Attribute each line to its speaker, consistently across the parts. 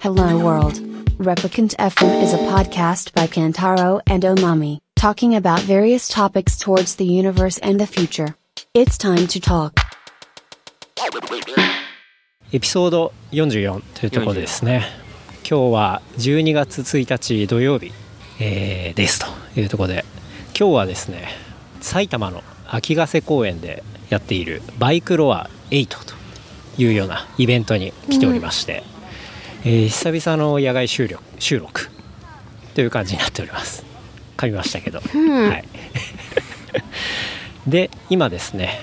Speaker 1: Hello World. Replicant FM is a podcast by Kantaro and Omami, talking about various topics towards the universe and the future. It's time to talk.
Speaker 2: エピソード44というところですね今日は12月1日土曜日、えーですというところで今日はですね埼玉の秋ヶ瀬公園でやっているバイクロア8というようなイベントに来ておりまして、えー久々の野外収録収録という感じになっております噛みましたけど、
Speaker 3: うん
Speaker 2: はい で今ですね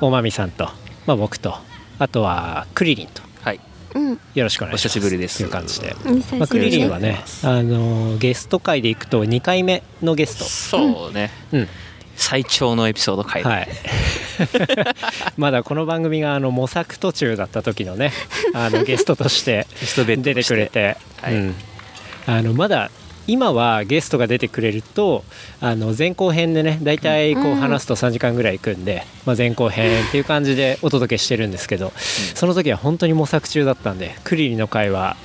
Speaker 2: おまみさんと、まあ、僕とあとはクリリンと
Speaker 4: はい、
Speaker 3: うん、
Speaker 2: よろしくお願いします
Speaker 4: お久しぶりです
Speaker 2: という感じで、
Speaker 3: 久しぶり
Speaker 2: まあ、クリリンは
Speaker 4: よ
Speaker 2: ね
Speaker 4: ろしくお
Speaker 2: あのーゲスト会で行くと2回目のゲス
Speaker 4: そうね、
Speaker 2: ト、うん
Speaker 4: 最長のエピソード回、
Speaker 2: はい まだこの番組があの模索途中だった時の ねあのゲストとして
Speaker 4: ゲストベッド
Speaker 2: 出てくれて、
Speaker 4: はい
Speaker 2: うん、あのまだ今はゲストが出てくれるとあの前後編でね大体こう話すと3時間ぐらいいくんで、まあ、前後編っていう感じでお届けしてるんですけど、その時は本当に模索中だったんでクリリの会は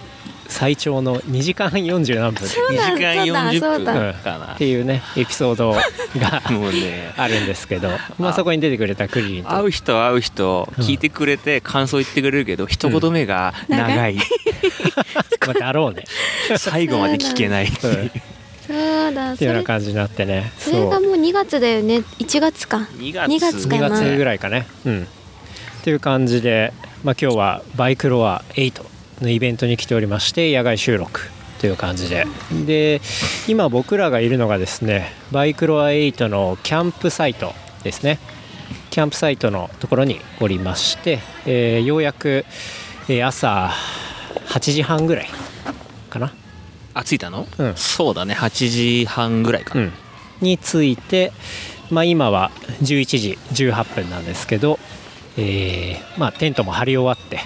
Speaker 2: 最長の2時間40何分
Speaker 4: 2時間40
Speaker 3: そう
Speaker 4: 分
Speaker 3: だそう
Speaker 2: だ
Speaker 4: かな
Speaker 2: っていうねエピソード が
Speaker 4: もうね
Speaker 2: あるんですけど、まあ、そこに出てくれたクリリンと
Speaker 4: 会う人は会う人聞いてくれて感想言ってくれるけど一言目が
Speaker 3: うん
Speaker 4: 長い、
Speaker 2: まあ、だろうね。
Speaker 4: 最後まで聞けない
Speaker 2: うん、っ
Speaker 3: そうだ
Speaker 2: て
Speaker 3: そ
Speaker 2: いうよう
Speaker 3: れ
Speaker 2: な感じになってね。
Speaker 3: それが
Speaker 2: う。
Speaker 3: もう2月だよね1月か
Speaker 4: 2月
Speaker 3: 二月か
Speaker 2: 2
Speaker 3: な
Speaker 2: 月ぐ
Speaker 4: らい
Speaker 2: らいかね。うん。っていう感じで、まあ、今日はバイクロア8のイベントに来ておりまして、野外収録。という感じでで今僕らがいるのがですねバイクロア8のキャンプサイトですねキャンプサイトのところにおりまして、えーようやく、えー朝8時半ぐらいかな
Speaker 4: あ着いたの、
Speaker 2: うん
Speaker 4: そうだね8時半ぐらいかな、
Speaker 2: について、まあ、今は11時18分なんですけど、えーまあ、テントも張り終わって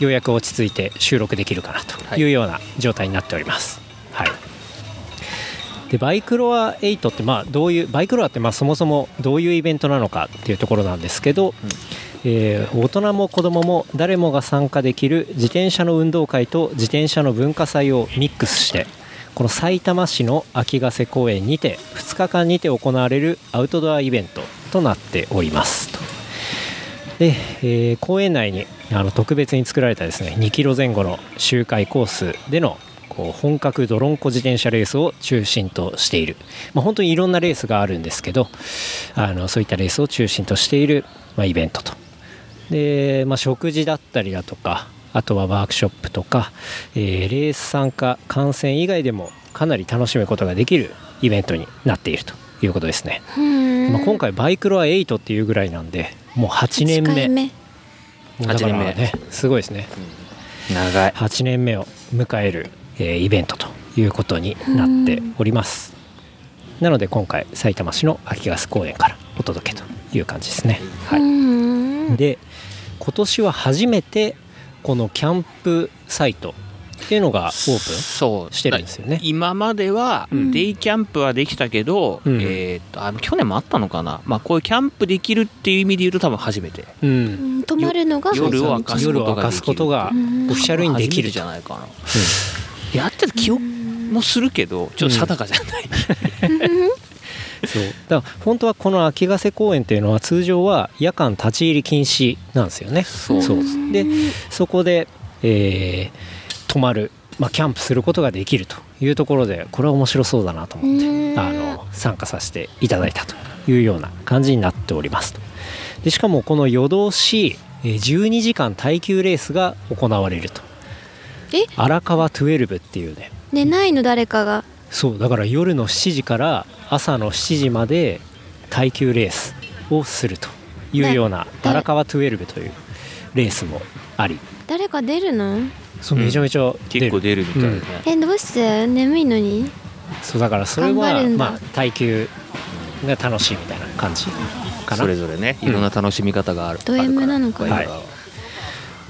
Speaker 2: ようやく落ち着いて収録できるかなというような状態になっております。はいでバイクロア8ってまあどういうバイクロアってまあそもそもどういうイベントなのかっていうところなんですけど、えー大人も子どもも誰もが参加できる自転車の運動会と自転車の文化祭をミックスしてこの埼玉市の秋ヶ瀬公園にて2日間にて行われるアウトドアイベントとなっておりますとで、えー公園内にあの特別に作られたですね2キロ前後の周回コースでのこう本格ドロンコ自転車レースを中心としている、まあ、本当にいろんなレースがあるんですけどあのそういったレースを中心としている、まあ、イベントとで、まあ、食事だったりだとかあとはワークショップとか、えーレース参加観戦以外でもかなり楽しむことができるイベントになっているということですね、
Speaker 3: うん
Speaker 2: まあ、今回バイクロア8っていうぐらいなんでもう8年
Speaker 3: 8回
Speaker 2: 目
Speaker 3: 目
Speaker 2: もうだから
Speaker 4: 8
Speaker 2: ねすごいですね
Speaker 4: 長い
Speaker 2: 8年目を迎える、えーイベントということになっておりますなので今回埼玉市の秋ヶ瀬公園からお届けという感じですね、は
Speaker 3: う
Speaker 2: い、
Speaker 3: ん
Speaker 2: で今年は初めてこのキャンプサイトっていうのがオー
Speaker 4: そう
Speaker 2: してるんですよね
Speaker 4: だ今までは
Speaker 2: うん
Speaker 4: デイキャンプはできたけど、
Speaker 2: うん
Speaker 4: えーっとあの去年もあったのかな、まあ、こういうキャンプできるっていう意味で言うと多分初めて
Speaker 2: プン、うん
Speaker 3: うん泊まるのが
Speaker 4: 夜を明かすことができる
Speaker 2: 夜を明かすことがオフィシャルにできる
Speaker 4: 初めてじゃ
Speaker 2: い、
Speaker 4: ないかなやってた記憶もするけどちょっと定かじゃない、
Speaker 2: うんそうだから本当はこの秋ヶ瀬公園っていうのは通常は夜間立ち入り禁止なんですよね
Speaker 4: そう
Speaker 2: でそこで、えー泊まる、まあ、キャンプすることができるというところでこれは面白そうだなと思って、
Speaker 3: うん
Speaker 2: あの参加させていただいたというような感じになっておりますとでしかもこの夜通しえー12時間耐久レースが行われると
Speaker 3: え
Speaker 2: 荒川12っていうね
Speaker 3: 寝ないの誰かが
Speaker 2: そうだから夜の7時から朝の7時まで耐久レースをするというような
Speaker 3: ね誰
Speaker 2: 荒川12というレースもあり
Speaker 3: 誰か出るの
Speaker 2: そう
Speaker 4: うん
Speaker 2: めちゃめちゃ出る、
Speaker 4: 結構出るみたいね、
Speaker 2: うん
Speaker 3: えどうして眠いのに
Speaker 2: そうだからそれは
Speaker 3: 頑張るんだ
Speaker 2: まあ耐久が楽しいみたいな感じかな
Speaker 4: それぞれね
Speaker 2: うん
Speaker 4: いろんな楽しみ方がある、
Speaker 3: ド M なのかな
Speaker 4: あるら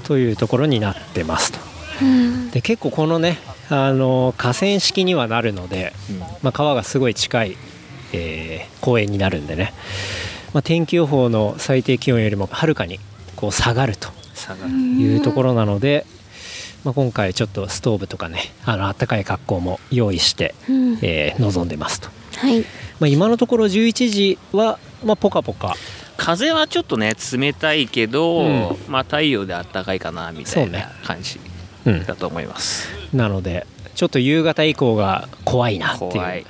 Speaker 2: というところになってますと
Speaker 3: うん
Speaker 2: で結構このねあの河川敷にはなるので、
Speaker 4: うん
Speaker 2: まあ、川がすごい近い、えー公園になるんでね、まあ、天気予報の最低気温よりもはるかにこう下がると
Speaker 4: 下がる
Speaker 2: いうところなので、まあ、今回ちょっとストーブとかねあの暖かい格好も用意して、
Speaker 3: うんは
Speaker 2: えー臨んでますと、
Speaker 3: い
Speaker 2: まあ、今のところ11時は、まあ、ポカポカ
Speaker 4: 風はちょっとね冷たいけど、
Speaker 2: うん
Speaker 4: まあ太陽で暖かいかなみたい
Speaker 2: そうね
Speaker 4: な感じ
Speaker 2: うん
Speaker 4: だと思います、
Speaker 2: なのでちょっと夕方以降が怖いなって
Speaker 4: 怖
Speaker 2: い
Speaker 4: いう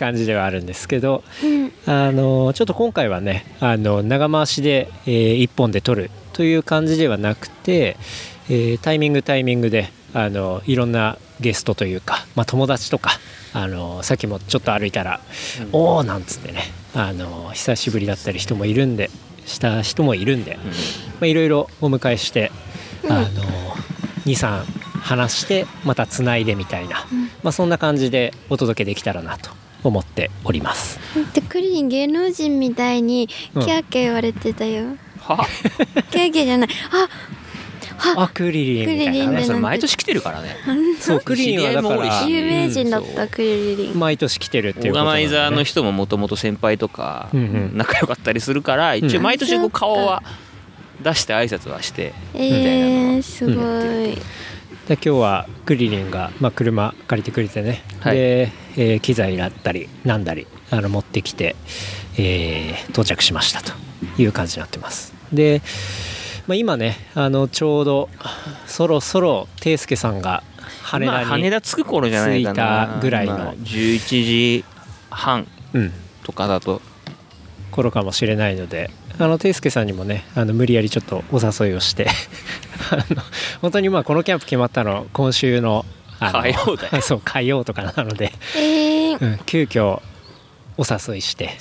Speaker 2: 感じではあるんですけど
Speaker 3: うん
Speaker 2: あのちょっと今回はねあの長回しで、え1本で撮るという感じではなくて、えータイミングタイミングであのいろんなゲストというか、まあ、友達とかあのさっきもちょっと歩いたら
Speaker 4: う
Speaker 2: 「
Speaker 4: ん
Speaker 2: おお!」なんつってねあの久しぶりだったり人もいるんでした人もいるんで、
Speaker 4: うん
Speaker 2: まあ、いろいろお迎えして、
Speaker 3: うん
Speaker 2: あの23話してまたつないでみたいな、
Speaker 3: うん
Speaker 2: まあ、そんな感じでお届けできたらなと思っております。
Speaker 3: でクリーン芸能人みたいにキ
Speaker 2: うん
Speaker 3: ャーキャー言われてたよ
Speaker 4: は
Speaker 3: キャーキャーじゃないあ
Speaker 2: あクリリンみたい
Speaker 3: クリリン
Speaker 2: な
Speaker 3: で
Speaker 2: ね
Speaker 4: それ毎年来てるからね
Speaker 2: そうクリリンはだか
Speaker 4: 知り合いも多い
Speaker 2: ら
Speaker 4: し
Speaker 3: 有名
Speaker 2: う
Speaker 3: 人だった、クリリ
Speaker 2: ん
Speaker 3: ン
Speaker 2: 毎年来てるってい
Speaker 4: オ
Speaker 2: うことな
Speaker 4: ガマイザーの
Speaker 2: 人
Speaker 4: 人ももともと先輩とか
Speaker 2: うんうん
Speaker 4: 仲良かったりするから一応毎年こう顔は出して挨拶はして
Speaker 3: えー、すごい、
Speaker 2: で今日はクリリンが、まあ、車借りてくれてね、
Speaker 4: はい
Speaker 2: で、えー機材だったりなんだりあの持ってきて、えー到着しましたという感じになってますで、まあ、今ねあのちょうどそろそろ圭介さんが羽
Speaker 4: ま
Speaker 2: 田
Speaker 4: あ
Speaker 2: に、
Speaker 4: 羽田着く頃じゃないか
Speaker 2: 着い
Speaker 4: な
Speaker 2: たぐらいの
Speaker 4: まあ11時半
Speaker 2: うん、
Speaker 4: とかだと
Speaker 2: 頃かもしれないのであの圭介さんにもねあの無理やりちょっとお誘いをして あの本当にまあこのキャンプ決まったの今週のあの
Speaker 4: 火曜だ
Speaker 2: そう火曜とかなので、
Speaker 3: えー、
Speaker 2: うん、急遽お誘いして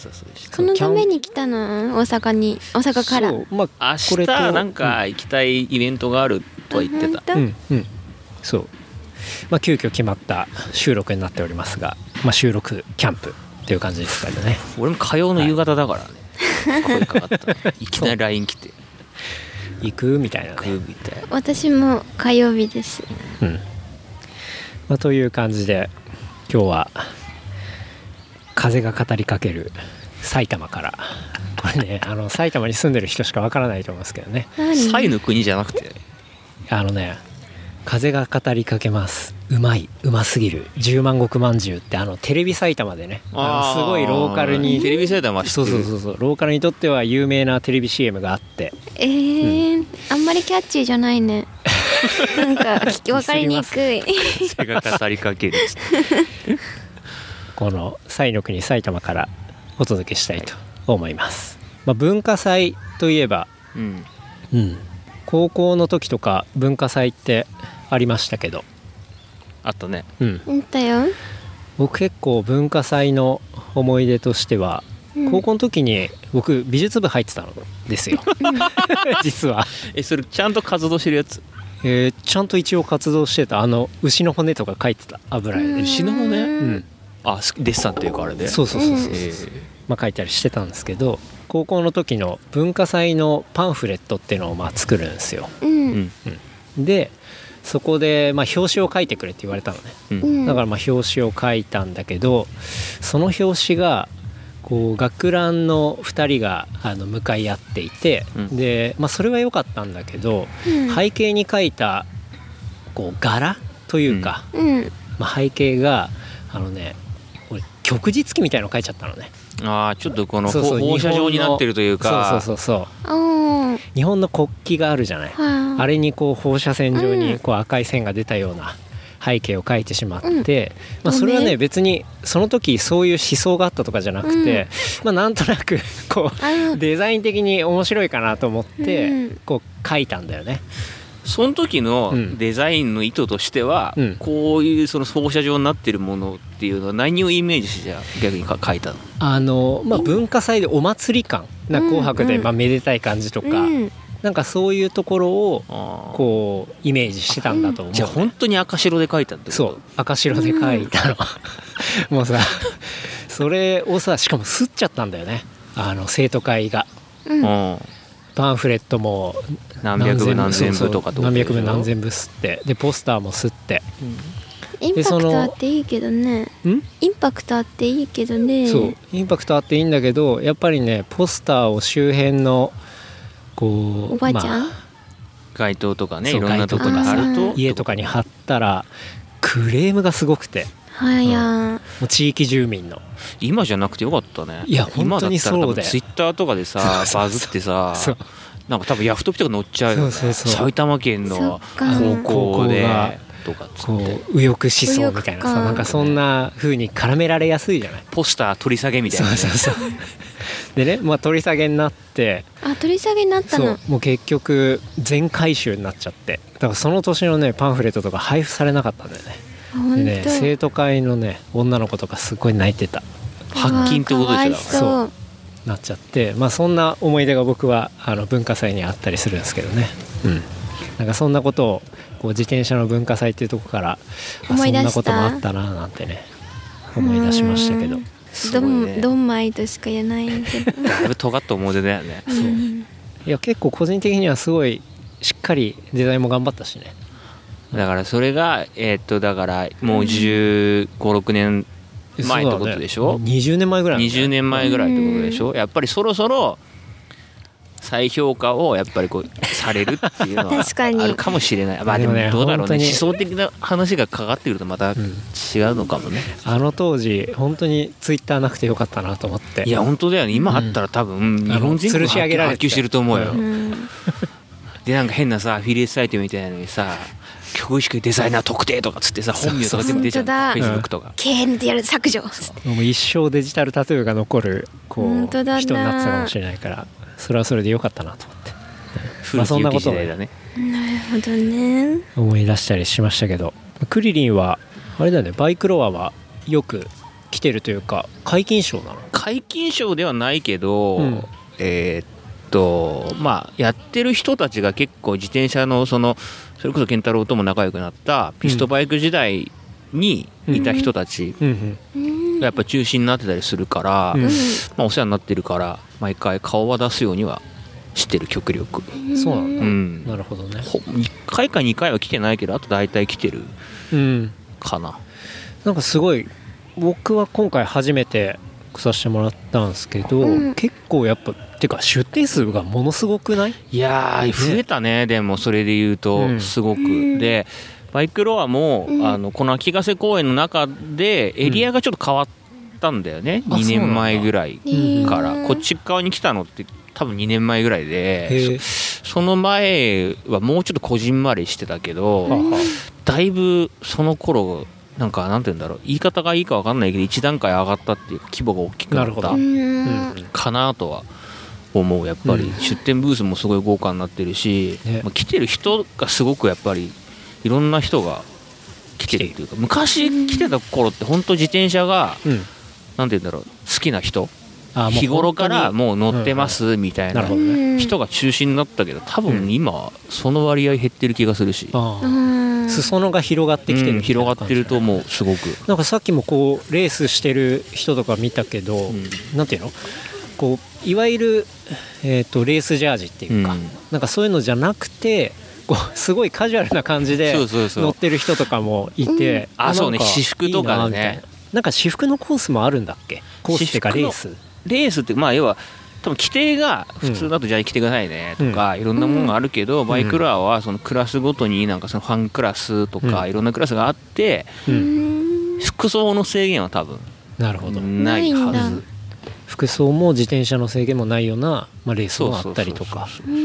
Speaker 3: そのために来たの大阪に大阪から
Speaker 2: そうまあ
Speaker 4: 明
Speaker 2: これ
Speaker 4: 日
Speaker 2: と
Speaker 4: なんか行きたいイベントがあるとは言ってた
Speaker 3: あ
Speaker 2: う
Speaker 3: 本
Speaker 2: んうんそうまあ急遽決まった収録になっておりますが、まあ、収録キャンプっていう感じですからね
Speaker 4: 俺も火曜の夕方だから ね声かかったいきなり LINE 来て
Speaker 2: 行くみたいなね
Speaker 4: グーみたいな
Speaker 3: 当私も火曜日です
Speaker 2: うんまあ、という感じで今日は風が語りかける埼玉からこれ ねあの埼玉に住んでる人しかわからないと思いますけどね
Speaker 3: 何
Speaker 4: サイの国じゃなくて
Speaker 2: あのね風が語りかけますうまいうますぎる十万石まんじゅうってあのテレビ埼玉でねあのすごいローカルに
Speaker 4: テレビ世代は知って
Speaker 2: そう
Speaker 4: る
Speaker 2: そうそうそうローカルにとっては有名なテレビ CM があって
Speaker 3: えーあんまりキャッチーじゃな いねなんか聞き分かりにくい
Speaker 4: それが語りかけるっつって
Speaker 2: この「西の国埼玉」からお届けしたいと思います、まあ、文化祭といえば
Speaker 4: うん
Speaker 2: うん、高校の時とか文化祭ってありましたけど、
Speaker 4: あったね
Speaker 2: うん、
Speaker 3: うんだよ
Speaker 2: 僕結構文化祭の思い出としては
Speaker 3: うん
Speaker 2: 高校の時に僕美術部入ってたんです よ実は、
Speaker 4: えそれちゃんと活動してるやつ
Speaker 2: えーちゃんと一応活動してたあの牛の骨とか描いてた油絵で、
Speaker 4: 死ぬ方ね
Speaker 2: う
Speaker 3: うんん
Speaker 4: あすデッサンっていうかあれで
Speaker 2: そうそうそうそう、
Speaker 4: えー
Speaker 2: まあ、書いたりしてたんですけど高校の時の文化祭のパンフレットっていうのをまあ作るんですよ
Speaker 3: うん
Speaker 4: うん
Speaker 2: でそこでまあ表紙を書いてくれって言われたのね
Speaker 4: うん
Speaker 3: うん
Speaker 2: だからまあ表紙を書いたんだけどその表紙がこう学ランの2人があの向かい合っていて、
Speaker 4: うん
Speaker 2: で、まあ、それは良かったんだけど、
Speaker 3: うん
Speaker 2: 背景に書いたこう柄というか、
Speaker 3: うん
Speaker 2: まあ、背景があのね俺旭日記みたいの書いちゃったのね
Speaker 4: ああちょっとこの
Speaker 2: そうそう
Speaker 4: 放放射状になってるというか
Speaker 2: そうそうそうそ
Speaker 3: おー
Speaker 2: う日本の国旗があるじゃない、
Speaker 3: は
Speaker 2: あれにこう放射線状
Speaker 3: う
Speaker 2: に
Speaker 3: ん
Speaker 2: こう赤い線が出たような背景を描いてしまって、
Speaker 3: ん
Speaker 2: まあ、それは
Speaker 3: ご
Speaker 2: ね
Speaker 3: めん
Speaker 2: 別にその時そういう思想があったとかじゃなくて、まあ、なんとなくこ
Speaker 3: あの
Speaker 2: うデザイン的に面白いかなと思っ
Speaker 3: う
Speaker 2: て
Speaker 3: ん
Speaker 2: こう描いたんだよね。
Speaker 4: その時の
Speaker 2: うん
Speaker 4: デザインの意図としては、
Speaker 2: うん
Speaker 4: こういうその放射状になってるものっていうのは何をイメージしてじゃあ逆にか書いたの
Speaker 2: あのまあ、文化祭でお祭り感な
Speaker 3: うん
Speaker 2: 紅白で
Speaker 3: うん
Speaker 2: まあめでたい感じとか、
Speaker 3: うん
Speaker 2: なんかそういうところを
Speaker 4: あー
Speaker 2: こうイメージしてたんだと思う、
Speaker 4: じゃあ本当に赤白で書いたってこと
Speaker 2: そう赤白で描いたの、もうさそれをさしかもすっちゃったんだよねあの生徒会が
Speaker 3: うん
Speaker 4: うん
Speaker 2: パンフレットも
Speaker 4: 何百部何千
Speaker 2: そう
Speaker 4: 部
Speaker 2: そう
Speaker 4: とかってこと
Speaker 2: 何百部
Speaker 4: でしょ
Speaker 2: 何千部すってでポスターもすって
Speaker 3: インパクトあっていいけどね
Speaker 2: ん
Speaker 3: インパクトあっていいけどね
Speaker 2: そうインパクトあっていいんだけどやっぱりねポスターを周辺のこう
Speaker 3: おばあちゃん
Speaker 2: まあ
Speaker 4: 街灯とかね
Speaker 2: そう
Speaker 4: いろんなとこに
Speaker 3: 街灯と
Speaker 4: あ
Speaker 3: か
Speaker 4: ると
Speaker 2: 家とかに貼ったらクレームがすごくて
Speaker 3: はやん。
Speaker 2: もう地域住民の
Speaker 4: 今じゃなくてよかったね
Speaker 2: いや本当にそうだよ
Speaker 4: ツイッターとかでさ
Speaker 2: そう
Speaker 4: バズってさ
Speaker 2: そう
Speaker 4: なんか多分ヤフトピとか載っちゃうよね
Speaker 2: そうそうそう
Speaker 4: 埼玉県の
Speaker 3: そっか
Speaker 4: 高校で
Speaker 2: 高校が
Speaker 4: とかっつ
Speaker 2: こう
Speaker 4: って
Speaker 2: 右翼思想みたいな
Speaker 3: 右翼か
Speaker 2: さなんかそんな風に絡められやすいじゃない
Speaker 4: ポスター取り下げみたいなね
Speaker 2: そうでね、まあ、取り下げになって
Speaker 3: あ、取り下げになった
Speaker 2: そ
Speaker 3: の
Speaker 2: う。もう結局全回収になっちゃってだからその年のねパンフレットとか配布されなかったんだよね
Speaker 3: 本
Speaker 2: で
Speaker 3: 当。
Speaker 2: ね生徒会のね女の子とかすごい泣いてた
Speaker 4: 発禁ってことでしょだから
Speaker 3: かわい
Speaker 2: なっちゃってまあそんな思い出が僕はあの文化祭にあったりするんですけどねうんなんかそんなことをこう自転車の文化祭っていうとこからあ
Speaker 3: 思い出した
Speaker 2: そんなこともあったななんてね
Speaker 3: そう
Speaker 2: 思い出しましたけど
Speaker 3: うーん
Speaker 4: す
Speaker 3: ど
Speaker 4: ごいね
Speaker 3: ん、どんまいとしか言えないけど。
Speaker 4: だいぶ尖った思い出だよね
Speaker 3: うん
Speaker 2: いや結構個人的にはすごいしっかりデザインも頑張ったしね
Speaker 4: だからそれがえーっとだからもう1 5 6年前ってことでしょ
Speaker 2: そうだね20年前ぐらいなんだよ
Speaker 4: 20年前ぐらいってことでしょやっぱりそろそろ再評価をやっぱりこうされるっていうのは
Speaker 3: 確かに
Speaker 4: あるかもしれないまあでも
Speaker 2: でもね
Speaker 4: どうだろ
Speaker 2: 本
Speaker 4: う
Speaker 2: 当
Speaker 4: ね
Speaker 2: に
Speaker 4: 思想的な話がかかってくるとまた違うのかもね、
Speaker 2: あの当時本当にツイッターなくてよかったなと思って
Speaker 4: いや本当だよね今あったら多分日本全
Speaker 2: あの吊
Speaker 4: 国
Speaker 2: るし上げられ
Speaker 4: 波
Speaker 2: て
Speaker 4: 及してると思うよ、
Speaker 3: うん。
Speaker 4: でなんか変なさアフィリエイトサイトみたいなのにさ「曲式デザイナー特定」とかっつってさ本名とか全部出ちゃうフ
Speaker 3: 本
Speaker 4: ェ
Speaker 3: 当
Speaker 4: イ
Speaker 2: だ
Speaker 4: スブックとか、
Speaker 3: 敬遠でやる削除。
Speaker 2: もう一生デジタルタトゥーが残るこう
Speaker 3: 本
Speaker 2: 人
Speaker 3: 当
Speaker 2: に
Speaker 3: だ
Speaker 2: な
Speaker 3: な
Speaker 2: ってたかもしれないからそれはそれでよかったなと思ってま
Speaker 4: 古
Speaker 2: あそ
Speaker 4: き
Speaker 2: ん
Speaker 4: 良
Speaker 2: な
Speaker 4: き
Speaker 2: こ
Speaker 4: 時
Speaker 2: とを
Speaker 4: 代だね
Speaker 3: なるほどね。
Speaker 2: 思い出したりしましたけどクリリンはあれだよねバイクロアはよく来てるというか解禁賞なの
Speaker 4: 解禁賞ではないけど、
Speaker 2: うん
Speaker 4: えーっとまあやってる人たちが結構自転車のそのそれこそ健太郎とも仲良くなったピストバイク時代にいた人たち
Speaker 2: うん
Speaker 3: うん
Speaker 4: がやっぱ中心になってたりするから、
Speaker 2: うん
Speaker 4: まあ、お世話になってるから毎回顔は出すようにはしてる極力
Speaker 2: うんそうなん
Speaker 4: う
Speaker 2: だ、
Speaker 4: ん
Speaker 2: なるほどね
Speaker 4: ほ1回か2回は来てないけどあと大体来てる
Speaker 2: うん
Speaker 4: かな
Speaker 2: なんかすごい僕は今回初めて来させてもらったんですけど、
Speaker 3: うん
Speaker 2: 結構やっぱてか出店数がものすごくない
Speaker 4: いやー増えたねでもそれで言うと、
Speaker 2: うん
Speaker 4: すごく、
Speaker 3: うん
Speaker 4: でバイクロアも、
Speaker 3: うん
Speaker 4: あのこの秋ヶ瀬公園の中でエリアがちょっと変わったんだよね、
Speaker 2: うんあ
Speaker 4: 2
Speaker 2: そうなん
Speaker 4: 年
Speaker 2: だ
Speaker 4: 前ぐらい
Speaker 2: うん
Speaker 4: からこっ。ち側に来たのって多分2年前ぐらい
Speaker 2: へ
Speaker 4: で
Speaker 2: え
Speaker 4: そその前はもうちょっとこじんまりしてたけど、
Speaker 3: うん
Speaker 4: だいぶその頃なんかなんて言うんだろう言い方がいいか分かんないけど一段階上がったっていうか規模が大きくなっ
Speaker 2: なる
Speaker 4: た
Speaker 2: ほ
Speaker 3: う
Speaker 2: ど
Speaker 3: ん
Speaker 4: かなとは思うやっぱり、
Speaker 2: うん
Speaker 4: 出店ブースもすごい豪華になってるし、
Speaker 2: ね
Speaker 4: まあ来てる人がすごくやっぱりいろんな人が来てるというか昔来てた頃って本当自転車が
Speaker 2: うん
Speaker 4: なんて言うんだろう好きな人
Speaker 2: あもう本当に
Speaker 4: 日頃からもう乗ってますみたい
Speaker 2: な
Speaker 4: な
Speaker 2: るほどね
Speaker 4: 人が中心だったけど多分今その割合減ってる気がするし、
Speaker 2: あ
Speaker 3: う
Speaker 2: あ
Speaker 3: ん。
Speaker 2: 裾野が広がってきて
Speaker 4: う
Speaker 2: る
Speaker 4: ん広がってると思うすごく。
Speaker 2: なんかさっきもこうレースしてる人とか見たけど、
Speaker 4: ん
Speaker 2: なんていうのこういわゆる、えー、とレースジャージっていうか、
Speaker 4: うん
Speaker 2: なんかそういうのじゃなくてこうすごいカジュアルな感じで
Speaker 4: そうそうそう
Speaker 2: 乗ってる人とかもいて、
Speaker 4: うんあそうね
Speaker 2: なん
Speaker 4: 私服とかね
Speaker 2: いいなみたいななんか私服のコースもあるんだっけコースっていうかレース
Speaker 4: レースってまあ要は多分規定が普通だとじゃあ来てくださいねとか、いろんなものがあるけど、バイクロアはそのクラスごとになんかそのファンクラスとか、
Speaker 2: うん
Speaker 4: いろんなクラスがあって
Speaker 2: う
Speaker 3: うんん。
Speaker 4: 服装の制限は多分
Speaker 2: なるほど、
Speaker 4: ないは
Speaker 3: ない
Speaker 4: ず
Speaker 3: んだ
Speaker 2: 服装も自転車の制限もないような、まあ、レースもあったりとか
Speaker 4: そうそうそう
Speaker 3: う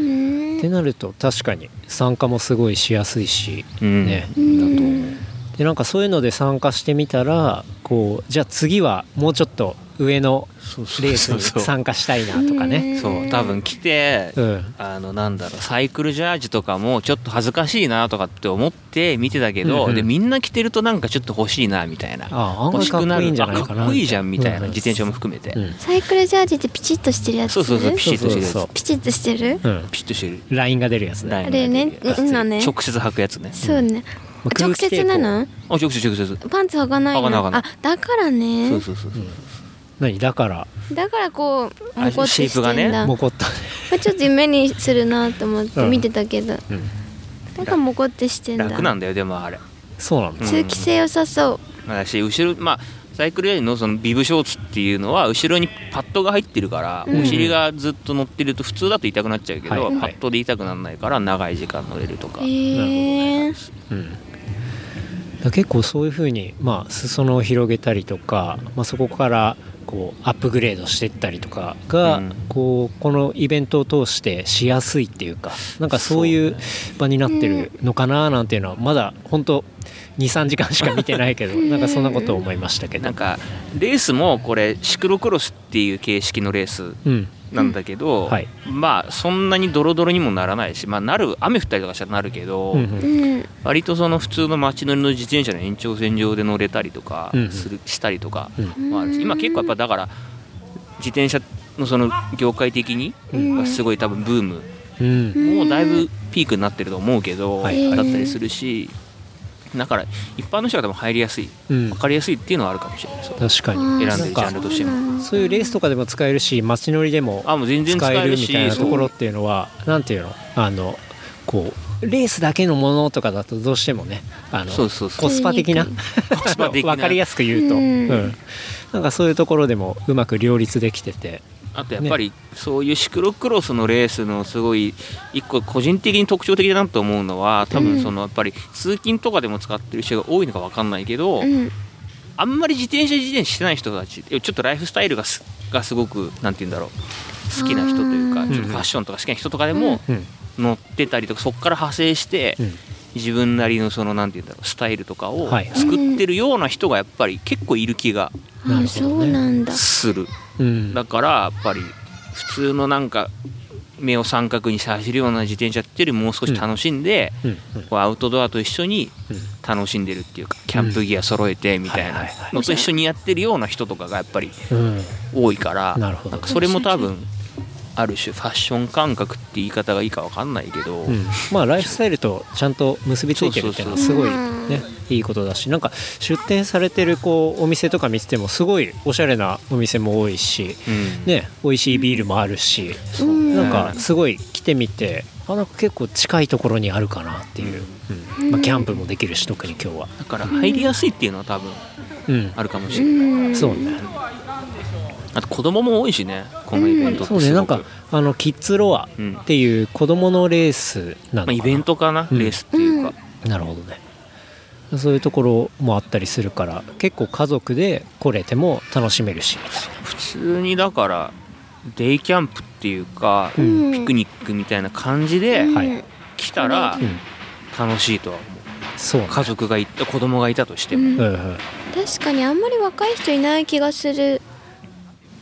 Speaker 3: ん
Speaker 2: ってなると確かに参加もすごいしやすいし
Speaker 4: そううん
Speaker 2: ね
Speaker 4: だと思う
Speaker 2: でなんかそういうので参加してみたらこうじゃあ次はもうちょっと上の
Speaker 4: そう
Speaker 2: レ
Speaker 4: そ
Speaker 2: ース
Speaker 4: うそう
Speaker 2: に
Speaker 4: そう
Speaker 2: 参加したいなとかね
Speaker 4: そう多分来て、
Speaker 2: うん
Speaker 4: あのなんだろうサイクルジャージとかもちょっと恥ずかしいなとかって思って見てたけど、
Speaker 2: うんうん
Speaker 4: でみんな着てるとなんかちょっと欲しいなみたいな
Speaker 2: あ案
Speaker 4: 欲
Speaker 2: 外
Speaker 4: し
Speaker 2: か
Speaker 4: くな
Speaker 2: っこ
Speaker 4: る
Speaker 2: いいんじゃないか
Speaker 4: あ
Speaker 2: な
Speaker 4: かっこいいじゃんみたいな、
Speaker 2: うんうん
Speaker 4: 自転車も含めて、
Speaker 2: うん
Speaker 3: サイクルジャージってピチッとしてるやつ。
Speaker 4: そうそうそうピ
Speaker 3: ピ
Speaker 4: シッとしてるやつ
Speaker 2: そうそう
Speaker 3: チッとしてる。
Speaker 2: うん
Speaker 4: ピシッとしてる
Speaker 2: ラインが出るやつ
Speaker 4: ライ
Speaker 2: ね
Speaker 4: ンが出てる
Speaker 3: あれね今ね
Speaker 4: 直接履くやつね
Speaker 3: そうね。
Speaker 2: まあ
Speaker 3: 直接な
Speaker 2: 空
Speaker 3: の？
Speaker 4: あ直接直接
Speaker 3: パンツ履かな
Speaker 4: 履
Speaker 3: い
Speaker 4: かない履
Speaker 3: の。
Speaker 4: かない
Speaker 3: あ、だから
Speaker 4: そ
Speaker 3: ね
Speaker 4: う。そうそう
Speaker 2: 何だから
Speaker 3: だからこう
Speaker 4: あ
Speaker 3: モコってし
Speaker 4: シ
Speaker 3: て
Speaker 4: ェイプがね
Speaker 3: んだ。
Speaker 2: もこったね
Speaker 3: まあちょっと目にするなと思って
Speaker 2: うん
Speaker 3: 見てたけど、
Speaker 2: うん
Speaker 3: なんかモコってしてんだ
Speaker 4: 楽なんだよでもあれ
Speaker 2: そうなんだ
Speaker 4: うん
Speaker 3: 通気性良さそう
Speaker 4: まあだし後ろまあサイクルレーンのそのビブショーツっていうのは後ろにパッドが入ってるから、
Speaker 3: うん
Speaker 4: お尻がずっと乗ってると普通だと痛くなっちゃうけど、
Speaker 2: はいはい
Speaker 4: パッドで痛くならないから長い時間乗れるとか、
Speaker 3: えー、
Speaker 2: うん、だから結構そういうふうに、まあ、裾野を広げたりとか、まあ、そこからこうアップグレードしていったりとかが、
Speaker 4: うん
Speaker 2: こうこのイベントを通してしやすいっていうかなんかそういう場になってるのかななんていうのはまだ本当23時間しか見てないけどなんかそんなことを思いましたけど
Speaker 4: なん。かレースもこれシクロクロスっていう形式のレース
Speaker 2: うん
Speaker 4: なんだけど、
Speaker 2: うんはい
Speaker 4: まあそんなにドロドロにもならないし、まあ、なる雨降ったりとかしたらなるけど、
Speaker 2: うんう
Speaker 3: うんん
Speaker 4: 割とその普通の街乗りの自転車の延長線上で乗れたりとか
Speaker 2: うんうん
Speaker 4: する、したりとか
Speaker 2: うん
Speaker 4: もあるし今結構やっぱだから自転車のその業界的に
Speaker 3: うん
Speaker 4: がすごい多分ブーム、
Speaker 2: うん
Speaker 3: うん
Speaker 4: もうだいぶピークになってると思うけど、
Speaker 2: はい
Speaker 4: だったりするしだから一般の人が多分入りやすい
Speaker 2: うん
Speaker 4: 分かりやすいっていうのはあるかもしれないです
Speaker 2: 確かに
Speaker 3: あー
Speaker 4: 選んでるジャンルとしても
Speaker 3: そうなんだ
Speaker 2: そういうレースとかでも使えるし街乗りでも
Speaker 4: あもう全然
Speaker 2: 使
Speaker 4: 使
Speaker 2: え
Speaker 4: え
Speaker 2: る
Speaker 4: る
Speaker 2: み
Speaker 4: した
Speaker 2: いなところ
Speaker 4: そう
Speaker 2: っていうのはなんていうのあのこうレースだけのものとかだとどうしてもねあの
Speaker 4: そうそうそ
Speaker 2: コ
Speaker 4: う
Speaker 2: スパ的な
Speaker 3: うん
Speaker 2: コ
Speaker 4: スパ的な
Speaker 2: 分かりやすく言うと、う
Speaker 3: うんん
Speaker 2: なんかそういうところでもうまく両立できてて、
Speaker 4: あとやっぱりそういうシクロクロスのレースのすごい一個個人的に特徴的だなと思うのは多分そのやっぱり通勤とかでも使ってる人が多いのか分かんないけど、
Speaker 3: うん
Speaker 4: あんまり自転車自転車してない人たちちょっとライフスタイルがすがすごくなんて言うんだろう好きな人という
Speaker 3: う
Speaker 4: か
Speaker 3: ん
Speaker 4: ちょっとファッションとか好きな人とかでも
Speaker 2: うん
Speaker 4: 乗ってたりとかそこから派生して
Speaker 2: うん
Speaker 4: 自分なりのそのなんて言うんだろうスタイルとかを
Speaker 2: はい
Speaker 4: 作ってるような人がやっぱり結構いる気が
Speaker 2: なる
Speaker 3: あ
Speaker 2: ほ
Speaker 3: そ
Speaker 2: どね
Speaker 3: うなんだ
Speaker 4: する。
Speaker 2: うん
Speaker 4: だからやっぱり普通のなんか目を三角にして走るような自転車っていうよりもう少し楽しんで、
Speaker 2: うん
Speaker 4: こうアウトドアと一緒に楽しんでるっていうかキャンプギア揃えてみたい
Speaker 2: はい
Speaker 4: な
Speaker 2: はいはい
Speaker 4: のと一緒にやってるような人とかがやっぱり
Speaker 2: うん
Speaker 4: 多いから
Speaker 2: なるほど
Speaker 4: んかそれも多分ある種ファッション感覚って言い方がいいかわかんないけど、
Speaker 2: うんまあライフスタイルとちゃんと結びついてるっていうのはすごい
Speaker 3: そうそう
Speaker 2: ねいいことだしなんか出店されてるこうお店とか見ててもすごいおしゃれなお店も多いし、
Speaker 4: うん
Speaker 2: ね美味しいビールもあるし、
Speaker 3: うん
Speaker 2: なんかすごい来てみてあなんか結構近いところにあるかなっていう、うんまあ、キャンプもできるし特に今日は、
Speaker 4: だから入りやすいっていうのは多分
Speaker 2: うん、
Speaker 4: あるかもし
Speaker 3: う
Speaker 4: れない、
Speaker 3: ん
Speaker 2: そうね
Speaker 4: あと子供も多いしねこのイベントってす
Speaker 2: そ
Speaker 4: ご
Speaker 2: う
Speaker 4: く
Speaker 2: ねなんかあのキッズロアっていう子どものレースなのかな、
Speaker 4: まあ、イベントかな、
Speaker 2: うん
Speaker 4: レースっていうか、
Speaker 2: なるほどねそういうところもあったりするから結構家族で来れても楽しめるし
Speaker 4: 普通にだからデイキャンプっていうか、
Speaker 2: うん
Speaker 4: ピクニックみたいな感じで
Speaker 2: んはい
Speaker 4: 来たら
Speaker 2: うん
Speaker 4: 楽しいとは思う
Speaker 2: そうね
Speaker 4: 家族がいた子供がいたとしても、
Speaker 2: うんうん、
Speaker 3: 確かにあんまり若い人いない気がする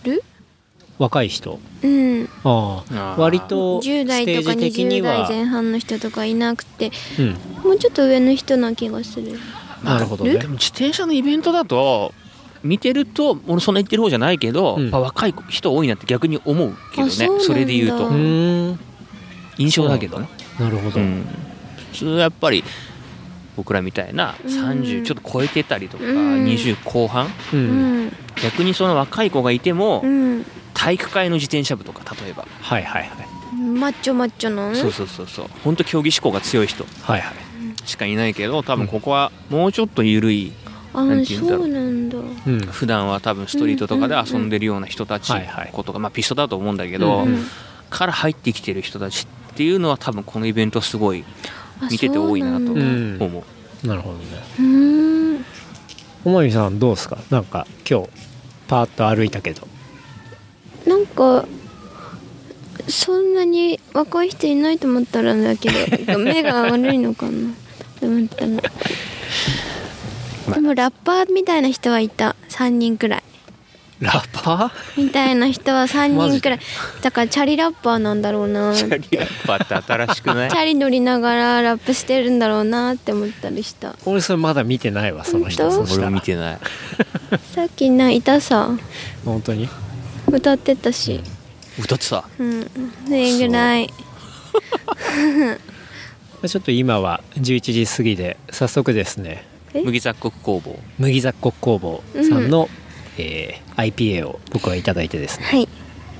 Speaker 3: る
Speaker 2: 若い人
Speaker 3: うん
Speaker 2: ああ
Speaker 4: あー
Speaker 2: 割とステ
Speaker 3: 10代とか
Speaker 2: ージ的に
Speaker 3: 20代
Speaker 2: は、
Speaker 3: 前半の人とかいなくて
Speaker 2: うん、
Speaker 3: もうちょっと上の人な気がする
Speaker 2: なるほどね
Speaker 4: でも自転車のイベントだと見てると俺そんな言ってる方じゃないけど、
Speaker 2: うん
Speaker 4: まあ若い人多いなって逆に思うけどね
Speaker 3: あそうなんだ
Speaker 4: れで言う
Speaker 2: う
Speaker 4: と
Speaker 2: ーん
Speaker 4: 印象だけどね、
Speaker 2: なるほど、
Speaker 4: うん普通やっぱり僕らみたいな
Speaker 3: うん
Speaker 4: 30ちょっと超えてたりとか
Speaker 3: うん
Speaker 4: 20後半
Speaker 2: う
Speaker 3: うんん
Speaker 4: 逆にその若い子がいても
Speaker 3: うん
Speaker 4: 体育会の自転車部とか例えば
Speaker 2: はいはいはい
Speaker 3: マッチョマッチョの
Speaker 4: そうそうそうそう本当競技志向が強い人
Speaker 2: はいはい
Speaker 4: しかいないけど多分ここはもうちょっと緩い
Speaker 3: あ
Speaker 4: なん
Speaker 3: ー
Speaker 4: て言うんだ
Speaker 3: そ
Speaker 4: ろう
Speaker 3: うなんだ
Speaker 2: うん
Speaker 4: 普段は多分ストリートとかで遊んでるような人たち
Speaker 2: うんうんうんはいはい
Speaker 4: ことがまあピストだと思うんだけど
Speaker 2: うん
Speaker 4: から入ってきてる人たちっていうのは多分このイベントすごい
Speaker 3: あ
Speaker 4: 見てて多いなと
Speaker 3: そう
Speaker 4: 思
Speaker 3: んだ
Speaker 2: ん
Speaker 4: う
Speaker 2: なるほどね
Speaker 3: うーん
Speaker 2: おまみさんどうですかなんか今日パーッと歩いたけど
Speaker 3: なんかそんなに若い人いないと思ったらだけ ど目が悪いのかなと思ったのでもラッパーみたいな人はいた3人くらい
Speaker 2: ラッパ
Speaker 3: みたいな人は3
Speaker 2: マジ
Speaker 3: 人
Speaker 2: で
Speaker 3: くらいだからチャリラッパーなんだろうな
Speaker 4: チ
Speaker 3: チ
Speaker 4: ャリラッパーって新しくない
Speaker 3: ャリ乗りながらラップしてるんだろうなって思ったりした
Speaker 2: ー俺それまだ見てないわその人そ
Speaker 3: 本当
Speaker 2: した
Speaker 4: 俺
Speaker 2: ら
Speaker 4: も見 てない
Speaker 3: さっきないたさ
Speaker 2: 本当に
Speaker 3: 歌ってたし
Speaker 4: 歌ってさ
Speaker 3: うんそれぐらい
Speaker 2: ちょっと今は11時過ぎで早速ですね
Speaker 3: え
Speaker 4: 麦雑穀工房
Speaker 2: 麦雑穀工房さんの、えー IPA を僕はいただいてですね
Speaker 3: はい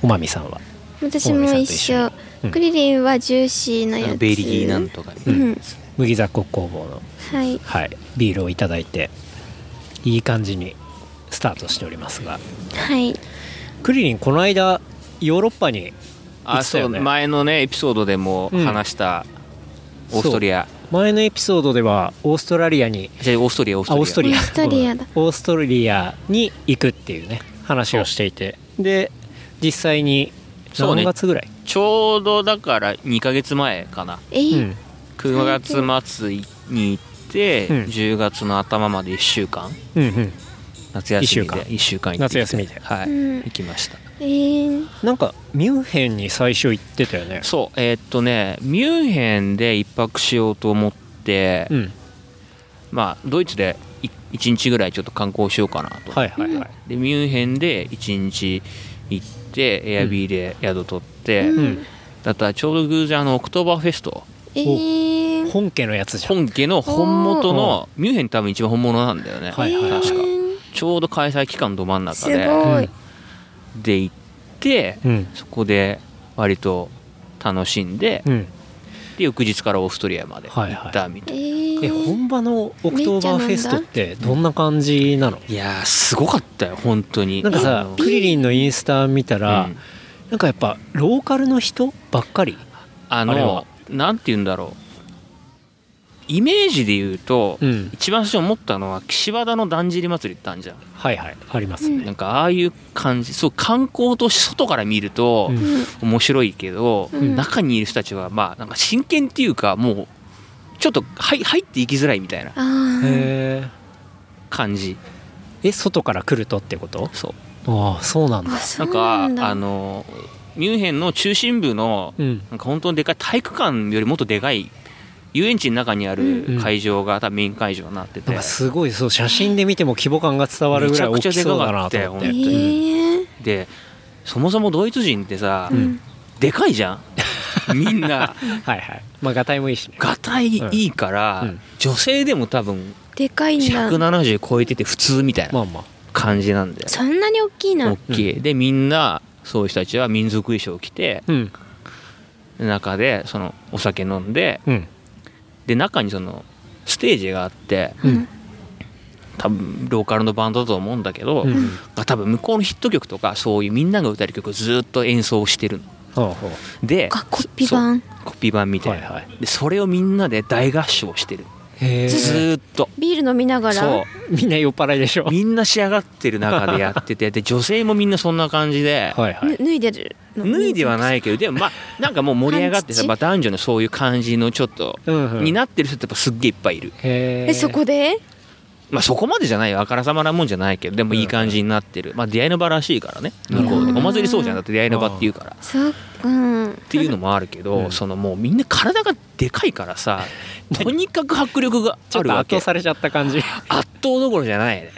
Speaker 2: おまみさんは
Speaker 3: 私も一緒
Speaker 2: うん
Speaker 3: クリリンはジューシーなやつ
Speaker 4: ベリギーなんとかみたいなやつ
Speaker 2: 麦雑穀工房の
Speaker 3: はい
Speaker 2: はい、ビールをいただいていい感じにスタートしておりますが
Speaker 3: はい
Speaker 2: クリリンこの間ヨーロッパに言
Speaker 4: あ
Speaker 2: ってた
Speaker 4: そ
Speaker 2: よ
Speaker 4: う
Speaker 2: ね
Speaker 4: 前のねエピソードでも
Speaker 2: うん
Speaker 4: 話したオーストリア
Speaker 2: 前のエピソードではオーストラリアに
Speaker 4: じゃあオーストリアオース
Speaker 2: あ
Speaker 4: トリア
Speaker 2: オーストリア
Speaker 3: オーストリアだ
Speaker 2: オーストリアに行くっていうね話をしていてで実際に
Speaker 4: そうね
Speaker 2: 何月ぐらい
Speaker 4: ちょうどだから2ヶ月前かな
Speaker 3: えい、
Speaker 2: ん
Speaker 4: 9月末に行って、
Speaker 2: うん
Speaker 4: 10月の頭まで1週間
Speaker 2: うんうん
Speaker 4: 夏休みで
Speaker 2: 一週間
Speaker 4: 1週間行ってき
Speaker 2: 夏
Speaker 4: て
Speaker 2: 休みで
Speaker 4: はい、
Speaker 3: うん
Speaker 4: 行きました
Speaker 3: えー、
Speaker 2: なんかミュンヘンに最初行ってたよね
Speaker 4: そうえーっとねミュンヘンで一泊しようと思って、
Speaker 2: うん
Speaker 4: まあドイツで1日ぐらいちょっと観光しようかなと、
Speaker 2: はいはいはい
Speaker 4: でミュンヘンで1日行ってエアビーで宿取って、
Speaker 3: うん
Speaker 2: うん
Speaker 4: だったらちょうど偶然あのオクトーバーフェスト
Speaker 3: えー、
Speaker 2: 本家のやつじゃん
Speaker 4: 本家の本元のミュンヘン多分一番本物なんだよね、
Speaker 2: はいはい
Speaker 4: 確か
Speaker 3: えー
Speaker 4: ちょうど開催期間ど真ん中
Speaker 3: す
Speaker 4: で
Speaker 3: ごい、
Speaker 4: で行って、
Speaker 2: うん
Speaker 4: そこで割と楽しんで、
Speaker 2: うん
Speaker 4: で翌日からオーストリアまで行ったみたいな、
Speaker 3: え
Speaker 4: い
Speaker 2: え
Speaker 3: ー、
Speaker 2: 本場のオクトーバーフェストってどんな感じなの
Speaker 4: やーすごかったよ本当に
Speaker 2: なんか
Speaker 4: あ
Speaker 2: さ
Speaker 4: の
Speaker 2: クリリンのインスタ見たら、
Speaker 4: うん
Speaker 2: なんかやっぱローカルの人ばっかり
Speaker 4: あ
Speaker 2: あれ
Speaker 4: の
Speaker 2: は
Speaker 4: なんて言うんだろうイメージで言うと、
Speaker 2: うん
Speaker 4: 一番最初思ったのは岸和田のだんじり祭りってあるじゃん、
Speaker 2: はいはいありますね、
Speaker 4: なんかああいう感じそう観光として外から見ると
Speaker 2: うん
Speaker 4: 面白いけど、
Speaker 3: うん
Speaker 4: 中にいる人たちはまあなんか真剣っていうかもうちょっとはい入っていきづらいみたいな
Speaker 3: あー
Speaker 2: へ
Speaker 4: 感じ
Speaker 2: ええ外から来るとってこと
Speaker 4: そう
Speaker 2: ああそうなんだ
Speaker 3: あそ
Speaker 4: な
Speaker 3: うん
Speaker 4: か
Speaker 3: なんだ
Speaker 4: あのミュンヘンの中心部の
Speaker 2: うん
Speaker 4: なんか本当にでかい体育館よりもっとでかい遊園地の中にあ
Speaker 2: う
Speaker 4: る
Speaker 2: ん
Speaker 4: 会場が多分メイン会場になってて、
Speaker 2: なんかすごいそう写真で見ても規模感が伝わるぐらい大きそうだなと思って
Speaker 4: えめちゃくちゃでかかっ
Speaker 3: え
Speaker 4: たよ
Speaker 3: ー、
Speaker 4: でそもそもドイツ人ってさ、
Speaker 2: うん
Speaker 4: でかい じゃんみん
Speaker 2: は
Speaker 4: な
Speaker 2: いはいまあガタイもいいしね
Speaker 4: がたいいいから、
Speaker 2: うん
Speaker 4: 女性でも多分
Speaker 3: でかいんだ
Speaker 4: 170超えてて普通みたい
Speaker 2: ま
Speaker 4: な
Speaker 2: あまあ
Speaker 4: 感じなんで
Speaker 3: そんなに大きいな
Speaker 4: 大きい、でみんなそういう人たちは民族衣装を着て
Speaker 2: うん
Speaker 4: 中でそのお酒飲んで
Speaker 2: うん
Speaker 4: で中にそのステージがあって
Speaker 2: うん
Speaker 4: 多分ローカルのバンドだと思うんだけど、
Speaker 2: うん
Speaker 4: が多分向こうのヒット曲とかそういうみんなが歌える曲をずっと演奏してるの
Speaker 2: ほうほう
Speaker 4: で
Speaker 3: あコピー版
Speaker 4: そうコピー版みたいな、
Speaker 2: はいはい
Speaker 4: でそれをみんなで大合唱してる
Speaker 2: へえ
Speaker 4: ずーっと
Speaker 3: ビール飲みながら
Speaker 4: そ
Speaker 2: みんな酔っ払いでしょ
Speaker 4: う
Speaker 2: はい
Speaker 4: みんな仕上がってる中でやっててで女性もみんなそんな感じ で
Speaker 2: はい
Speaker 3: ぬ脱いでるの
Speaker 4: 脱いではないけ どでもまあなんかもう盛り上がってさ
Speaker 3: 半乳
Speaker 4: まあ男女のそういう感じのちょっと
Speaker 2: うんうん
Speaker 4: になってる人ってやっぱすっげえいっぱいいる、
Speaker 2: へ
Speaker 3: えそこで
Speaker 4: まあ、そこまでじゃないよあからさまなもんじゃないけどでもいい感じになってる、まあ、出会いの場らしいからね向こうで
Speaker 3: うん
Speaker 4: お祭りそうじゃんだって出会いの場っていうから。
Speaker 3: そっうん
Speaker 4: っていうのもあるけど、
Speaker 2: うん
Speaker 4: そのもうみんな体がでかいからさとにかく迫力が
Speaker 2: ちょ
Speaker 4: あ
Speaker 2: っ
Speaker 4: る
Speaker 2: と
Speaker 4: わ
Speaker 2: 圧
Speaker 4: け
Speaker 2: 倒
Speaker 4: 圧
Speaker 2: されちゃった感じ
Speaker 4: 倒どころじ ゃないね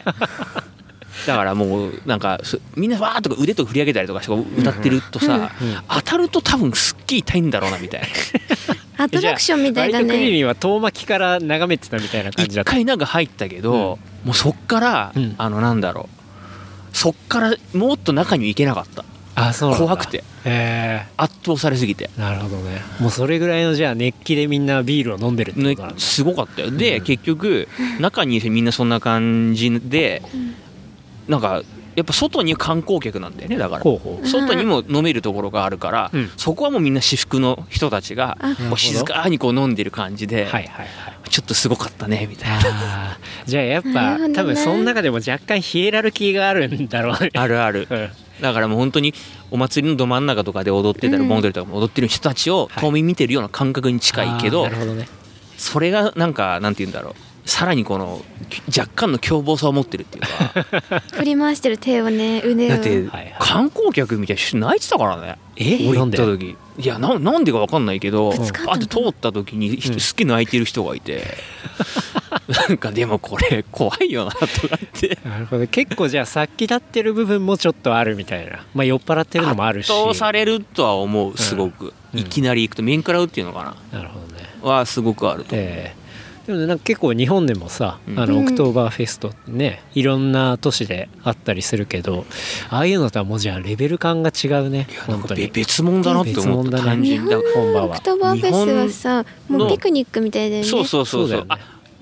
Speaker 4: だからもうなんかすみんなわーっとか腕とか振り上げたりとかしてこう歌ってるとさ、
Speaker 2: うんうん
Speaker 4: 当たると多分すっげえ痛いんだろうなみたいな
Speaker 3: アトラクションみたいだ
Speaker 2: 割とクリ
Speaker 3: ね
Speaker 2: リンは遠巻きから眺めてたみたいな感じだ
Speaker 4: 一
Speaker 2: った
Speaker 4: 回なんか入ったけど、もうそっから、
Speaker 2: うん
Speaker 4: あのなんだろうそっからもっと中に行けなかった
Speaker 2: あそうなんだ
Speaker 4: 怖くて
Speaker 2: へ
Speaker 4: 圧倒されすぎて
Speaker 2: えなるほどねもうそれぐらいのじゃあ熱気でみんなビールを飲んでるってこ
Speaker 4: ね
Speaker 2: となんだ、
Speaker 4: すごかったよで、
Speaker 2: うん
Speaker 4: 結局中にいる人みんなそんな感じで、なんかやっぱ外に観光客なんだよねだから
Speaker 2: ほうほう
Speaker 4: 外にも飲めるところがあるから、
Speaker 2: うん
Speaker 4: そこはもうみんな私服の人たちが
Speaker 3: あ
Speaker 2: ほ
Speaker 4: こ
Speaker 2: ど
Speaker 4: う静かにこう飲んでる感じ
Speaker 2: は
Speaker 4: で、
Speaker 2: いはいはい
Speaker 4: ちょっとすごかったねみたいな
Speaker 2: あーじゃあやっ
Speaker 3: な
Speaker 2: ぱ、
Speaker 3: るほどね
Speaker 2: 多分その中でも若干ヒエラルキーがあるんだろうね
Speaker 4: あるある
Speaker 2: うん
Speaker 4: だからもう本当にお祭りのど真ん中とかで踊ってたり
Speaker 3: うん
Speaker 4: 盆踊りとかも踊ってる人たちを
Speaker 2: はい
Speaker 4: 遠目見てるような感覚に近いけど,、
Speaker 2: あーなるほどね
Speaker 4: それがなんかなんて言うんだろうさらにこの若干の凶暴さを持って るっていうか
Speaker 3: 振り回してる手をね腕
Speaker 4: だ
Speaker 3: を
Speaker 4: って
Speaker 2: はいはい
Speaker 4: 観光客みたいな人泣いてたからね
Speaker 2: えな
Speaker 4: 俺行っ
Speaker 2: んで
Speaker 4: た時いやななんでか分かんないけど
Speaker 3: ぶつかったの
Speaker 4: あって通った時に
Speaker 2: うん
Speaker 4: 人すっげえ泣いてる人が いてなんかでもこれ怖いよなとか って
Speaker 2: なるほど結構じゃあ殺気立ってる部分もちょっとあるみたいなまあ酔っ払ってるのもあるし
Speaker 4: 圧倒されるとは思うすごく
Speaker 2: うん
Speaker 4: いきなり行くと面食らうっていうのかな
Speaker 2: なるほどね
Speaker 4: はすごくあると
Speaker 2: ええでもねなんか結構日本でもさ、
Speaker 4: うん
Speaker 2: あ
Speaker 3: う
Speaker 2: の
Speaker 3: ん
Speaker 2: オクトーバーフェストってねいろんな都市であったりするけどああいうのとはもうじゃあレベル感が違うね
Speaker 4: いやなん
Speaker 2: 本
Speaker 4: か
Speaker 2: 当
Speaker 4: べ
Speaker 2: に
Speaker 4: 別物だなって
Speaker 2: 別
Speaker 4: 思
Speaker 2: 物
Speaker 4: った
Speaker 2: だね
Speaker 4: 単
Speaker 3: 日
Speaker 4: 純に
Speaker 3: 本
Speaker 4: だから
Speaker 2: 本場
Speaker 3: のオ
Speaker 2: は
Speaker 3: クトーバーフェスはさ
Speaker 4: 本
Speaker 3: もう
Speaker 4: の
Speaker 3: ピクニックみたいだよね
Speaker 4: そうそうそうそ
Speaker 2: そう
Speaker 4: う
Speaker 2: だよね
Speaker 4: あ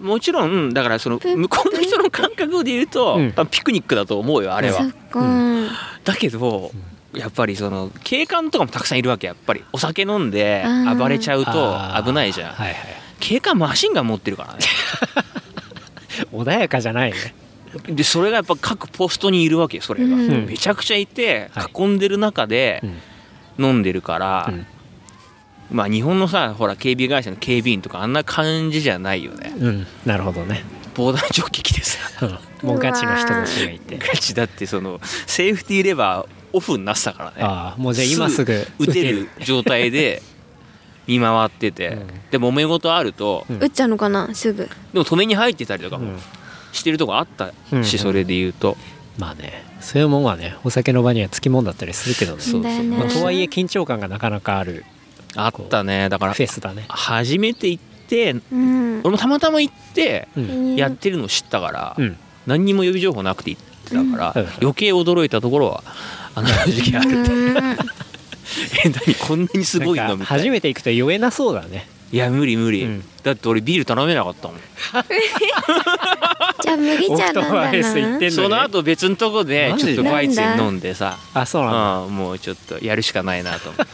Speaker 4: もちろんだからその
Speaker 3: ぷ
Speaker 4: 向こうの人の感覚で言うと、
Speaker 2: うん
Speaker 4: あピクニックだと思うよあれは、
Speaker 3: そっか、
Speaker 4: だけどやっぱりその警官とかもたくさんいるわけやっぱりお酒飲んで
Speaker 3: あー
Speaker 4: 暴れちゃう
Speaker 2: あー
Speaker 4: と危ないじゃん、
Speaker 2: はいはい
Speaker 4: 警官マシンガン持って るからね
Speaker 2: 穏やかじゃないね
Speaker 4: でそれがやっぱ各ポストにいるわけよそれが、
Speaker 3: うん
Speaker 4: めちゃくちゃいて
Speaker 2: はい
Speaker 4: 囲んでる中で
Speaker 2: うん
Speaker 4: 飲んでるから、
Speaker 2: うん
Speaker 4: まあ日本のさほら警備会社の警備員とかあんな感じじゃないよね
Speaker 2: うんなるほどね
Speaker 4: 防弾チョッキ着てさ
Speaker 2: うんもうガチの人たちがいて
Speaker 4: ガチだってそのセーフティーレバーオフになってたからね
Speaker 2: ああもうじゃあ今すぐ
Speaker 4: 打てる状態で見回ってて、
Speaker 2: うん
Speaker 4: で揉め事あると、
Speaker 2: うん
Speaker 3: 打っちゃうのかなすぐ
Speaker 4: でも止めに入ってたりとか
Speaker 2: う
Speaker 4: も
Speaker 2: ん
Speaker 4: してるとこあったし、
Speaker 2: うんうん
Speaker 4: それで言うと
Speaker 2: まあねそういうもんはねお酒の場にはつきもんだったりするけどね
Speaker 3: そうだよね
Speaker 2: まあ、とはいえ緊張感がなかなかある
Speaker 4: あったねだ
Speaker 2: フ
Speaker 4: から
Speaker 2: ェスだね
Speaker 4: 初めて行って
Speaker 3: うん
Speaker 4: 俺もたまたま行って
Speaker 2: うん
Speaker 4: やってるの知ったから、
Speaker 2: うん
Speaker 4: 何にも予備情報なくて行ってたから、
Speaker 2: うん
Speaker 4: 余計驚いたところはあの時期ある、
Speaker 3: うん
Speaker 4: え何こんなにすごい
Speaker 2: な
Speaker 4: の
Speaker 2: んか
Speaker 4: みたい
Speaker 2: 初
Speaker 4: な
Speaker 2: めて行くと酔えなそうだね
Speaker 4: いや無理無理、
Speaker 2: うん
Speaker 4: だって俺ビール頼めなかったもん
Speaker 3: じゃあ麦
Speaker 2: オ
Speaker 3: 茶な
Speaker 2: クト
Speaker 3: んだ
Speaker 2: ーバーフェス行っ
Speaker 3: な
Speaker 2: てんの
Speaker 4: そ
Speaker 2: にね
Speaker 4: の後別のとこで
Speaker 2: マジ
Speaker 4: ちょ
Speaker 2: で
Speaker 4: っとバイツに飲んでさ
Speaker 2: あそうなんだ
Speaker 4: うんもうちょっとやるしかないなと思って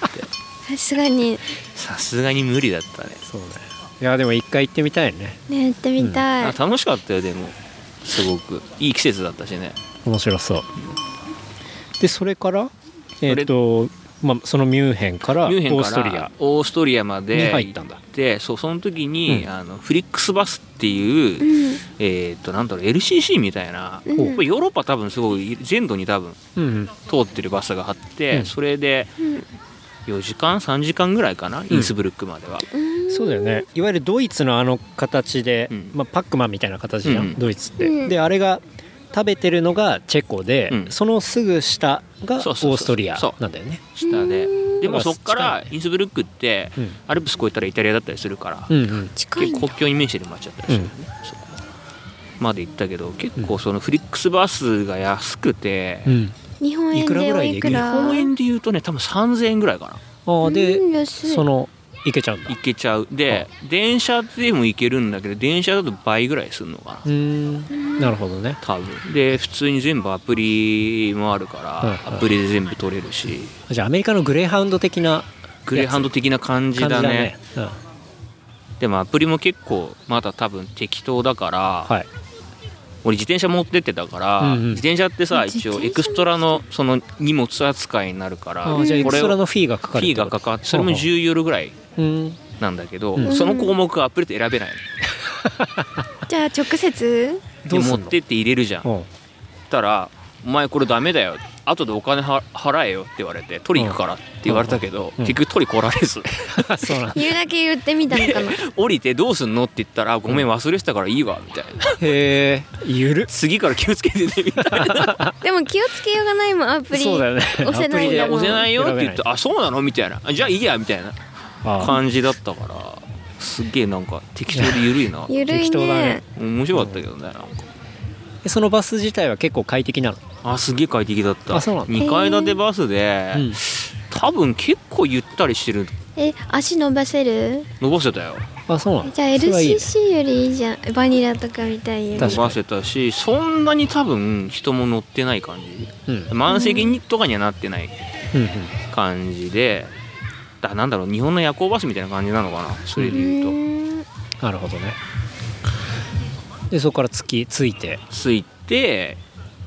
Speaker 3: さすがに
Speaker 4: さすがに無理だったね
Speaker 2: そうだよいやでも一回行ってみたいね
Speaker 3: ねやってみた
Speaker 4: あ
Speaker 3: い、
Speaker 4: 楽しかったよでもすごくいい季節だったしね
Speaker 2: 面白そうでそれからえっ、と、まあ、そのミュンヘンからオ
Speaker 4: ミュンヘン
Speaker 2: ー
Speaker 4: か
Speaker 2: ストリ
Speaker 4: ら
Speaker 2: ア
Speaker 4: オーストリアま
Speaker 2: に
Speaker 4: で
Speaker 2: 入ったんだ
Speaker 4: 行ってそうその時に、
Speaker 2: うん
Speaker 4: あのフリックスバスっていう、
Speaker 3: うん
Speaker 4: えーっとなんだろう LCC みたいな、
Speaker 3: うん
Speaker 4: やっぱヨーロッパ多分すごい全土に多分
Speaker 2: うん
Speaker 4: 通ってるバスがあって、
Speaker 2: うん
Speaker 4: それで
Speaker 3: うん
Speaker 4: 4時間3時間ぐらいかな、インスブルックまでは。
Speaker 3: うん
Speaker 2: そうだよねいわゆるドイツのあの形で、
Speaker 4: うん
Speaker 2: まあ、パックマンみたいな形じゃん、
Speaker 4: うん
Speaker 2: ドイツって、
Speaker 3: うん
Speaker 2: であれが食べてるのがチェコで、
Speaker 4: うん
Speaker 2: そのすぐ下がオ
Speaker 4: そうそうそう
Speaker 2: ーストリアなんだよね
Speaker 4: 下ででも
Speaker 2: だから
Speaker 4: そっか
Speaker 2: 近
Speaker 4: ら
Speaker 2: いね
Speaker 4: インスブルックって
Speaker 2: うん
Speaker 4: アルプス越えたらイタリアだったりするから、
Speaker 2: うんうん
Speaker 3: 近い
Speaker 4: 結
Speaker 3: ん
Speaker 4: 構
Speaker 3: だ
Speaker 4: 国境に面してる街だったりするよね、そこまで行ったけど結構そのフリックスバスが安くて、
Speaker 2: うん
Speaker 3: 日本円でおいくら
Speaker 2: い
Speaker 4: 日本円でいうとね多分3000円ぐらいかな
Speaker 2: あーで
Speaker 3: うん安い
Speaker 2: その行けちゃうんだ
Speaker 4: 行けちゃうで電車でも行けるんだけど電車だと倍ぐらいするのかな、
Speaker 2: うーんなるほどね
Speaker 4: 多分で普通に全部アプリもあるから、
Speaker 2: うんうん
Speaker 4: アプリで全部取れるし
Speaker 2: じゃあアメリカのグレーハウンド的な
Speaker 4: グレーハンド的な感じ
Speaker 2: 感じ
Speaker 4: だ
Speaker 2: だ
Speaker 4: ね
Speaker 2: ねうん
Speaker 4: でもアプリも結構まだ多分適当だから、
Speaker 2: はい
Speaker 4: 俺自転車持ってってたから、
Speaker 2: うんうん
Speaker 4: 自転車ってさ
Speaker 3: 自
Speaker 4: 一
Speaker 3: 転車
Speaker 4: 応エクストラのその荷物扱いになるから
Speaker 2: あーじゃあエクストラのフィーがか
Speaker 4: フ
Speaker 2: かる
Speaker 4: ィーがかかってそれも10ユーロぐらい
Speaker 2: うん
Speaker 4: なんだけど、
Speaker 2: うん
Speaker 4: その項目はアプリで選べない
Speaker 3: じゃあ直接
Speaker 4: の
Speaker 2: ど
Speaker 4: で
Speaker 2: うすん
Speaker 4: 持
Speaker 2: の
Speaker 4: ってって入れるじゃん
Speaker 2: うん
Speaker 4: ったら「お前これダメだよ後でお金は払えよ」って言われて「取り行くから」って言われたけど、
Speaker 2: うん
Speaker 4: 結局取り来られず
Speaker 2: あそうなんだ
Speaker 3: 言うだけ言ってみたのかな
Speaker 4: 降りて「どうすんの?」って言ったら「ごめん忘れてたからいいわ」みたい な
Speaker 2: へえゆる
Speaker 4: 「次から気をつけてね」みたいな
Speaker 3: でも気をつけようがないもんアプリ
Speaker 2: そうだよね
Speaker 3: 押せ
Speaker 4: 「
Speaker 3: な
Speaker 4: 取り
Speaker 3: いん
Speaker 4: で
Speaker 3: だもん
Speaker 4: 押せないよ」って言って
Speaker 2: 選べ
Speaker 4: 「あそうなの?」みたいなあ「じゃあいいや」みたいな
Speaker 2: あ
Speaker 4: 感じだったからすっげえなんか適当で緩いな
Speaker 3: ゆるい
Speaker 2: 適当だね
Speaker 3: ね
Speaker 4: 面白かったけどねなんか
Speaker 2: ーそのバス自体は結構快適なの
Speaker 4: あすげえ快適だった
Speaker 2: あそうなんだ
Speaker 4: 2階建てバスで、
Speaker 2: うん
Speaker 4: 多分結構ゆったりしてる
Speaker 3: え足伸ばせる
Speaker 4: 伸ばせたよ
Speaker 2: あそうなんだ
Speaker 3: じゃあ
Speaker 2: それはいいね
Speaker 3: LCC よりいいじゃんバニラとかみたいよ
Speaker 2: 確か
Speaker 4: 伸
Speaker 2: に
Speaker 4: ばせたしそんなに多分人も乗ってない感じ
Speaker 2: うんうん
Speaker 4: 満席にとかにはなってない
Speaker 2: うん
Speaker 4: 感じでだなんだろう日本の夜行バスみたいな感じなのかなそれで言う
Speaker 3: うん
Speaker 2: なるほどねでそこからつきついて
Speaker 4: と着いて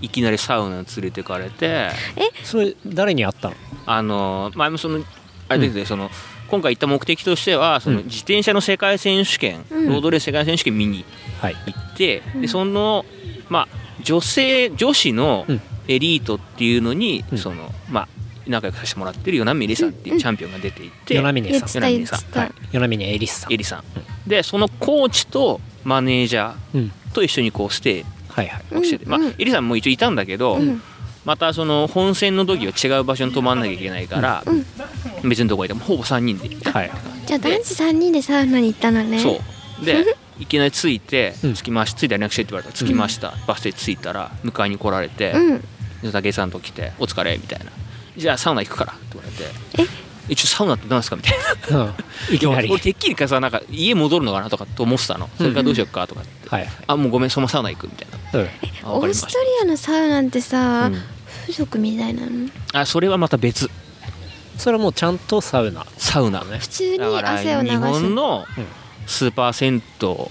Speaker 4: いきなりサウナに連れてかれて
Speaker 2: それ誰に会ったの
Speaker 4: あの前もそのあれ出ててその今回行った目的としてはその
Speaker 2: うん
Speaker 4: 自転車の世界選手権
Speaker 3: うん
Speaker 4: ロードレース世界選手権見に
Speaker 2: はい
Speaker 4: 行って
Speaker 3: うん
Speaker 4: でそのまあ女性女子の
Speaker 2: うん
Speaker 4: エリートっていうのに
Speaker 2: うん
Speaker 4: そのまあ仲良くさせてもらってるヨナミリさんっていうチャンピオンが出ていて
Speaker 2: ヨナミネ
Speaker 3: 言
Speaker 2: さ
Speaker 3: っ
Speaker 2: ん
Speaker 3: てた言って
Speaker 4: は
Speaker 3: た
Speaker 4: い
Speaker 2: ヨナミネエリスさん
Speaker 4: エリさんでそのコーチとマネージャ
Speaker 2: うん
Speaker 4: ーと一緒にこうステイ
Speaker 2: はいはい
Speaker 4: をしてて、まあ
Speaker 3: うんうん
Speaker 4: エリさんも一応いたんだけど、
Speaker 3: うん
Speaker 4: またその本戦の時は違う場所に泊まんなきゃいけないから、別のとこ行ってもほぼ3人で行った、
Speaker 2: はい
Speaker 3: じゃあ男子三人でサウナに行ったのね
Speaker 4: そうでいきなり着いて
Speaker 2: うん
Speaker 4: 着きました着いたら連絡してって言われたら着きました、バス停着いたら迎えに来られて
Speaker 3: うん
Speaker 4: で武井さんと来て「お疲れ」みたいな「じゃあサウナ行くから」って言われて
Speaker 3: え
Speaker 4: えちょサウナって何ですかみたいな
Speaker 2: うんいきなり
Speaker 4: 俺てっきりかさなんか家戻るのかなとかと思ってたのそれからどうしようかとかって、
Speaker 2: はい、
Speaker 4: あもうごめんそのサウナ行くみたいな
Speaker 2: うん
Speaker 4: あ
Speaker 3: オ
Speaker 4: わかり
Speaker 3: ー
Speaker 4: ま
Speaker 3: ス
Speaker 4: し
Speaker 3: トリアのサウナってさ、
Speaker 4: うん
Speaker 3: 風俗みたいなの
Speaker 4: たあそれはまた別
Speaker 2: それはもうちゃんとサウナ
Speaker 4: サウナね
Speaker 3: 普通に
Speaker 4: だから
Speaker 3: 汗を流
Speaker 4: 日本
Speaker 3: す
Speaker 4: の
Speaker 2: うん
Speaker 4: スーパー銭湯と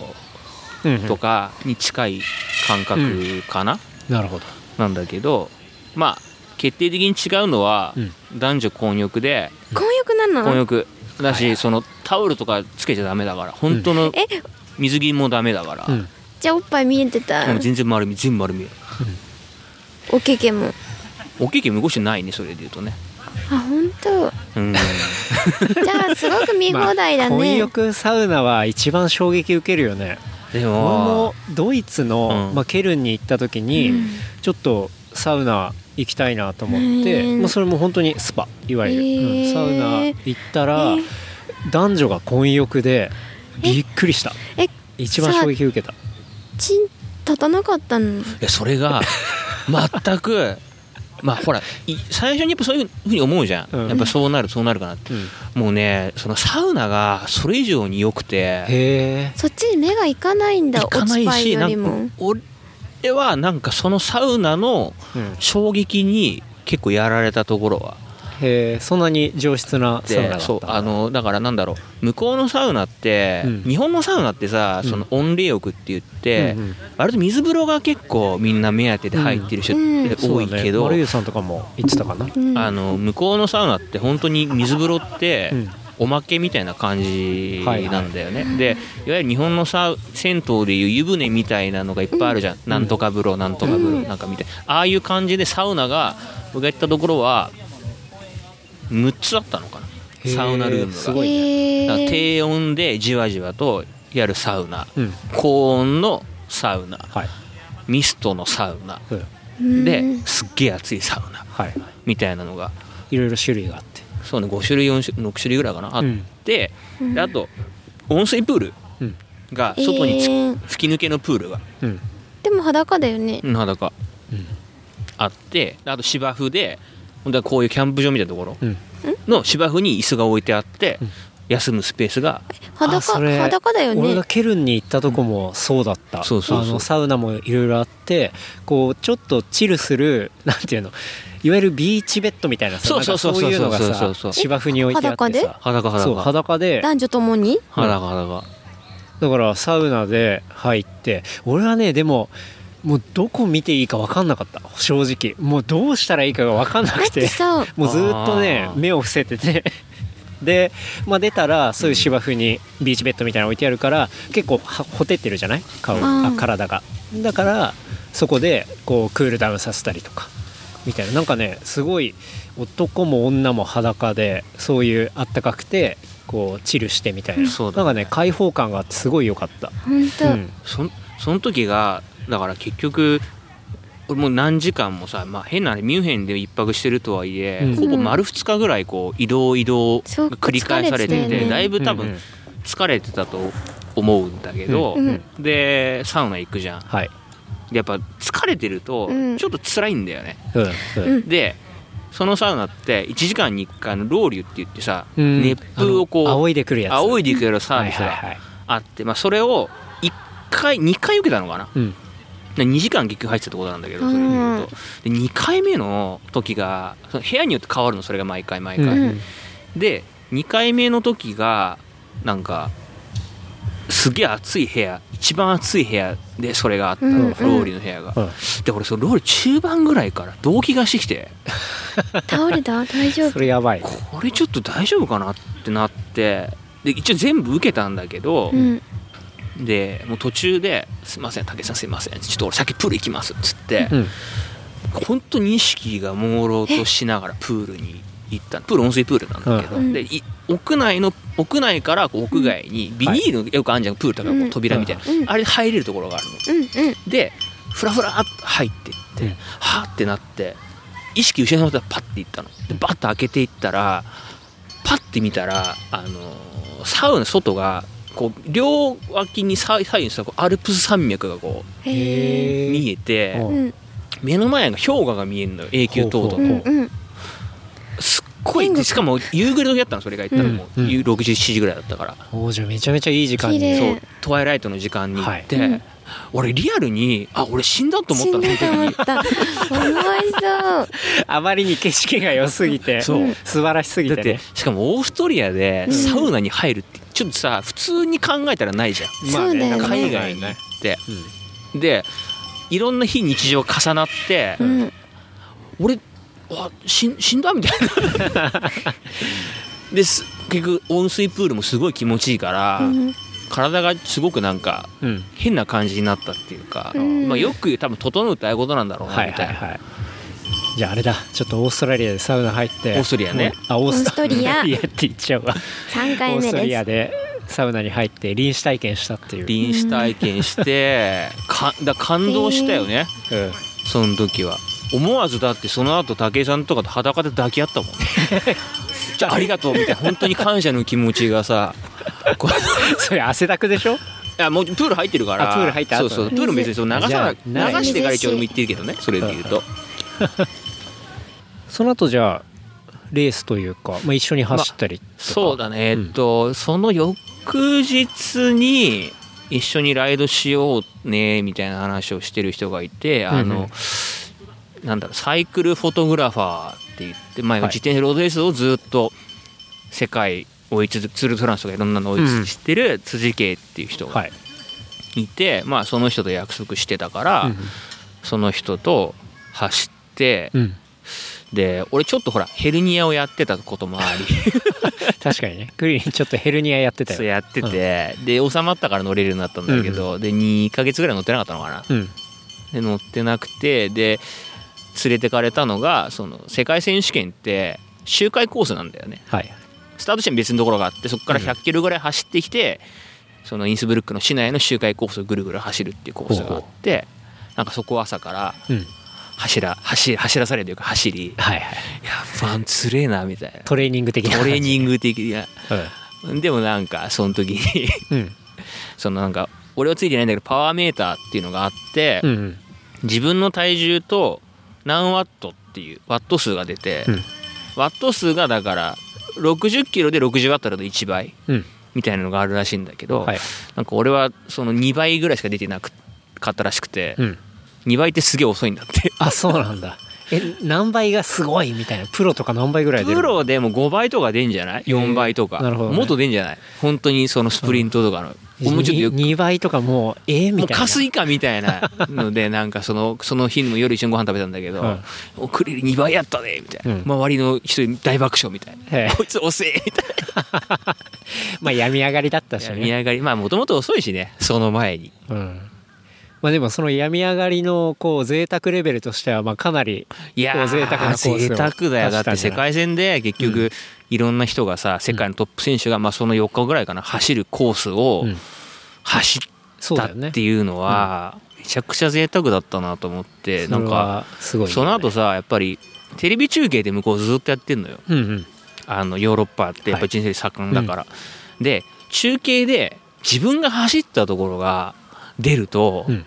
Speaker 2: と
Speaker 4: かに近い感覚かな、
Speaker 2: なるほど
Speaker 4: なんだけどまあ決定的に違うのは、男女混浴で
Speaker 3: 混浴な の
Speaker 4: 混浴だし、そのタオルとかつけちゃダメだから本当の
Speaker 3: え
Speaker 4: 水着もダメだから、
Speaker 2: うん
Speaker 3: じゃあおっぱい見えてた
Speaker 4: もう全然丸見え全部丸見え
Speaker 3: おけけも
Speaker 4: おけけ無腰ないねそれで言うとね
Speaker 3: あ本当。
Speaker 4: うん
Speaker 3: じゃあすごく見放題だ
Speaker 2: まあ混
Speaker 3: ね、
Speaker 2: 浴サウナは一番衝撃受けるよね
Speaker 4: で
Speaker 2: 俺も
Speaker 4: も
Speaker 2: ドイツの、
Speaker 4: うん
Speaker 2: まあ、ケルンに行った時に、
Speaker 3: うん
Speaker 2: ちょっとサウナ行きたいなと思って、
Speaker 3: うん
Speaker 2: まあ、それも本当にスパいわゆる、
Speaker 3: へー
Speaker 2: うんサウナ行ったら、
Speaker 3: えー
Speaker 2: 男女が混浴でびっくりした
Speaker 3: え
Speaker 2: 一番衝撃受けた
Speaker 3: チン立たなかったの
Speaker 4: いやそれが全くまあほらい最初にやっぱそういうふうに思うじゃん、
Speaker 2: うん
Speaker 4: やっぱそうなるそうなるかなって
Speaker 2: うん
Speaker 4: もうねそのサウナがそれ以上に良くて
Speaker 2: へえ
Speaker 3: そっちに目がいかないんだ
Speaker 4: 行かな
Speaker 3: お
Speaker 4: い
Speaker 3: っぱい
Speaker 4: し
Speaker 3: よ
Speaker 4: な
Speaker 3: り
Speaker 4: ん
Speaker 3: も
Speaker 4: か俺はなんかそのサウナの衝撃に結構やられたところは
Speaker 2: へえそんなに上質な
Speaker 4: っ
Speaker 2: サウナだ
Speaker 4: て
Speaker 2: った
Speaker 4: そうあのだからなんだろう向こうのサウナって、
Speaker 2: うん
Speaker 4: 日本のサウナってさその温冷浴って言って、
Speaker 2: うんうん
Speaker 4: 割と水風呂が結構みんな目当てで入ってる人って
Speaker 2: そ
Speaker 4: 多
Speaker 2: う
Speaker 4: い
Speaker 2: だね
Speaker 4: けど、
Speaker 2: マルユさんとかも言ってたかな、
Speaker 3: うん
Speaker 4: あの向こうのサウナって本当に水風呂って、
Speaker 2: うん
Speaker 4: おまけみたいな感じなんだよね、いでいわゆる日本のさ銭湯でいう湯船みたいなのがいっぱいあるじゃん、なんとか風呂なんとか風呂なんかみたいなああいう感じでサウナが僕が行ったところは6つあったのかな
Speaker 2: へー
Speaker 4: サウナルームが
Speaker 2: すごい
Speaker 3: へ
Speaker 4: だから
Speaker 3: ー
Speaker 4: 低温でじわじわとやるサウナ、
Speaker 2: うん
Speaker 4: 高温のサウナ
Speaker 2: はい、
Speaker 4: ミストのサウナ
Speaker 2: うん
Speaker 3: うん
Speaker 4: ですっげえ熱いサウナ
Speaker 2: はい
Speaker 4: みたいなのが
Speaker 2: いろいろ種類があって
Speaker 4: そうね5種類4種6種類ぐらいかなあって、であと温水プール
Speaker 2: うん
Speaker 4: が外につ、
Speaker 3: えー
Speaker 4: 吹き抜けのプールが
Speaker 2: うん
Speaker 3: でも裸だよね
Speaker 4: うん裸
Speaker 2: うん
Speaker 4: あってであと芝生で本当はこういうキャンプ場みたいなところ
Speaker 2: うん
Speaker 4: の芝生に椅子が置いてあって、
Speaker 2: うん
Speaker 4: 休むスペースが
Speaker 2: あ
Speaker 3: 裸
Speaker 2: それ
Speaker 3: 裸だよ
Speaker 2: 俺
Speaker 3: ね
Speaker 2: がケルンに行ったとこもそうだった、
Speaker 4: そうそうそう
Speaker 2: あのサウナもいろいろあってこうちょっとチルする なんていうのいわゆるビーチベッドみたいなさ
Speaker 4: そうそうそうそう
Speaker 2: なんかそういう
Speaker 4: そ
Speaker 2: の
Speaker 4: うそ
Speaker 2: がさ
Speaker 4: う
Speaker 2: 芝生に置いてあって
Speaker 3: え
Speaker 2: さ
Speaker 4: 裸裸
Speaker 2: そう裸で
Speaker 3: 男女ともに
Speaker 4: 裸裸
Speaker 2: だからサウナで入って俺はねでももうどこ見ていいか分かんなかった正直もうどうしたらいいかが分かんな
Speaker 3: だっ
Speaker 2: く
Speaker 3: て
Speaker 2: て
Speaker 3: さ
Speaker 2: もうずーっとね
Speaker 4: あー
Speaker 2: 目を伏せてて で、まあ、出たらそういう芝生にビーチベッドみたいなの置いてあるから結構はほてってるじゃない顔
Speaker 3: あ
Speaker 2: あ
Speaker 3: ー
Speaker 2: 体がだからそこでこうクールダウンさせたりとかみたいななんかねすごい男も女も裸でそういうあったかくてこうチルしてみたいな、
Speaker 4: そう
Speaker 2: な
Speaker 4: だ
Speaker 2: んかね開放感があってすごい良かった、
Speaker 3: 本当
Speaker 2: うん
Speaker 4: そんその時がだから結局俺もう何時間もさ、まあ、変な話ミュンヘンで一泊してるとはいえ、
Speaker 2: うん
Speaker 4: ほぼ丸2日ぐらいこう移動移動が
Speaker 3: そう
Speaker 4: 繰り返されて
Speaker 3: 疲
Speaker 4: て
Speaker 3: れてたよね
Speaker 4: だいぶ多
Speaker 2: うんう
Speaker 4: 分
Speaker 2: ん
Speaker 4: 疲れてたと思うんだけど、
Speaker 3: うん
Speaker 4: でサウナ行くじゃん
Speaker 2: はい、
Speaker 4: でやっぱ疲れてると
Speaker 3: うん
Speaker 4: ちょっと辛いんだよね、
Speaker 2: うんうん
Speaker 4: でそのサウナって1時間に1回のロウリュって言ってさ、
Speaker 2: うん
Speaker 4: 熱風をこう
Speaker 2: あの仰いでくるやつ
Speaker 4: 仰い
Speaker 2: で
Speaker 4: でいくようなサービス
Speaker 2: はいはい
Speaker 4: が
Speaker 2: はい
Speaker 4: あって、まあ、それを1回2回受けたのかな
Speaker 2: うん
Speaker 4: で2時間結局入ってたってことなんだけどそれ見ると、で2回目の時がその部屋によって変わるのそれが毎回毎回、
Speaker 2: うん
Speaker 4: で2回目の時がなんかすげえ暑い部屋一番暑い部屋でそれがあったの、
Speaker 3: うんうん
Speaker 4: ローリーの部屋が、
Speaker 2: うん
Speaker 4: で俺そのローリー中盤ぐらいから動悸がしてきて
Speaker 3: 倒れた大丈
Speaker 2: そ
Speaker 3: 夫
Speaker 2: れやばい
Speaker 4: これちょっと大丈夫かなってなってで一応全部受けたんだけど、
Speaker 3: うん
Speaker 4: でもう途中で「すいません武井さんすいませんちょっと俺先プール行きます」っつって、
Speaker 2: うん
Speaker 4: 本当に意識が朦朧としながらプールに行ったプール温水プールなんだけど、
Speaker 3: うん
Speaker 4: でい屋内の屋内からこう屋外にビニールのよくあるじゃんプールとかこ
Speaker 3: う
Speaker 4: うん扉みたいな、
Speaker 3: うん
Speaker 4: あれ入れるところがある
Speaker 3: うん
Speaker 4: のでフラフラーっと入っていって、
Speaker 2: うん
Speaker 4: はーってなって意識失ってパッて行ったのでバッと開けていったらパッて見たらあのーサウナ外がこう両脇にさ左右にさこうアルプス山脈がこう
Speaker 3: うんへえ
Speaker 4: 見えて、
Speaker 2: うん
Speaker 3: うん
Speaker 4: 目の前が氷河が見えるのよ永久凍土の
Speaker 2: ほうほう
Speaker 3: うんうん
Speaker 4: すっごいしかも夕暮れ時だったのそれが行ったのも
Speaker 2: うんうん
Speaker 4: 夕6時7時ぐらいだったから、
Speaker 2: おーじゃあめちゃめちゃいい時間に
Speaker 3: 綺麗
Speaker 4: そうトワイライトの時間に行って、
Speaker 3: はいうん
Speaker 4: 俺リアルにあ俺死んだと思っ
Speaker 3: 死
Speaker 4: た
Speaker 3: ん
Speaker 4: の
Speaker 3: だと思った。思いそう。
Speaker 2: あまりに景色が良すぎて
Speaker 4: そう
Speaker 2: 素晴らしすぎ
Speaker 4: だ
Speaker 2: て
Speaker 4: っ
Speaker 2: ね、
Speaker 4: てしかもオーストリアで
Speaker 3: うん
Speaker 4: サウナに入るってちょっとさ普通に考えたらないじゃん
Speaker 3: そうだよね
Speaker 4: 海外に行って
Speaker 2: うん
Speaker 4: でいろんな非日常重なって、
Speaker 3: うん。
Speaker 4: 俺あ死ん死んだみたいな です結局温水プールもすごい気持ちいいから、
Speaker 3: うん
Speaker 4: 体がすごくなんか
Speaker 2: うん
Speaker 4: 変な感じになったっていうか、
Speaker 3: うん
Speaker 4: まあ、よく多分整うってああいうことなんだろうな
Speaker 2: は
Speaker 4: み
Speaker 2: い
Speaker 4: た
Speaker 2: はいい
Speaker 4: な、
Speaker 2: はいじゃああれだちょっとオーストラリアでサウナ入って
Speaker 4: オーストリアね
Speaker 2: あオースト
Speaker 3: オーストリ ア
Speaker 2: いやって言っちゃうわ
Speaker 3: 三
Speaker 2: オ
Speaker 3: 回
Speaker 2: ース
Speaker 3: 目
Speaker 2: トリ
Speaker 3: で
Speaker 2: ア
Speaker 3: す。
Speaker 2: でサウナに入って臨死体験したっていう、
Speaker 4: 臨死体験してかだ感動したよね
Speaker 2: うん、
Speaker 4: その時は思わずだってその後武井さんとかと裸で抱き合ったもん じゃあありがとうみたいな本当に感謝の気持ちがさこう
Speaker 2: それ汗だくでしょ
Speaker 4: いやもうプール入ってるから
Speaker 2: あプール入った
Speaker 4: そ
Speaker 2: 後
Speaker 4: う
Speaker 2: ね
Speaker 4: そうプール別にそう流
Speaker 2: じゃ
Speaker 4: さ
Speaker 2: あ
Speaker 4: な
Speaker 2: ない
Speaker 4: 流してから一応行ってるけどねそれで言うと
Speaker 2: その後じゃあレースというか、まあ、一緒に走ったりとか、
Speaker 4: そうだねえ
Speaker 2: うん
Speaker 4: っとその翌日に一緒にライドしようねみたいな話をしてる人がいてあ
Speaker 2: うんう
Speaker 4: の
Speaker 2: ん
Speaker 4: なんだろうサイクルフォトグラファーって言って前
Speaker 2: はい
Speaker 4: 自転車ロードレースをずっと世界追い続ツール・ドフランスとかいろんなの追い続けてる辻圭っていう人が
Speaker 2: はい、
Speaker 4: いてまあその人と約束してたから、その人と走って、
Speaker 2: うんうん、
Speaker 4: で俺ちょっとほらヘルニアをやってたこと もあり
Speaker 2: 確かにねクリーンちょっとヘルニアやってた
Speaker 4: そう
Speaker 2: よ
Speaker 4: やってて、で収まったから乗れるようになったんだけど、で2ヶ月ぐらい乗ってなかったのかな
Speaker 2: うん
Speaker 4: で乗ってなくてで連れてかれたのがその世界選手権って周回コースなんだよね
Speaker 2: はい
Speaker 4: スタート地点別のところがあってそこから100キロぐらい走ってきて、そのインスブルックの市内の周回コースをぐるぐる走るっていうコースがあってなんかそこを朝から
Speaker 2: うん
Speaker 4: 走ら走走らされるというか走 り
Speaker 2: はいはい
Speaker 4: いやファンつれえなみたいな
Speaker 2: トレーニング的な
Speaker 4: トレーニ
Speaker 2: ン
Speaker 4: ング的な
Speaker 2: グ、
Speaker 4: でもなんかその時に
Speaker 2: うんうん
Speaker 4: そのなんか俺はついてないんだけどパワーメーターっていうのがあって、
Speaker 2: うんうん
Speaker 4: 自分の体重と何ワットっていうワット数が出て、
Speaker 2: うん
Speaker 4: ワット数がだから60キロで60ワットだと1倍
Speaker 2: うん
Speaker 4: みたいなのがあるらしいんだけど、
Speaker 2: はい
Speaker 4: なんか俺はその2倍ぐらいしか出てなくかったらしくて、
Speaker 2: うん
Speaker 4: 2倍ってすげえ遅いんだって。
Speaker 2: あそうなんだえ何倍がすごいみたいなプロとか何倍ぐら い出る
Speaker 4: プロでも5倍とか出んじゃない4倍とか、
Speaker 2: なるほどね
Speaker 4: もっと出んじゃない本当にそのスプリントとかの、俺もうちょっとよく
Speaker 2: 2倍とかもうえー、み
Speaker 4: もう
Speaker 2: たいな
Speaker 4: カス以下みたいなのでなんかそのその日も夜一緒にご飯食べたんだけど
Speaker 2: はい
Speaker 4: 「おクリル2倍やったね」みたいな、
Speaker 2: うん
Speaker 4: 周りの人に大爆笑みたい
Speaker 2: へ
Speaker 4: な「
Speaker 2: え
Speaker 4: こいつ遅え」みたい
Speaker 2: まあ病み上がりだったし
Speaker 4: な
Speaker 2: ね
Speaker 4: 見上がりまあもともと遅いしねその前に
Speaker 2: うんまあでもその病み上がりのこう贅沢レベルとしてはまあかなり
Speaker 4: いやー
Speaker 2: こう贅沢なコースを
Speaker 4: 贅沢だ
Speaker 2: 出
Speaker 4: よだ
Speaker 2: し
Speaker 4: った
Speaker 2: ん
Speaker 4: て
Speaker 2: じゃ
Speaker 4: 世
Speaker 2: ない
Speaker 4: 界戦で結局、いろんな人がさ世界のトップ選手が、まあ、その4日ぐらいかな走るコースを
Speaker 2: うん
Speaker 4: 走
Speaker 2: そ
Speaker 4: っ
Speaker 2: う
Speaker 4: た
Speaker 2: だよね
Speaker 4: っていうのはめちゃくちゃ贅沢だったなと思ってなんか
Speaker 2: それはすごい
Speaker 4: その後さやっぱりテレビ中継で向こうずっとやってんのよ
Speaker 2: うんうん
Speaker 4: あのヨーロッパってやっぱり人生盛んだから、で中継で自分が走ったところが出ると、
Speaker 2: うん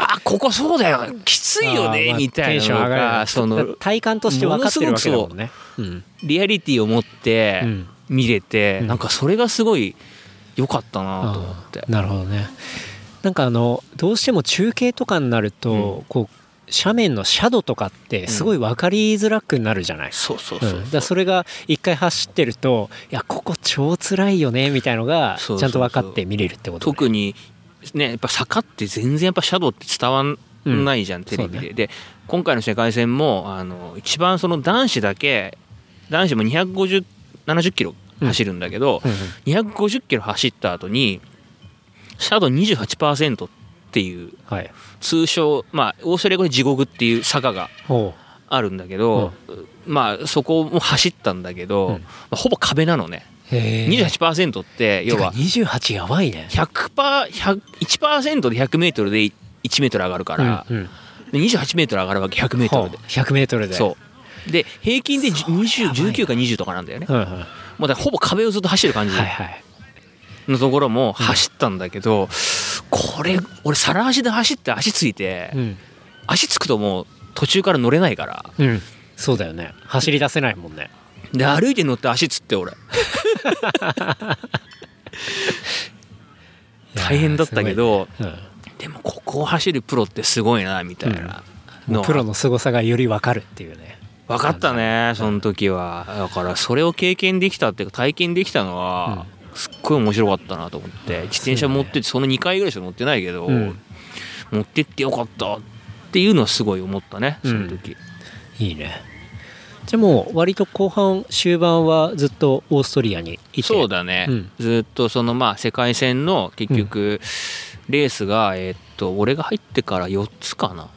Speaker 4: あここそうだよきつい
Speaker 2: あ
Speaker 4: よ
Speaker 2: ー
Speaker 4: ね
Speaker 2: まあ
Speaker 4: みた
Speaker 2: テ
Speaker 4: い
Speaker 2: ンショ
Speaker 4: な
Speaker 2: ン
Speaker 4: の
Speaker 2: 上が
Speaker 4: が
Speaker 2: る
Speaker 4: その
Speaker 2: 体感として分かってるわけだもんねうん
Speaker 4: リアリティを持って
Speaker 2: うん
Speaker 4: 見れて、
Speaker 2: うん
Speaker 4: なんかそれがすごい良かったなと思って
Speaker 2: あーなるほどねなんかあのどうしても中継とかになると、
Speaker 4: う
Speaker 2: こう斜面のシャドウとかってすごい分かりづらくなるじゃない、
Speaker 4: そうそう
Speaker 2: う
Speaker 4: そ
Speaker 2: ん
Speaker 4: う、
Speaker 2: だからそれが一回走ってるといやここ超辛いよねみたいのがち
Speaker 4: そうそうそう
Speaker 2: ゃんと分かって見れるってこと、ね、
Speaker 4: 特にねやっぱ坂って全然やっぱシャドウって伝わんないじゃん、テレビ
Speaker 2: そ
Speaker 4: で、
Speaker 2: う
Speaker 4: で今回の世界戦もあの一番その男子だけ男子も250 70キロ走るんだけど、
Speaker 2: うんうん
Speaker 4: 250キロ走った後にシャドウ28%っていう
Speaker 2: はい
Speaker 4: 通称まあオーストラリア語で地獄っていう坂が
Speaker 2: ほ
Speaker 4: あるんだけど、まあそこも走ったんだけど、
Speaker 2: うん
Speaker 4: まあほぼ壁なのね
Speaker 2: うへえ
Speaker 4: 28%って要は
Speaker 2: 28やばいね
Speaker 4: 100パー100 1%で100メートルで1メートル上がるから、
Speaker 2: うんうん
Speaker 4: で28メートル上がるわけ100メート
Speaker 2: ほう
Speaker 4: ルで、
Speaker 2: 100m で
Speaker 4: そうで平均で20 19か20とかなんだよね
Speaker 2: うんうん、はい
Speaker 4: もうだからほぼ壁をずっと走ってる感じ
Speaker 2: はい
Speaker 4: のところも走ったんだけど、これ俺皿足で走って足ついて、
Speaker 2: うん、
Speaker 4: 足つくともう途中から乗れないから
Speaker 2: うん、そうだよね走り出せないもんね
Speaker 4: で歩いて乗って足つっ て俺大変だったけど、
Speaker 2: いやーす
Speaker 4: でもここを走るプロってすごいなみたいな
Speaker 2: ごいうんも
Speaker 4: の
Speaker 2: う
Speaker 4: は
Speaker 2: プロの凄さがより分かるっていうね
Speaker 4: 分かったねその時はだからそれを経験できたっていうか体験できたのはすっごい面白かったなと思って自転車持っててその2回ぐらいしか乗ってないけど、
Speaker 2: うん
Speaker 4: 持ってってよかったっていうのはすごい思ったねその時、
Speaker 2: いいねじゃあもう割と後半終盤はずっとオーストリアにいて
Speaker 4: そうだね、
Speaker 2: うん
Speaker 4: ずっとそのまあ世界戦の結局レースがえーっと俺が入ってから4つかな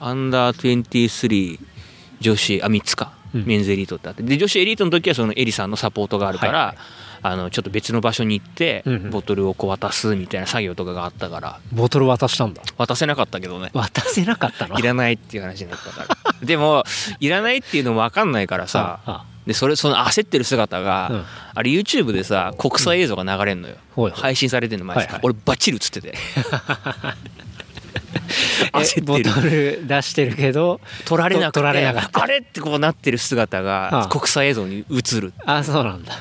Speaker 4: アンダー23女子あ3つか、
Speaker 2: うん
Speaker 4: メンズエリートってあってで女子エリートの時はそのエリさんのサポートがあるから、
Speaker 2: はいはい
Speaker 4: あのちょっと別の場所に行って
Speaker 2: うんうん
Speaker 4: ボトルをこう渡すみたいな作業とかがあったから
Speaker 2: ボトル渡したんだ
Speaker 4: 渡せなかったけ どね
Speaker 2: 渡せなかったの
Speaker 4: いらないっていう話になったからでもいらないっていうのも分かんないからさ
Speaker 2: あ
Speaker 4: でそれその焦ってる姿が、
Speaker 2: うん
Speaker 4: あれ YouTube でさ国際映像が流れるのよ、
Speaker 2: うんはいはい
Speaker 4: 配信されてるの毎
Speaker 2: はい
Speaker 4: 日
Speaker 2: はい
Speaker 4: 俺バッチリ映っ てて
Speaker 2: あえ
Speaker 4: 焦っ
Speaker 2: ボ
Speaker 4: てる
Speaker 2: トル出してるけど
Speaker 4: 取られなくて
Speaker 2: 取られなかった
Speaker 4: あれってこうなってる姿
Speaker 2: ああ
Speaker 4: が国際映像に 映る
Speaker 2: あそうなんだ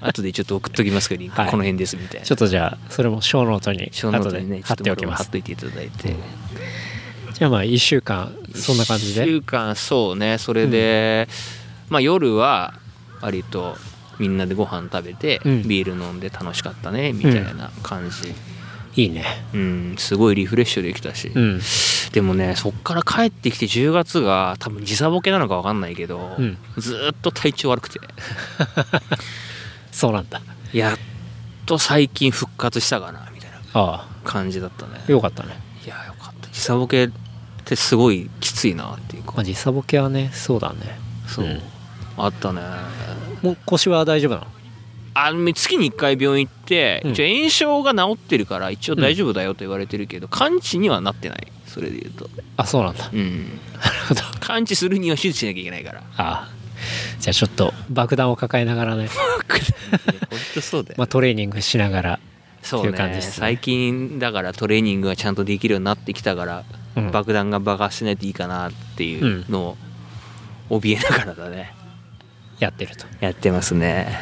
Speaker 4: 後でちょっと送っときますけど、リンク
Speaker 2: はい
Speaker 4: この辺ですみたいな
Speaker 2: ちょっとじゃあそれもショーノートに
Speaker 4: 小ノ
Speaker 2: 後
Speaker 4: ート
Speaker 2: で
Speaker 4: にね
Speaker 2: 貼っておきま
Speaker 4: ちょ
Speaker 2: す
Speaker 4: っと貼っといていただいて、
Speaker 2: じゃあまあ1週間そんな感じで
Speaker 4: 1週間そうねそれで、まあ夜は割とみんなでご飯食べて、
Speaker 2: うん
Speaker 4: ビール飲んで楽しかったねみたいな感じ、
Speaker 2: いいね
Speaker 4: うんすごいリフレッシュできたし、
Speaker 2: うん
Speaker 4: でもねそっから帰ってきて10月が多分時差ボケなのか分かんないけど、
Speaker 2: うん
Speaker 4: ずーっと体調悪くて
Speaker 2: そうなんだ
Speaker 4: やっと最近復活したかなみたいな
Speaker 2: あ
Speaker 4: 感じだったね
Speaker 2: あよかったね
Speaker 4: いやよかった時差ボケってすごいきついなっていう
Speaker 2: まあ
Speaker 4: か
Speaker 2: 時差ボケはねそうだね
Speaker 4: そう、
Speaker 2: ん
Speaker 4: あったね
Speaker 2: もう腰は大丈夫なの
Speaker 4: あ月に1回病院行って、
Speaker 2: うん
Speaker 4: 一応炎症が治ってるから一応大丈夫だよと言われてるけど、完治にはなってないそれで言うと
Speaker 2: あそうなんだ
Speaker 4: うん
Speaker 2: なるほど
Speaker 4: 完治するには手術しなきゃいけな いから
Speaker 2: ああじゃあちょっと爆弾を抱えながら ね、
Speaker 4: 本当そうだよ
Speaker 2: まあ、トレーニングしながら
Speaker 4: そう
Speaker 2: っていう感じですね
Speaker 4: 最近だからトレーニングがちゃんとできるようになってきたから、
Speaker 2: うん
Speaker 4: 爆弾が爆発しないといいかなっていうのを怯えながらだね、
Speaker 2: やってると
Speaker 4: やってますね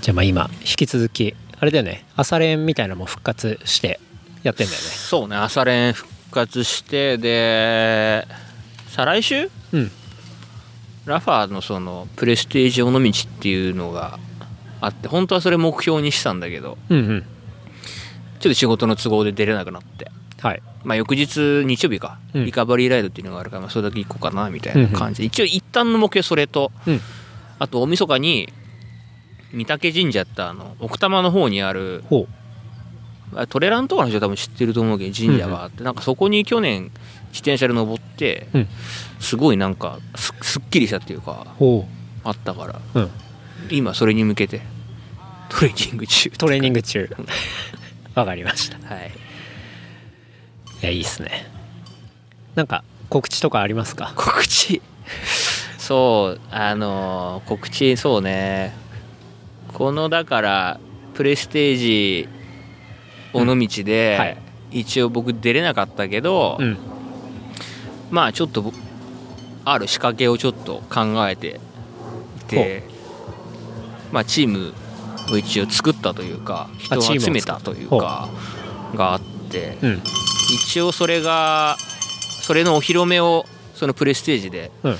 Speaker 2: じゃあまあ今引き続きあれだよね朝練みたいなのも復活してやってんだよね
Speaker 4: そうね朝練復活してで再来週
Speaker 2: うん
Speaker 4: ラファーのそのプレステージ尾道っていうのがあって本当はそれ目標にしたんだけど
Speaker 2: うんうん
Speaker 4: ちょっと仕事の都合で出れなくなって
Speaker 2: はい
Speaker 4: まあ、翌日日曜日か、
Speaker 2: うん
Speaker 4: リカバリーライドっていうのがあるから、まあ、それだけ行こうかなみたいな感じで、一応一旦の目標それと、
Speaker 2: うん
Speaker 4: あと大晦日に御嶽神社ってあの奥多摩の方にある
Speaker 2: ほ
Speaker 4: あトレランとかの人は多分知ってると思うけど神社があって、なんかそこに去年自転車で登って、
Speaker 2: うん
Speaker 4: すごいなんかすすっきりしたっていうか
Speaker 2: うほ
Speaker 4: あったから
Speaker 2: ううん
Speaker 4: 今それに向けてトレーニング中
Speaker 2: トレーニング中 わかりましたい
Speaker 4: はい
Speaker 2: やいいっすねなんか告知とかありますか
Speaker 4: 告知そうあのー告知そうねこのだからプレステージ尾道で、
Speaker 2: うんはい
Speaker 4: 一応僕出れなかったけど、
Speaker 2: うん
Speaker 4: まあちょっとぼある仕掛けをちょっと考えていてまあチームを一応作ったというか人を
Speaker 2: チームを
Speaker 4: 集
Speaker 2: 作っ
Speaker 4: めたというかがあって、
Speaker 2: うん
Speaker 4: 一応それがそれのお披露目をそのプレステージで
Speaker 2: うん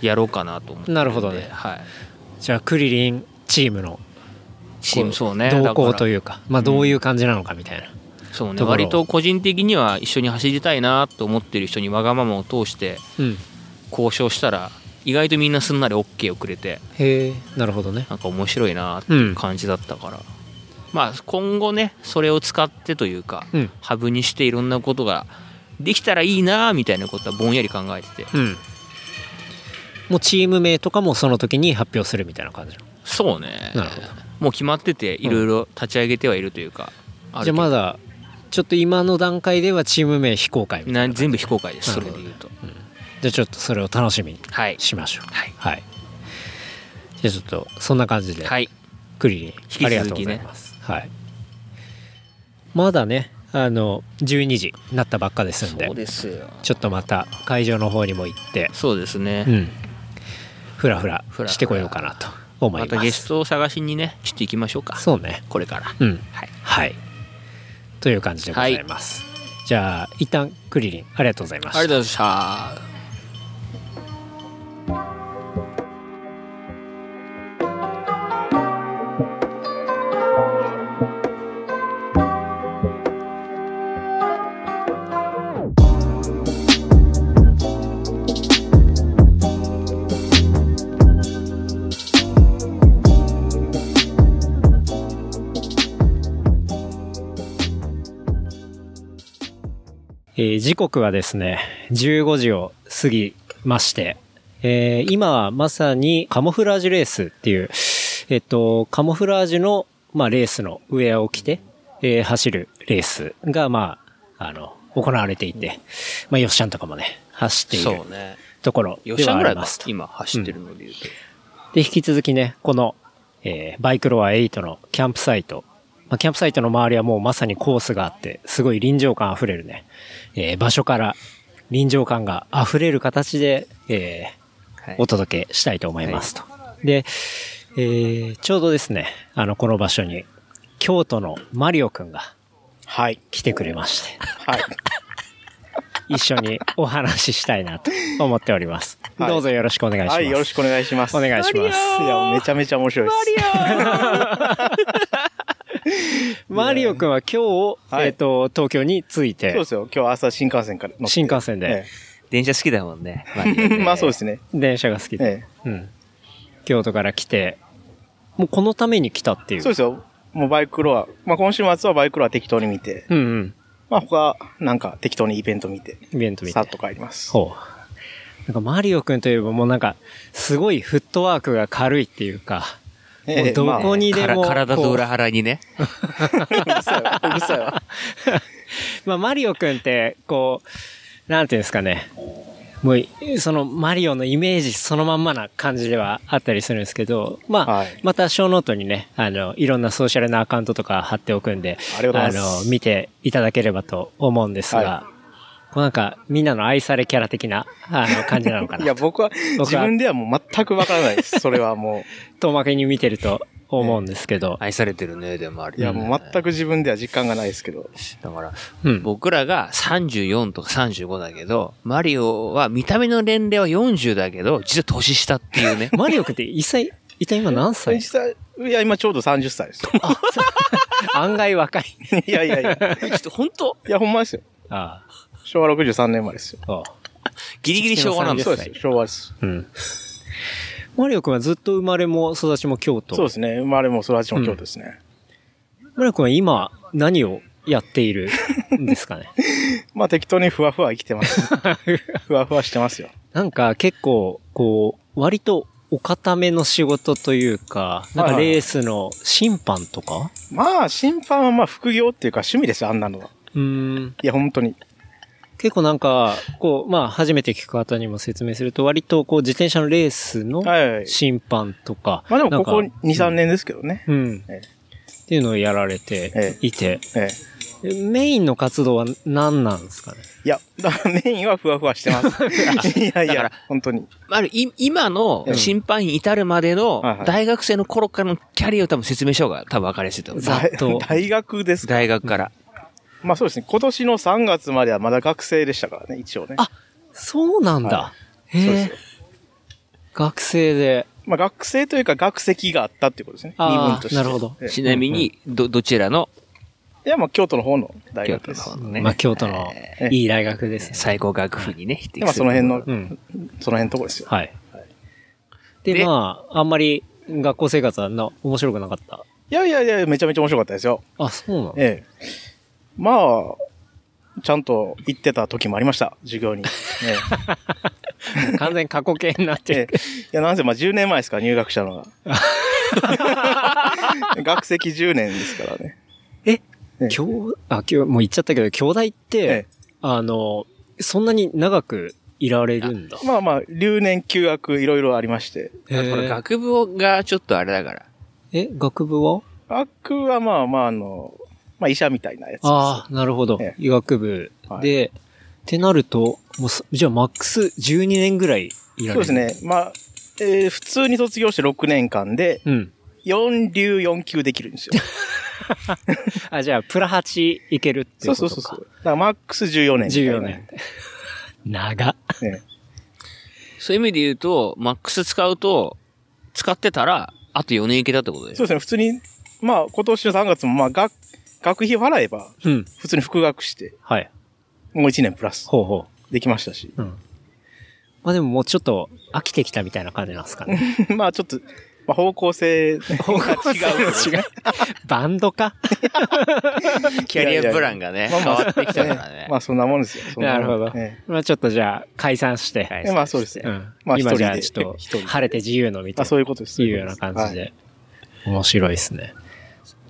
Speaker 4: やろうかなと思って
Speaker 2: なるほどね
Speaker 4: はい、
Speaker 2: じゃあクリリンチームの
Speaker 4: チームそうね
Speaker 2: 動向と
Speaker 4: う
Speaker 2: いうかまあどういう感じなのかみたいな、
Speaker 4: そうね
Speaker 2: ところ
Speaker 4: 割と個人的には一緒に走りたいなと思ってる人にわがままを通して
Speaker 2: うん、
Speaker 4: 交渉したら意外とみんなすんなり OK をくれて
Speaker 2: へえなるほどね
Speaker 4: なんか面白いなっていう感じだったから、まあ今後ねそれを使ってというか、
Speaker 2: うん
Speaker 4: ハブにしていろんなことができたらいいなみたいなことはぼんやり考えてて、
Speaker 2: うんもうチーム名とかもその時に発表するみたいな感じなの
Speaker 4: そうね
Speaker 2: なるほど
Speaker 4: もう決まってていろいろ立ち上げてはいるというか、ある
Speaker 2: じゃ
Speaker 4: け
Speaker 2: あま
Speaker 4: ど
Speaker 2: だちょっと今の段階ではチーム名非公開みたいな
Speaker 4: な全部非公開です
Speaker 2: な
Speaker 4: そ
Speaker 2: る
Speaker 4: れ
Speaker 2: ほ
Speaker 4: で
Speaker 2: ど
Speaker 4: 言
Speaker 2: じゃ
Speaker 4: うと
Speaker 2: あちょっとそれを楽しみに
Speaker 4: はい
Speaker 2: しましょう
Speaker 4: はい
Speaker 2: はいじゃあちょっとそんな感じで
Speaker 4: はい
Speaker 2: クリリン
Speaker 4: き続きね
Speaker 2: ありがとうございます、はいまだねあの12時になったばっかですんで
Speaker 4: ですよ
Speaker 2: ちょっとまた会場の方にも行って
Speaker 4: そうですね、
Speaker 2: うんふらふら
Speaker 4: ふら
Speaker 2: してこようかなと思い
Speaker 4: ま
Speaker 2: ます
Speaker 4: たゲストを探しにねちょっと行きましょうか
Speaker 2: そうね
Speaker 4: これから
Speaker 2: うん
Speaker 4: はい
Speaker 2: はいという感じでございます、じゃあ一旦クリリンありがとうございました
Speaker 4: ありがとうございました
Speaker 2: えー時刻はですね、15時を過ぎまして、えー今はまさにカモフラージュレースっていう、えっと、カモフラージュの、まあ、レースのウェアを着て、えー走るレースが、まあ、あの、行われていて、まあ、ヨッシャンとかもね、走っている
Speaker 4: そうね
Speaker 2: ところで
Speaker 4: 吉田
Speaker 2: は
Speaker 4: ぐ
Speaker 2: あ
Speaker 4: ら
Speaker 2: り
Speaker 4: いか
Speaker 2: ますと。
Speaker 4: 今走ってるので言うと、
Speaker 2: で、引き続きね、この、えーバイクロア8のキャンプサイト、まあ、キャンプサイトの周りはもうまさにコースがあって、すごい臨場感あふれるね、えー場所から臨場感があふれる形で、えー
Speaker 4: はい
Speaker 2: お届けしたいと思いますと。で、えーちょうどですね、あの、この場所に、京都のマリオくんが
Speaker 5: はい。
Speaker 2: 来てくれまして、
Speaker 5: はい。
Speaker 2: 一緒にお話ししたいなと思っております。
Speaker 5: はい
Speaker 2: どうぞよろしくお願いします。
Speaker 5: はい、よろしくお願いします。
Speaker 2: お願いします。
Speaker 5: いや、めちゃめちゃ面白いです。
Speaker 2: マリオくんは今日、
Speaker 5: はい
Speaker 2: えっ、と、東京に着いて
Speaker 5: そう、ですよ。今日朝新幹線から乗って
Speaker 2: 新幹線で、
Speaker 4: 電車好きだもんね
Speaker 5: え えまあそうですすね。
Speaker 2: 電車が好きで、
Speaker 5: え
Speaker 2: うん。京都から来て、もうこのために来たってい
Speaker 5: え
Speaker 2: う。
Speaker 5: そうですよ。もうバイクロア。まあ今週末はバイクロア適当に見て、
Speaker 2: うんうん。
Speaker 5: まあ他、なんか適当にイベント見て、
Speaker 2: イベント見て
Speaker 5: さっ。と帰ります。
Speaker 2: ほう。なんかマリオくんといえばもうなんか、すごいフットワークが軽いっていうか、
Speaker 5: ええ
Speaker 2: もうどこにでも、
Speaker 4: から体
Speaker 2: こ
Speaker 4: と
Speaker 2: う
Speaker 4: 裏腹にね
Speaker 5: うるさいわ。うるさい わ。
Speaker 2: まあ、マリオくんって、こう、なんていうんですかね。もう、そのマリオのイメージそのまんまな感じではあったりするんですけど、まあ、
Speaker 5: はい
Speaker 2: また小ノートにね、あの、いろんなソーシャルなアカウントとか貼っておくんで、
Speaker 5: ありがとうございます
Speaker 2: の、見ていただければと思うんですが、
Speaker 5: は
Speaker 2: こうなんか、みんなの愛されキャラ的な、あの、感じなのか
Speaker 5: い
Speaker 2: な。
Speaker 5: や、僕は自分ではもう全くわからないです。それはも
Speaker 2: 遠巻きに見てると思うんですけど、
Speaker 4: 愛されてるねでもある
Speaker 5: う。いや、もう全く自分では実感がないですけど。
Speaker 4: だから、
Speaker 2: うん。
Speaker 4: 僕らが34とか35だけど、マリオは見た目の年齢は40だけど、実は年下っていう ね
Speaker 2: マリオくんって一切、一体今何 歳
Speaker 5: 実際、いや、今ちょうど30歳 です。
Speaker 2: 案外若い。
Speaker 5: いやいやいや。い
Speaker 4: ちょっと本当
Speaker 5: や、ほんまですよ。
Speaker 2: あ
Speaker 5: 昭和63年前ですよ。
Speaker 2: あ、そう。
Speaker 4: ギリギリ昭和なんです
Speaker 5: そ
Speaker 4: よ。
Speaker 5: うですよ。昭和です。
Speaker 2: うん。マリオくんはずっと生まれも育ちも京都。
Speaker 5: そうですね。生まれも育ちも京都ですね。
Speaker 2: マリオくんは今何をやっているんですか ね。
Speaker 5: まあ適当にふわふわ生きて ます。ふわふわしてますよ。
Speaker 2: なんか結構、こう、割とお固めの仕事というか、なんかレースの審判とか
Speaker 5: まあ審判はまあ副業っていうか趣味ですよ、あんなのは。
Speaker 2: うーん。
Speaker 5: いや、本当に。
Speaker 2: 結構なんか、こう、まあ初めて聞く方にも説明すると、割とこう自転車のレースの
Speaker 5: はいはい。
Speaker 2: 審判とか。
Speaker 5: まあでもここ
Speaker 2: なん
Speaker 5: 2
Speaker 2: か、
Speaker 5: 3年ですけどね。
Speaker 2: うん。
Speaker 5: ええ
Speaker 2: っていうのをやられていて、
Speaker 5: ええ。
Speaker 2: メインの活動は何なんですかね
Speaker 5: いや、だからメインはふわふわしてます。いや
Speaker 4: だ
Speaker 5: い
Speaker 4: か
Speaker 5: や
Speaker 4: ら、
Speaker 5: 本当に。
Speaker 4: まあ、い今の
Speaker 5: うん
Speaker 4: 審判に至るまでの
Speaker 5: はいはい
Speaker 4: 大学生の頃からのキャリアを多分説明した方が多分分かりやすいと思う。
Speaker 2: ざっと
Speaker 5: 大学ですか。
Speaker 4: 大学から。
Speaker 5: まあそうですね。今年の3月まではまだ学生でしたからね、一応ね。
Speaker 2: あそうなんだ。へ
Speaker 5: そう
Speaker 2: え
Speaker 5: ですよ。
Speaker 2: 学生で。
Speaker 5: まあ学生というか学籍があったっていうことですね。身
Speaker 2: あー
Speaker 5: 分として。
Speaker 2: なるほど
Speaker 5: ええ
Speaker 4: ちなみに、ど、どちらの
Speaker 5: いや、まあ京都の方の大
Speaker 4: 京
Speaker 5: 学
Speaker 4: 都
Speaker 5: で
Speaker 4: の
Speaker 5: す。
Speaker 4: 方のね。
Speaker 2: まあ、京都の
Speaker 5: ええ
Speaker 2: いい大学ですね。
Speaker 4: 最高学府にね、匹
Speaker 5: でま
Speaker 4: 敵
Speaker 5: あ
Speaker 4: す
Speaker 5: そ
Speaker 4: る
Speaker 5: の辺の、
Speaker 2: うん。
Speaker 5: その辺のとこですよ。
Speaker 2: はい。で、
Speaker 4: で
Speaker 2: まあ、あんまり学校生活はな、面白くなかった。
Speaker 5: いやいやいや、めちゃめちゃ面白かったですよ。
Speaker 2: あ、そうなの
Speaker 5: ええ。まあ、ちゃんと行ってた時もありました、授業に。え
Speaker 2: 完全に過去形になっ
Speaker 5: ええ
Speaker 2: て
Speaker 5: えいや、なんせまあ10年前ですから、入学したの が。学籍10年ですからね。え
Speaker 2: る。今日、あ、今日、もう言っちゃったけど、兄弟って、
Speaker 5: え
Speaker 2: あの、そんなに長くいられるんだ
Speaker 5: え。まあまあ、留年休学いろいろありまして。
Speaker 4: あのほら
Speaker 2: へえ
Speaker 4: 学部がちょっとあれだから。
Speaker 2: え、学部は
Speaker 5: 学はまあまあ、あの、まあ医者みたいなやつです。
Speaker 2: ああ、なるほど
Speaker 5: え。
Speaker 2: 医学部
Speaker 5: はい
Speaker 2: で、ってなると、もうす、じゃあマックス12年ぐらいいら
Speaker 5: そ
Speaker 2: れる。
Speaker 5: うですね。まあ、えー普通に卒業して6年間で、
Speaker 2: うん。
Speaker 5: 4流4級できるんですよ。
Speaker 2: あ、じゃあ、プラ8いけるっていう
Speaker 5: そう
Speaker 2: こと
Speaker 5: そう
Speaker 2: か。
Speaker 5: そうそう。だからマックス14年。
Speaker 2: 14年。。長っ。
Speaker 5: ね、
Speaker 4: そういう意味で言うと、マックス使うと、使ってたら、あと4年いけたってことで
Speaker 5: そうですね、普通に、まあ今年の3月も、まあ学、学費払えば、
Speaker 2: うん。
Speaker 5: 普通に復学して、
Speaker 2: はい。
Speaker 5: もう1年プラス
Speaker 2: ほうほ
Speaker 5: できましたし。
Speaker 2: う。うん。まあでももうちょっと飽きてきたみたいな感じなんですかね。
Speaker 5: まあちょっと、まあ、 方向性が違う。
Speaker 2: 方向性
Speaker 5: 違う。
Speaker 2: バンドか
Speaker 4: す。キャリアプランがね、変わってきたからね。
Speaker 5: まあそんなもんですよ。そん
Speaker 2: なる
Speaker 5: も
Speaker 2: ほ
Speaker 5: ん
Speaker 2: ど
Speaker 5: え。
Speaker 2: まあちょっとじゃあ、解散して。
Speaker 5: ええまあそうですね。
Speaker 2: うん。
Speaker 5: まあ一
Speaker 2: 今
Speaker 5: 人
Speaker 2: じゃ
Speaker 5: で。
Speaker 2: あちょっと、
Speaker 5: 一人で
Speaker 2: 晴れて自由のみたい
Speaker 5: あ
Speaker 2: な
Speaker 5: そういうことです。
Speaker 2: いうような感じ
Speaker 5: はい
Speaker 2: で。面白いですね。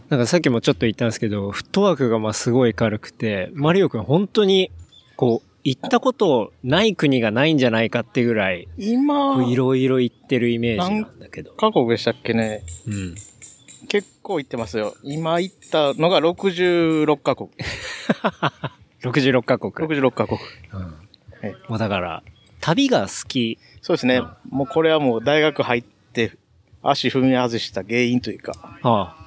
Speaker 2: なんかさっきもちょっと言ったんですけど、フットワークがまあすごい軽くて、マリオくん本当に、こう、行ったことない国がないんじゃないかってぐらい、
Speaker 5: 今、
Speaker 2: いろいろ行ってるイメージなんだけど。
Speaker 5: 韓国でしたっけね。
Speaker 2: うん。
Speaker 5: 結構行ってますよ。今行ったのが66カ国。
Speaker 2: 66カ国。
Speaker 5: 66カ国。
Speaker 2: うん
Speaker 5: はい
Speaker 2: もうだから、旅が好き。
Speaker 5: そうですね
Speaker 2: うん。
Speaker 5: もうこれはもう大学入って足踏み外した原因というか、
Speaker 2: ああ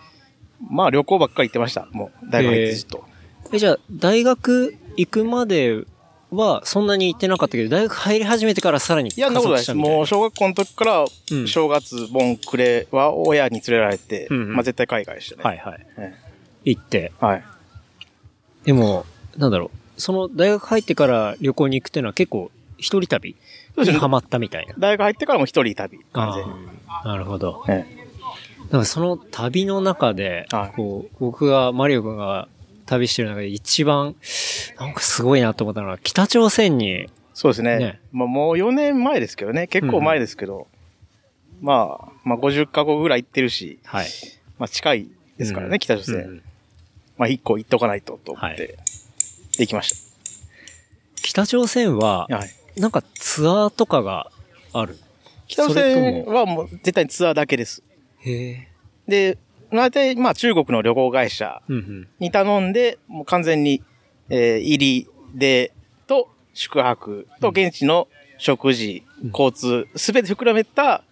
Speaker 5: まあ旅行ばっかり行ってました。もう大学入ってずっと。
Speaker 2: え、じゃあ、大学行くまでは、そんなに行ってなかったけど、大学入り始めてからさらに
Speaker 5: いや、そん
Speaker 2: 加
Speaker 5: なこ
Speaker 2: 速
Speaker 5: とない
Speaker 2: した
Speaker 5: です。
Speaker 2: みたいな。
Speaker 5: もう小学校の時から
Speaker 2: うん、
Speaker 5: 正月、盆、暮れは親に連れられて、
Speaker 2: うんうん
Speaker 5: まあ絶対海外でしたね。
Speaker 2: はいはい。
Speaker 5: え
Speaker 2: 行って。
Speaker 5: え。はい。
Speaker 2: でも、なんだろう、その大学入ってから旅行に行くっていうのは結構一人旅
Speaker 5: そうです
Speaker 2: に
Speaker 5: ね
Speaker 2: ハマったみたいな。
Speaker 5: 大学入ってからも一人旅。完全に。
Speaker 2: あーなるほど。
Speaker 5: え
Speaker 2: なんかその旅の中で、
Speaker 5: はい
Speaker 2: こう僕が、マリオ君が旅してる中で一番、なんかすごいなと思ったのは、北朝鮮に、
Speaker 5: えそうですね。
Speaker 2: ね
Speaker 5: まあもう4年前ですけどね。結構前ですけど。まあ、まあ50カ国ぐらい行ってるし、
Speaker 2: はい。
Speaker 5: まあ近いですからね、
Speaker 2: うん
Speaker 5: 北朝鮮。
Speaker 2: うん
Speaker 5: まあ一個行っとかないとと思って、
Speaker 2: は
Speaker 5: できまし
Speaker 2: 北朝鮮は
Speaker 5: た。、はい。
Speaker 2: なんかツアーとかがある。
Speaker 5: 北朝
Speaker 2: それ
Speaker 5: 鮮
Speaker 2: とも
Speaker 5: はもう絶対にツアーだけです。
Speaker 2: へえ。
Speaker 5: で、大体まあ中国の旅行会社
Speaker 2: うんうん。
Speaker 5: に頼んで、もう完全に、えー入りで、と宿泊と現地の食事、
Speaker 2: うん
Speaker 5: 交通、すべて膨らめた、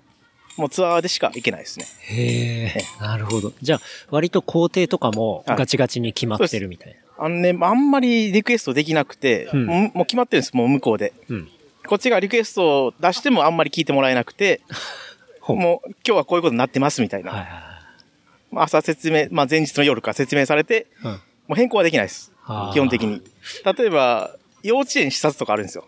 Speaker 5: もうツアーでしか行けないですね。
Speaker 2: へえ。なるほど。じゃあ、割と工程とかもガチガチに決まってるみたい
Speaker 5: あのね、あんまりリクエストできなくて、
Speaker 2: うん
Speaker 5: もうもう決まってるんです、もう向こうで。
Speaker 2: な。うん。
Speaker 5: こっちがリクエストを出してもあんまり聞いてもらえなくて、
Speaker 2: ほう
Speaker 5: もう今日はこういうことになってますみたいな。
Speaker 2: はいは
Speaker 5: まあ朝説明、まあ前日の夜から説明されて、
Speaker 2: いはい。うん。
Speaker 5: もう変更はできないです
Speaker 2: あー。
Speaker 5: 基本的に。例えば、幼稚園視察とかあるんですよ。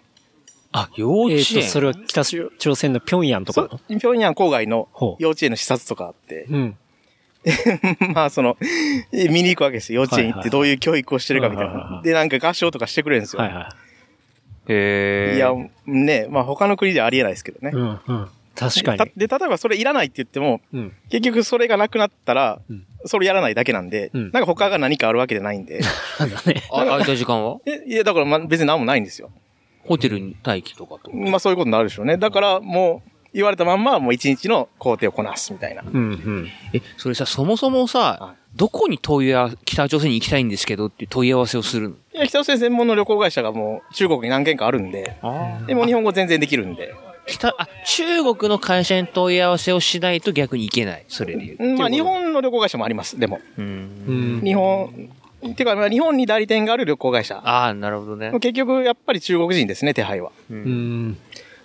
Speaker 4: あ、幼稚
Speaker 2: え
Speaker 4: 園
Speaker 2: っ、と、それは北朝鮮の平壌とか
Speaker 5: そう
Speaker 2: の
Speaker 5: 平壌郊外の
Speaker 2: ほう
Speaker 5: 幼稚園の視察とかあって、
Speaker 2: うん。
Speaker 5: まあその、え見に行くわけですよ。幼稚園行
Speaker 2: はいはい
Speaker 5: っ
Speaker 2: はい
Speaker 5: てどういう教育をしてるかみたい
Speaker 2: はいはいは。
Speaker 5: ないで、なんか合唱とかしてくれるんですよ。
Speaker 2: はいは
Speaker 4: へ
Speaker 5: い
Speaker 4: ー
Speaker 5: や、ね、まあ他の国ではありえないですけどね
Speaker 2: い。う。んうん。確か
Speaker 5: た
Speaker 2: に。
Speaker 5: で、例えばそれいらないって言っても、
Speaker 2: うん。
Speaker 5: 結局それがなくなったら
Speaker 2: うん、
Speaker 5: それやらないだけなんで、
Speaker 2: う
Speaker 5: なんんか他が何かあるわけじゃない んで。
Speaker 2: なんだね。
Speaker 4: あ、空いた時間は
Speaker 5: えいや、だからまあ別に何もないんですよ。
Speaker 4: ホテルに待機とかと。
Speaker 5: まあそういうことになるでしょうね。だからもう、言われたまんま、もう一日の工程をこなすみたいな。
Speaker 2: うんうん。
Speaker 4: え、それさ、そもそも
Speaker 5: は
Speaker 4: さ、どこに問い合わせ、北朝鮮に行きたいんですけどっていう問い合わせをするの
Speaker 5: いや、北朝鮮専門の旅行会社がもう中国に何軒かあるんで、でもう日本語全然できるんで。
Speaker 4: 北、あ、中国の会社に問い合わせをしないと逆に行けない。それで言うと。
Speaker 5: うんまあ
Speaker 4: ってい
Speaker 5: 日
Speaker 4: うこ
Speaker 5: 本の旅行会社もあります、でも。
Speaker 4: と。うん。
Speaker 2: うん。
Speaker 5: 日本、てかまあ日本に代理店がある旅行会社。
Speaker 4: ああ、なるほどね。
Speaker 5: 結局やっぱり中国人ですね、手配は。
Speaker 4: う。
Speaker 2: うんん。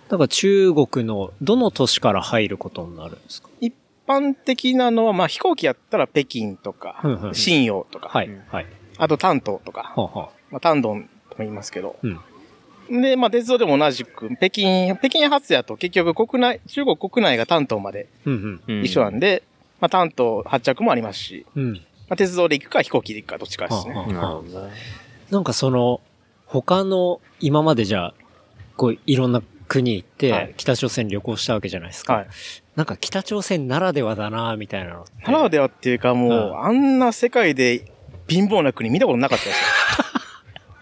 Speaker 2: だから中国のどの都市から入ることになるんですか
Speaker 5: 一般的なのは、まあ飛行機やったら北京と
Speaker 2: うんう
Speaker 5: か
Speaker 2: ん、
Speaker 5: 信陽とか、
Speaker 2: はい。はい。
Speaker 5: あと丹東とか、
Speaker 2: はあはあ。
Speaker 5: まあ丹東とも言いますけど。
Speaker 2: うん。
Speaker 5: で、まあ、鉄道でも同じく、北京、北京発やと結局国内、中国国内が丹東まで
Speaker 2: うん
Speaker 4: うん
Speaker 5: 一緒なんで、まあ、丹東発着もありますし、
Speaker 2: うん。うん。
Speaker 5: まあ、鉄道で行くか飛行機で行くかどっちかで
Speaker 2: はあ
Speaker 5: すね。
Speaker 2: はあ
Speaker 4: なるほどね。
Speaker 2: なんかその、他の、今までじゃあ、こう、いろんな国行っ
Speaker 5: は
Speaker 2: て
Speaker 5: い、
Speaker 2: 北朝鮮旅行したわけじゃないですか。
Speaker 5: はい。
Speaker 2: なんか北朝鮮ならではだなみたいなのって。
Speaker 5: ならではっていうかもう、
Speaker 2: うん
Speaker 5: あんな世界で貧乏な国見たことなかっ たですよ。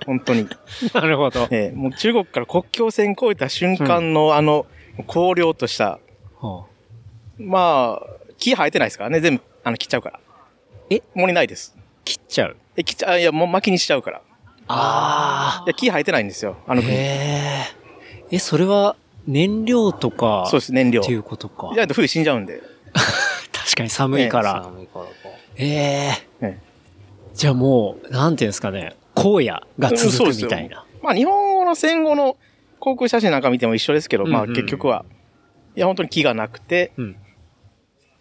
Speaker 5: 本当に。
Speaker 2: なるほど。
Speaker 5: ええもう中国から国境線越えた瞬間の、あの、荒涼とした、
Speaker 2: はあ
Speaker 5: まあ、木生えてないですからね、全部、あの、切っちゃうから。
Speaker 2: え
Speaker 5: 森ないです。
Speaker 2: 切っちゃう。
Speaker 5: え、切っちゃ、あいや、もう薪にしちゃうから。
Speaker 2: あ
Speaker 5: いや、木生えてないんですよ、あの
Speaker 2: あ。
Speaker 5: 国。
Speaker 2: へえ。え、それは、燃料とか、
Speaker 5: そうです、燃料。
Speaker 2: ってい
Speaker 5: じ
Speaker 2: うことか
Speaker 5: ゃ。ないと冬死んじゃうんで。
Speaker 2: 確かに寒いから。
Speaker 4: 寒いからか
Speaker 2: ええ
Speaker 5: え
Speaker 2: じゃあもう、なんていうんですかね、荒野が
Speaker 5: うんそう
Speaker 2: 続
Speaker 5: で
Speaker 2: く
Speaker 5: す
Speaker 2: み
Speaker 5: よ
Speaker 2: たいな。
Speaker 5: まあ日本の戦後の航空写真なんか見ても一緒ですけど、ま
Speaker 2: う
Speaker 5: あ
Speaker 2: んうん
Speaker 5: 結局は、いや本当に木がなくて、
Speaker 2: うん。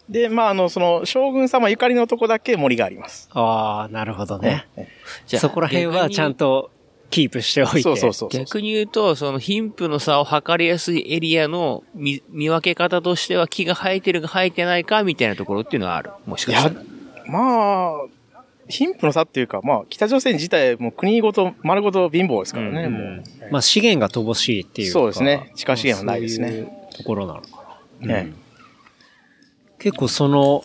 Speaker 5: で、まああの、その将軍様ゆかりのとこだけ森があります。
Speaker 2: ああ、なるほどね。
Speaker 4: じゃあ
Speaker 2: そこら辺はちゃんとキープしておいて。
Speaker 5: そうそうそうそう。
Speaker 4: 逆に言うと、その貧富の差を測りやすいエリアの見見分け方としては木が生えてるか生えてないかみたいなところっていうのはある。もしかしたら。
Speaker 5: まあ、貧富の差っていうか、まあ北朝鮮自体もう国ごと丸ごと貧乏ですからね、
Speaker 4: うん
Speaker 5: もう。
Speaker 2: まあ資源が乏しいっていうか。
Speaker 5: そうですね地下資源はないですね
Speaker 2: そういうところなのかな。
Speaker 5: ええ
Speaker 2: うん結構その、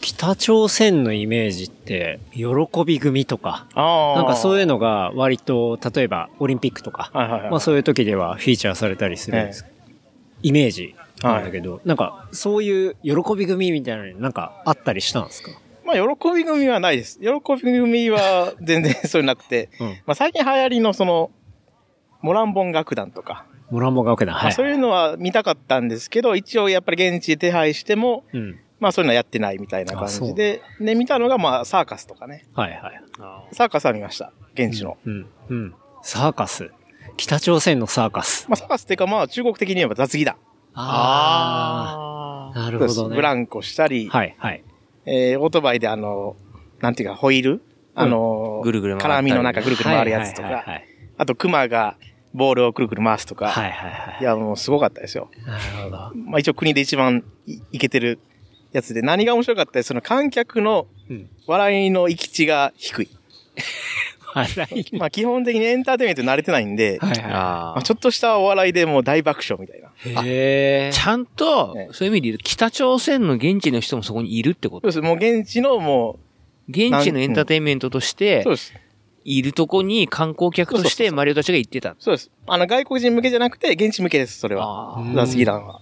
Speaker 2: 北朝鮮のイメージって、喜び組とか、
Speaker 5: ああ。
Speaker 2: なんかそういう
Speaker 5: の。
Speaker 2: のが割と、例えばオリンピックとか、
Speaker 5: はいはいはい。
Speaker 2: まあそういう時ではフィーチャーされたりするんです、イメージなんだけど、なんかそういう喜び組みたいなのになんかあったりしたんですか
Speaker 5: まあ、喜び組はないです。喜び組は全然そういうのなくて、
Speaker 2: うん
Speaker 5: まあ、最近流行りのその、モランボン楽団とか、
Speaker 2: モランボが受けた。
Speaker 5: ま
Speaker 2: は
Speaker 5: あ
Speaker 2: い。
Speaker 5: そういうのは見たかったんですけど、一応やっぱり現地で手配しても、
Speaker 2: うん。
Speaker 5: まあそういうのはやってないみたいな感じで、で、見たのがまあサーカスとかね。
Speaker 2: はいはい。
Speaker 5: サーカスは見ました。現地の。
Speaker 2: うん。うん。サーカス。北朝鮮のサーカス。
Speaker 5: まあサーカスっていうかまあ中国的に言えば雑技団。
Speaker 2: ああ。なるほどね。
Speaker 5: ブランコしたり、
Speaker 2: はいはい。
Speaker 5: えーオートバイであの、なんていうかホイールあの、
Speaker 4: ぐるぐる回ったり
Speaker 5: 絡みの中ぐるぐる回るやつと
Speaker 2: はいはいは
Speaker 5: か、
Speaker 2: い
Speaker 5: あと熊がボールをくるくる回すとか、
Speaker 2: はい。はいはいはい
Speaker 5: いや、もうすごかったですよ。
Speaker 2: なるほど。
Speaker 5: まあ一応国で一番いいけてるやつで、何が面白かったって、その観客の
Speaker 2: うん。
Speaker 5: 笑いの行き地が低い。
Speaker 2: 笑い。
Speaker 5: まあ基本的にエンターテインメントに慣れてないんで、
Speaker 2: はいは
Speaker 4: あ
Speaker 5: まあ
Speaker 4: ー
Speaker 5: ちょっとしたお笑いでもう大爆笑みたいな。
Speaker 2: い。へえ。
Speaker 4: ちゃんと
Speaker 5: ね、
Speaker 4: そういう意味で言うと、北朝鮮の現地の人もそこにいるってこ
Speaker 5: そう
Speaker 4: と。
Speaker 5: です。もう現地のも
Speaker 4: 現地のエンターテインメントとし
Speaker 5: う、
Speaker 4: て
Speaker 5: そう、です。
Speaker 4: いるとこに観光客とし
Speaker 5: そうそうそう
Speaker 4: て
Speaker 5: そう
Speaker 4: マリオたちが行ってた。
Speaker 5: そうです。あの外国人向けじゃなくて、現地向けです、それは。
Speaker 4: あ
Speaker 2: ー
Speaker 5: ザスギランは。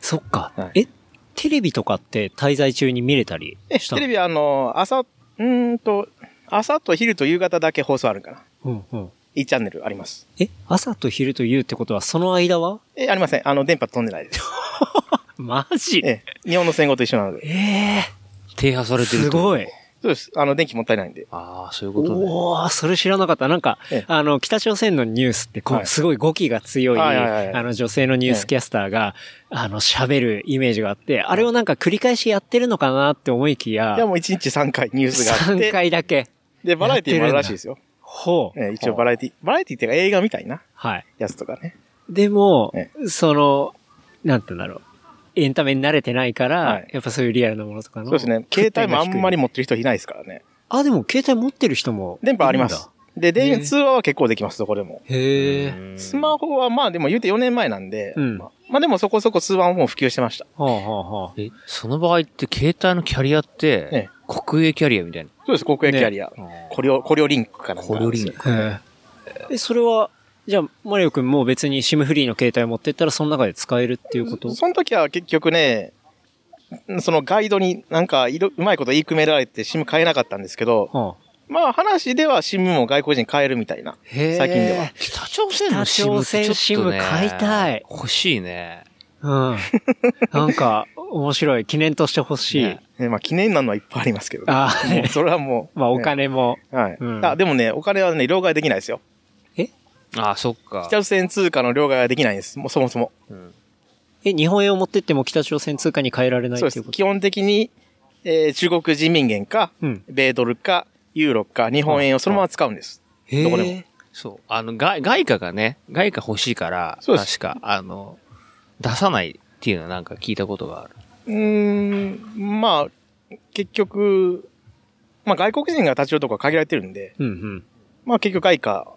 Speaker 2: そっか
Speaker 5: は。い
Speaker 2: え、テレビとかって滞在中に見れたり
Speaker 5: え、
Speaker 2: した
Speaker 5: テ
Speaker 2: の
Speaker 5: レビはあの、朝、うーんと、朝と昼と夕方だけ放送あるかな。
Speaker 2: うんうん。
Speaker 5: 1チャンネルあります。
Speaker 2: え、朝と昼と夕ってことは、その間は
Speaker 5: え、ありません。あの、電波飛んでない です。
Speaker 2: マジ
Speaker 5: ええ、日本の戦後と一緒なので。
Speaker 2: ええ
Speaker 4: 停波されてる
Speaker 2: す
Speaker 4: い。
Speaker 2: ごい。
Speaker 5: そうです。あの、電気もったいないんで。
Speaker 4: ああ、そういうことね。
Speaker 2: おおーそれ知らなかった。なんか、
Speaker 5: ええ
Speaker 2: あの、北朝鮮のニュースってこう、
Speaker 5: はい
Speaker 2: すごい語気が強い、
Speaker 5: はいはいはいはい
Speaker 2: あの、女性のニュースキャスターが、あの、喋るイメージがあって、あれをなんか繰り返しやってるのかなって思いきや、
Speaker 5: いや、もう1日3回ニュースがあっ
Speaker 2: 3
Speaker 5: て。
Speaker 2: 回だけ。
Speaker 5: で、バラエティーもあるらしいですよ。
Speaker 2: ほう。
Speaker 5: ええ一応バラエティー、バラエティーっていうか映画みたいな
Speaker 2: はい。
Speaker 5: やつとかね。
Speaker 2: でも、
Speaker 5: え
Speaker 2: その、なんて言うんだろう。エンタメに慣れてないから、
Speaker 5: はい
Speaker 2: やっぱそういうリアルなものとかの。
Speaker 5: そうですね。携帯もあんまり
Speaker 2: も。
Speaker 5: 持ってる人いないですからね。
Speaker 2: あ、でも携帯持ってる人も。
Speaker 5: 電波ありま
Speaker 2: いるん
Speaker 5: す
Speaker 2: だ。。
Speaker 5: で、
Speaker 2: へえ
Speaker 5: 電通話は結構できます、どこでも。
Speaker 2: へえ。
Speaker 4: うん
Speaker 5: スマホはまあでも言うて4年前なんで、
Speaker 2: うん
Speaker 5: まあまあでもそこそこ通話ももう普及してました。
Speaker 2: はあはあはあ。
Speaker 4: え、その場合って携帯のキャリアって、
Speaker 5: ええ
Speaker 4: 国営キャリアみたいな。
Speaker 5: そうです、国営キャリア。コリオ、コリオリンクかなんか。
Speaker 4: コリオリンク。
Speaker 2: へえ。それは、じゃあ、マリオくんも別に SIM フリーの携帯持ってったらその中で使えるっていうこと
Speaker 5: その時は結局ね、そのガイドになんかいろ、うまいこと言いくめられて SIM 変えなかったんですけど、
Speaker 2: はあ、
Speaker 5: まあ話では SIM も外国人変えるみたいな。
Speaker 2: へ
Speaker 5: 最近では。
Speaker 4: 北朝鮮のシムってちょっと、
Speaker 2: 北朝鮮
Speaker 4: ね、
Speaker 2: SIM 買いたい
Speaker 4: 欲しいね。
Speaker 2: は。うん。なんか、面白い。記念としてほしい。
Speaker 4: ね
Speaker 5: ねまあ記念になるのはいっぱいありますけど、
Speaker 2: ああ、
Speaker 5: もう
Speaker 2: ね。
Speaker 5: それはもう。
Speaker 2: まあ、お
Speaker 5: ね。
Speaker 2: 金も。
Speaker 5: はい、
Speaker 2: うん
Speaker 5: あ。でもね、お金はね、両替できないですよ。
Speaker 4: ああ、そっか。
Speaker 5: 北朝鮮通貨の両替はできないんです。もうそもそも。
Speaker 4: うん
Speaker 2: え、日本円を持ってっても北朝鮮通貨に変えられない
Speaker 5: そう
Speaker 2: っ
Speaker 5: で
Speaker 2: てい
Speaker 5: す
Speaker 2: う。こと
Speaker 5: 基本的に、えー中国人民元か、
Speaker 2: うん
Speaker 5: 米ドルか、ユーロか、日本円をそのまま使うんです。
Speaker 2: へえ
Speaker 5: どこでも
Speaker 4: そう。あの、外外貨がね、外貨欲しいから、
Speaker 5: そうで
Speaker 4: 確
Speaker 5: す
Speaker 4: か、あの、出さないっていうのはなんか聞いたことがある。
Speaker 5: うーん、まあ、結局、まあ外国人が立ち寄るとこは限られてるんで、
Speaker 2: うんうん。
Speaker 5: まあ結局外貨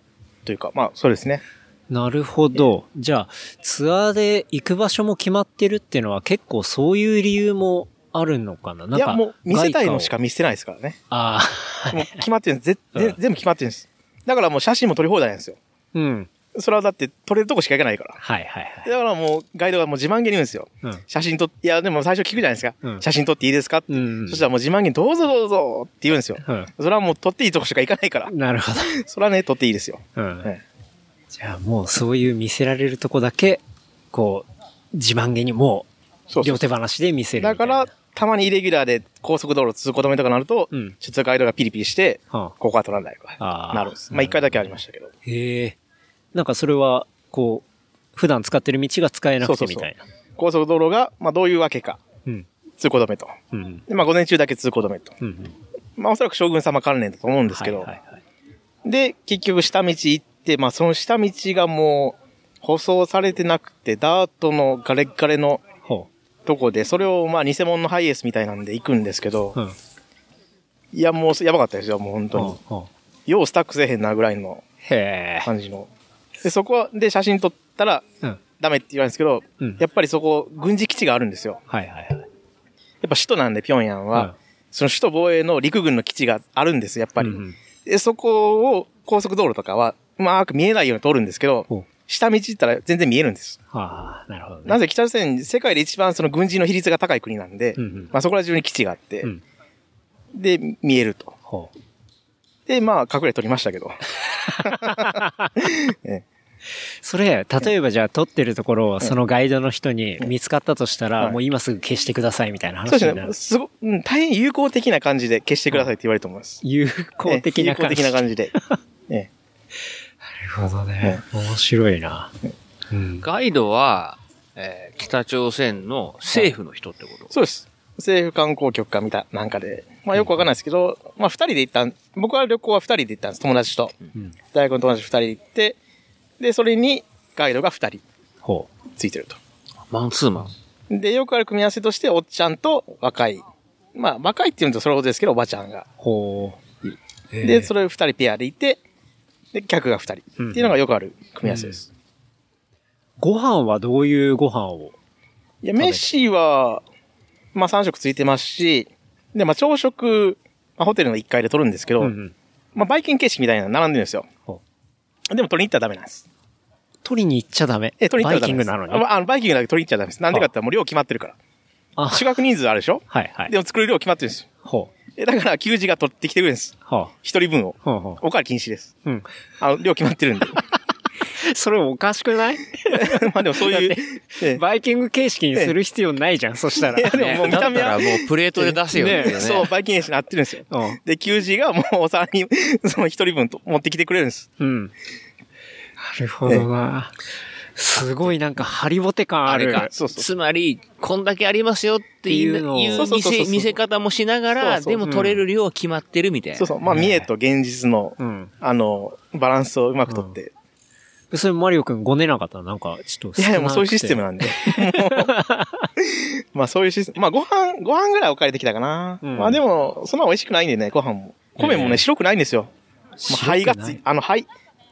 Speaker 5: というか、まあそうですね。
Speaker 2: なるほど。じゃあ、ツアーで行く場所も決まってるっていうのは結構そういう理由もあるのかななんか
Speaker 5: いや、もう見せたいの
Speaker 2: 外
Speaker 5: し
Speaker 2: 貨を
Speaker 5: か見せてないですからね。
Speaker 2: ああ、
Speaker 5: もう決まってるんです。ぜ
Speaker 2: うん
Speaker 5: ぜ全部決まってるんです。だからもう写真も撮り放題なんですよ。
Speaker 2: うん。
Speaker 5: それはだって撮れるとこしか行けないから。
Speaker 2: はいはいはい。
Speaker 5: だからもうガイドがもう自慢げに言うんですよ。
Speaker 2: うん
Speaker 5: 写真撮って、いやでも最初聞くじゃないですか。
Speaker 2: うん
Speaker 5: 写真撮っていいですかって。
Speaker 2: うん。
Speaker 5: そしたらもう自慢げにどうぞどうぞって言うんですよ。
Speaker 2: うん
Speaker 5: それはもう撮っていいとこしか行かないから。
Speaker 2: なるほ
Speaker 5: それはね、撮っていいですよ。
Speaker 2: ど。うん
Speaker 5: え。
Speaker 2: じゃあもうそういう見せられるとこだけこう、自慢げにも、
Speaker 5: そううそう
Speaker 2: 両手放しで見せる
Speaker 5: だ
Speaker 2: みた
Speaker 5: か
Speaker 2: いな。
Speaker 5: ら、たまにイレギュラーで高速道路通行止めとかなると、
Speaker 2: うん
Speaker 5: 出ガイドがピリピリして、
Speaker 2: はあ
Speaker 5: ここは取らない
Speaker 2: あ
Speaker 5: わ
Speaker 2: ー。
Speaker 5: なるんです。まあ一回だけありましたけど。
Speaker 2: へえ。なんかそれは、こう、普段使ってる道が使えなくて
Speaker 5: そうそう
Speaker 2: み
Speaker 5: そう
Speaker 2: たいな。
Speaker 5: 高速道路が、まあどういうわけか、
Speaker 2: うん。
Speaker 5: 通行止めと。
Speaker 2: うん。
Speaker 5: で、まあ午前中だけ通行止めと。
Speaker 2: うん。で
Speaker 5: まあおそらく将軍様関連だと思うんですけど、で、結局下道行って、まあその下道がもう、舗装されてなくて、ダートのガレッガレの
Speaker 2: ほ
Speaker 5: とこで、それをまあ偽物のハイエースみたいなんで行くんですけど
Speaker 2: う。、うん。
Speaker 5: いやもうやばかったですよ、もう本当
Speaker 2: ほ
Speaker 5: に
Speaker 2: う。ほう
Speaker 5: ようスタックせえへんなぐらいの
Speaker 2: へえ。
Speaker 5: 感じの。で、そこはで写真撮ったら
Speaker 2: うん。
Speaker 5: ダメって言われるんですけど、
Speaker 2: うん
Speaker 5: やっぱりそこ軍事基地があるんですよ。
Speaker 2: はいはいはい。
Speaker 5: やっぱ首都なんで、ピョンヤンは。
Speaker 2: うん
Speaker 5: その首都防衛の陸軍の基地があるんですよ、やっぱり。
Speaker 2: うんうん
Speaker 5: で、そこを高速道路とかは、うまく見えないように通るんですけ
Speaker 2: ほう
Speaker 5: ど、下道行ったら全然見えるんです。
Speaker 2: ああ、なるほどね。
Speaker 5: なぜ北朝鮮、世界で一番その軍事の比率が高い国なんで、
Speaker 2: うんうん
Speaker 5: まあそこら中に基地があって、
Speaker 2: うん。
Speaker 5: で、見えると。
Speaker 2: ほう。
Speaker 5: で、まあ隠れ撮りましたけど。
Speaker 2: それ、例えばじゃあ撮ってるところをそのガイドの人に見つかったとしたら、
Speaker 5: はい
Speaker 2: もう今すぐ消してくださいみたいな
Speaker 5: そ
Speaker 2: 話
Speaker 5: う
Speaker 2: に
Speaker 5: です
Speaker 2: な
Speaker 5: ね。
Speaker 2: る。
Speaker 5: すご、うん、大変友好的な感じで消してくださいって言われると思います。
Speaker 2: 有効的な感じ。
Speaker 5: ええ友好的な感じで。ええ
Speaker 2: なるほどね。面白いな。うん。
Speaker 4: ガイドは、えー北朝鮮の政府の人ってこと、
Speaker 5: そうです。政府観光局か見た、なんかで。まあよくわかんないですけど、まあ二人で行ったん、僕は旅行は二人で行ったんです。友達と。
Speaker 2: うん。
Speaker 5: 大学の友達二人で行って、で、それにガイドが二人
Speaker 2: ほう。
Speaker 5: ついてると。
Speaker 4: マンツーマン。
Speaker 5: で、よくある組み合わせとして、おっちゃんと若い。まあ若いって言うとそれほどですけど、おばちゃんが。
Speaker 2: ほう。
Speaker 5: で、それ二人ペアでいて、で、客が二人。っていうのがよくある組み合わせです。
Speaker 2: ご飯はどういうご飯を
Speaker 5: いや、メッシは、まあ3食ついてますし、で、まあ朝食、まあホテルの1階で取るんですけど、
Speaker 2: うん
Speaker 5: まあバイキン形式みたいなの並んでるんですよ。
Speaker 2: ほ
Speaker 5: でも取りに行ったらダメなんです。
Speaker 2: 取りに行っちゃダメ。
Speaker 5: え、取りに行った
Speaker 2: バイキ
Speaker 5: ら
Speaker 2: ン
Speaker 5: ダメ
Speaker 2: グ
Speaker 5: です
Speaker 2: なのに。
Speaker 5: ああのバイキングだけ取りに行っちゃダメです。なんでかって言ったらもう量決まってるから。
Speaker 2: あ、
Speaker 5: 宿泊人数あるでしょ
Speaker 2: はいはい。
Speaker 5: でも作る量決まってるんですよ。
Speaker 2: ほう。
Speaker 5: え、だから給仕が取ってきてくれるんです。
Speaker 2: は
Speaker 5: 一人分を
Speaker 2: あ、。ほうほ
Speaker 5: おかわり禁止です。
Speaker 2: う。うん。
Speaker 5: あの、量決まって るんで。
Speaker 2: それおかしくない
Speaker 5: まあでもそういう
Speaker 2: だっ。
Speaker 5: ええ
Speaker 2: バイキング形式にする必要ないじゃん、そしたら。
Speaker 5: でももう見た目は
Speaker 4: だったらもうプレートで出せよっていうね。
Speaker 5: そう、バイキング形式になってるんですよ。
Speaker 2: うん
Speaker 5: で、給仕がもうお皿に、 その一人分と持ってきてくれるんです。
Speaker 2: うん。なるほどな。すごいなんかハリボテ感あ
Speaker 4: あ
Speaker 2: る。
Speaker 4: れか。
Speaker 5: そうそう
Speaker 4: つまり、こんだけありますよってい
Speaker 2: っていうのを
Speaker 4: ういう
Speaker 5: そうそう
Speaker 4: 見
Speaker 5: そうそう
Speaker 4: せ見せ方もしながら、
Speaker 5: そうそう
Speaker 4: でも取れる量は決まってるみたいな。
Speaker 5: そうそう。まあ、
Speaker 2: ね
Speaker 5: 見栄と現実の、
Speaker 2: うん。
Speaker 5: あの、バランスをうまくとって。
Speaker 2: それマリオくんごねなかったのなんか、ちょっと
Speaker 5: いやいや、もうそういうシステム
Speaker 2: な
Speaker 5: なんで。もう まあ、そういうシステム。まあ、ご飯、ご飯ぐらいお借りできたかな。
Speaker 2: うん
Speaker 5: まあ、でも、そんな美味しくないんでね、ご飯も。米も
Speaker 2: ええ
Speaker 5: ね、白くないんですよ。まあ、灰がつい、あの、灰っ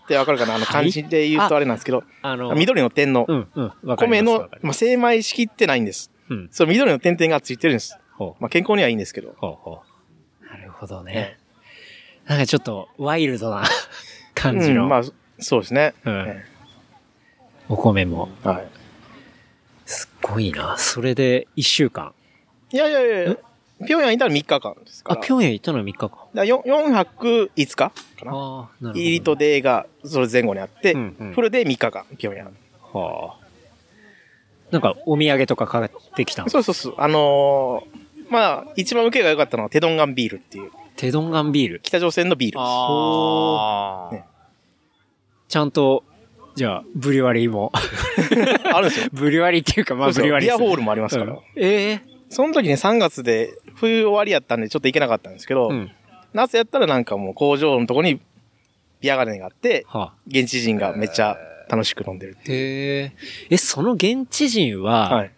Speaker 5: てわかるかなあの、漢字で言うとあれなんですけど、
Speaker 2: あの、
Speaker 5: 緑の点の
Speaker 2: う、ん、うん、わかります
Speaker 5: 米の
Speaker 2: わか、り
Speaker 5: ま
Speaker 2: ま
Speaker 5: あ、
Speaker 2: す
Speaker 5: 精米しきってないんです。
Speaker 2: うん。
Speaker 5: そう、緑の点々がついてるんです。
Speaker 2: ほう、
Speaker 5: まあ、健康にはいいんですけど。
Speaker 2: ほう、ほう。なるほどね。なんかちょっと、ワイルドな感じ
Speaker 5: うん、ま
Speaker 2: の
Speaker 5: あ、そうですね。
Speaker 2: うん
Speaker 5: え
Speaker 2: お米も。
Speaker 5: えはい。
Speaker 2: すっごいな。それで、一週間。
Speaker 5: いやいやいや、ピョンヤンいたら3日間ですか
Speaker 2: あ、
Speaker 5: ら。
Speaker 2: ピョンヤン行ったのは3日間。あ
Speaker 5: だ4, 4泊5日か
Speaker 2: あー、なる
Speaker 5: な。
Speaker 2: ほど、ね。
Speaker 5: 入りとデーがそれ前後にあって、
Speaker 2: うんうん
Speaker 5: フルで3日間、ピョンヤン。
Speaker 2: はあ。なんか、お土産とか買ってきたの
Speaker 5: そうそうそう。あのーまあ、一番受けが良かったのはテドンガンビールっていう、
Speaker 2: テドンガンビール。
Speaker 5: 北朝鮮のビールです。
Speaker 4: あ
Speaker 5: ほう
Speaker 4: ー
Speaker 5: ね
Speaker 2: ちゃんと、じゃあ、ブリュワリーも。
Speaker 5: あるんですよ。
Speaker 2: ブリュワリーっていうか、 まあ、
Speaker 5: そ
Speaker 2: ブ
Speaker 5: うそう
Speaker 2: リュワリー
Speaker 5: ビアホー
Speaker 2: ル
Speaker 5: ルもありますから。
Speaker 2: ええ
Speaker 5: その時ね、3月で冬終わりやったんでちょっと行けなかったんですけど、
Speaker 2: うん。
Speaker 5: 夏やったらなんかもう工場のとこにビアガーデンがあって、
Speaker 2: はあ。
Speaker 5: 現地人がめっちゃ楽しく飲んでる。
Speaker 2: へえ。え、その現地人は、
Speaker 5: はい。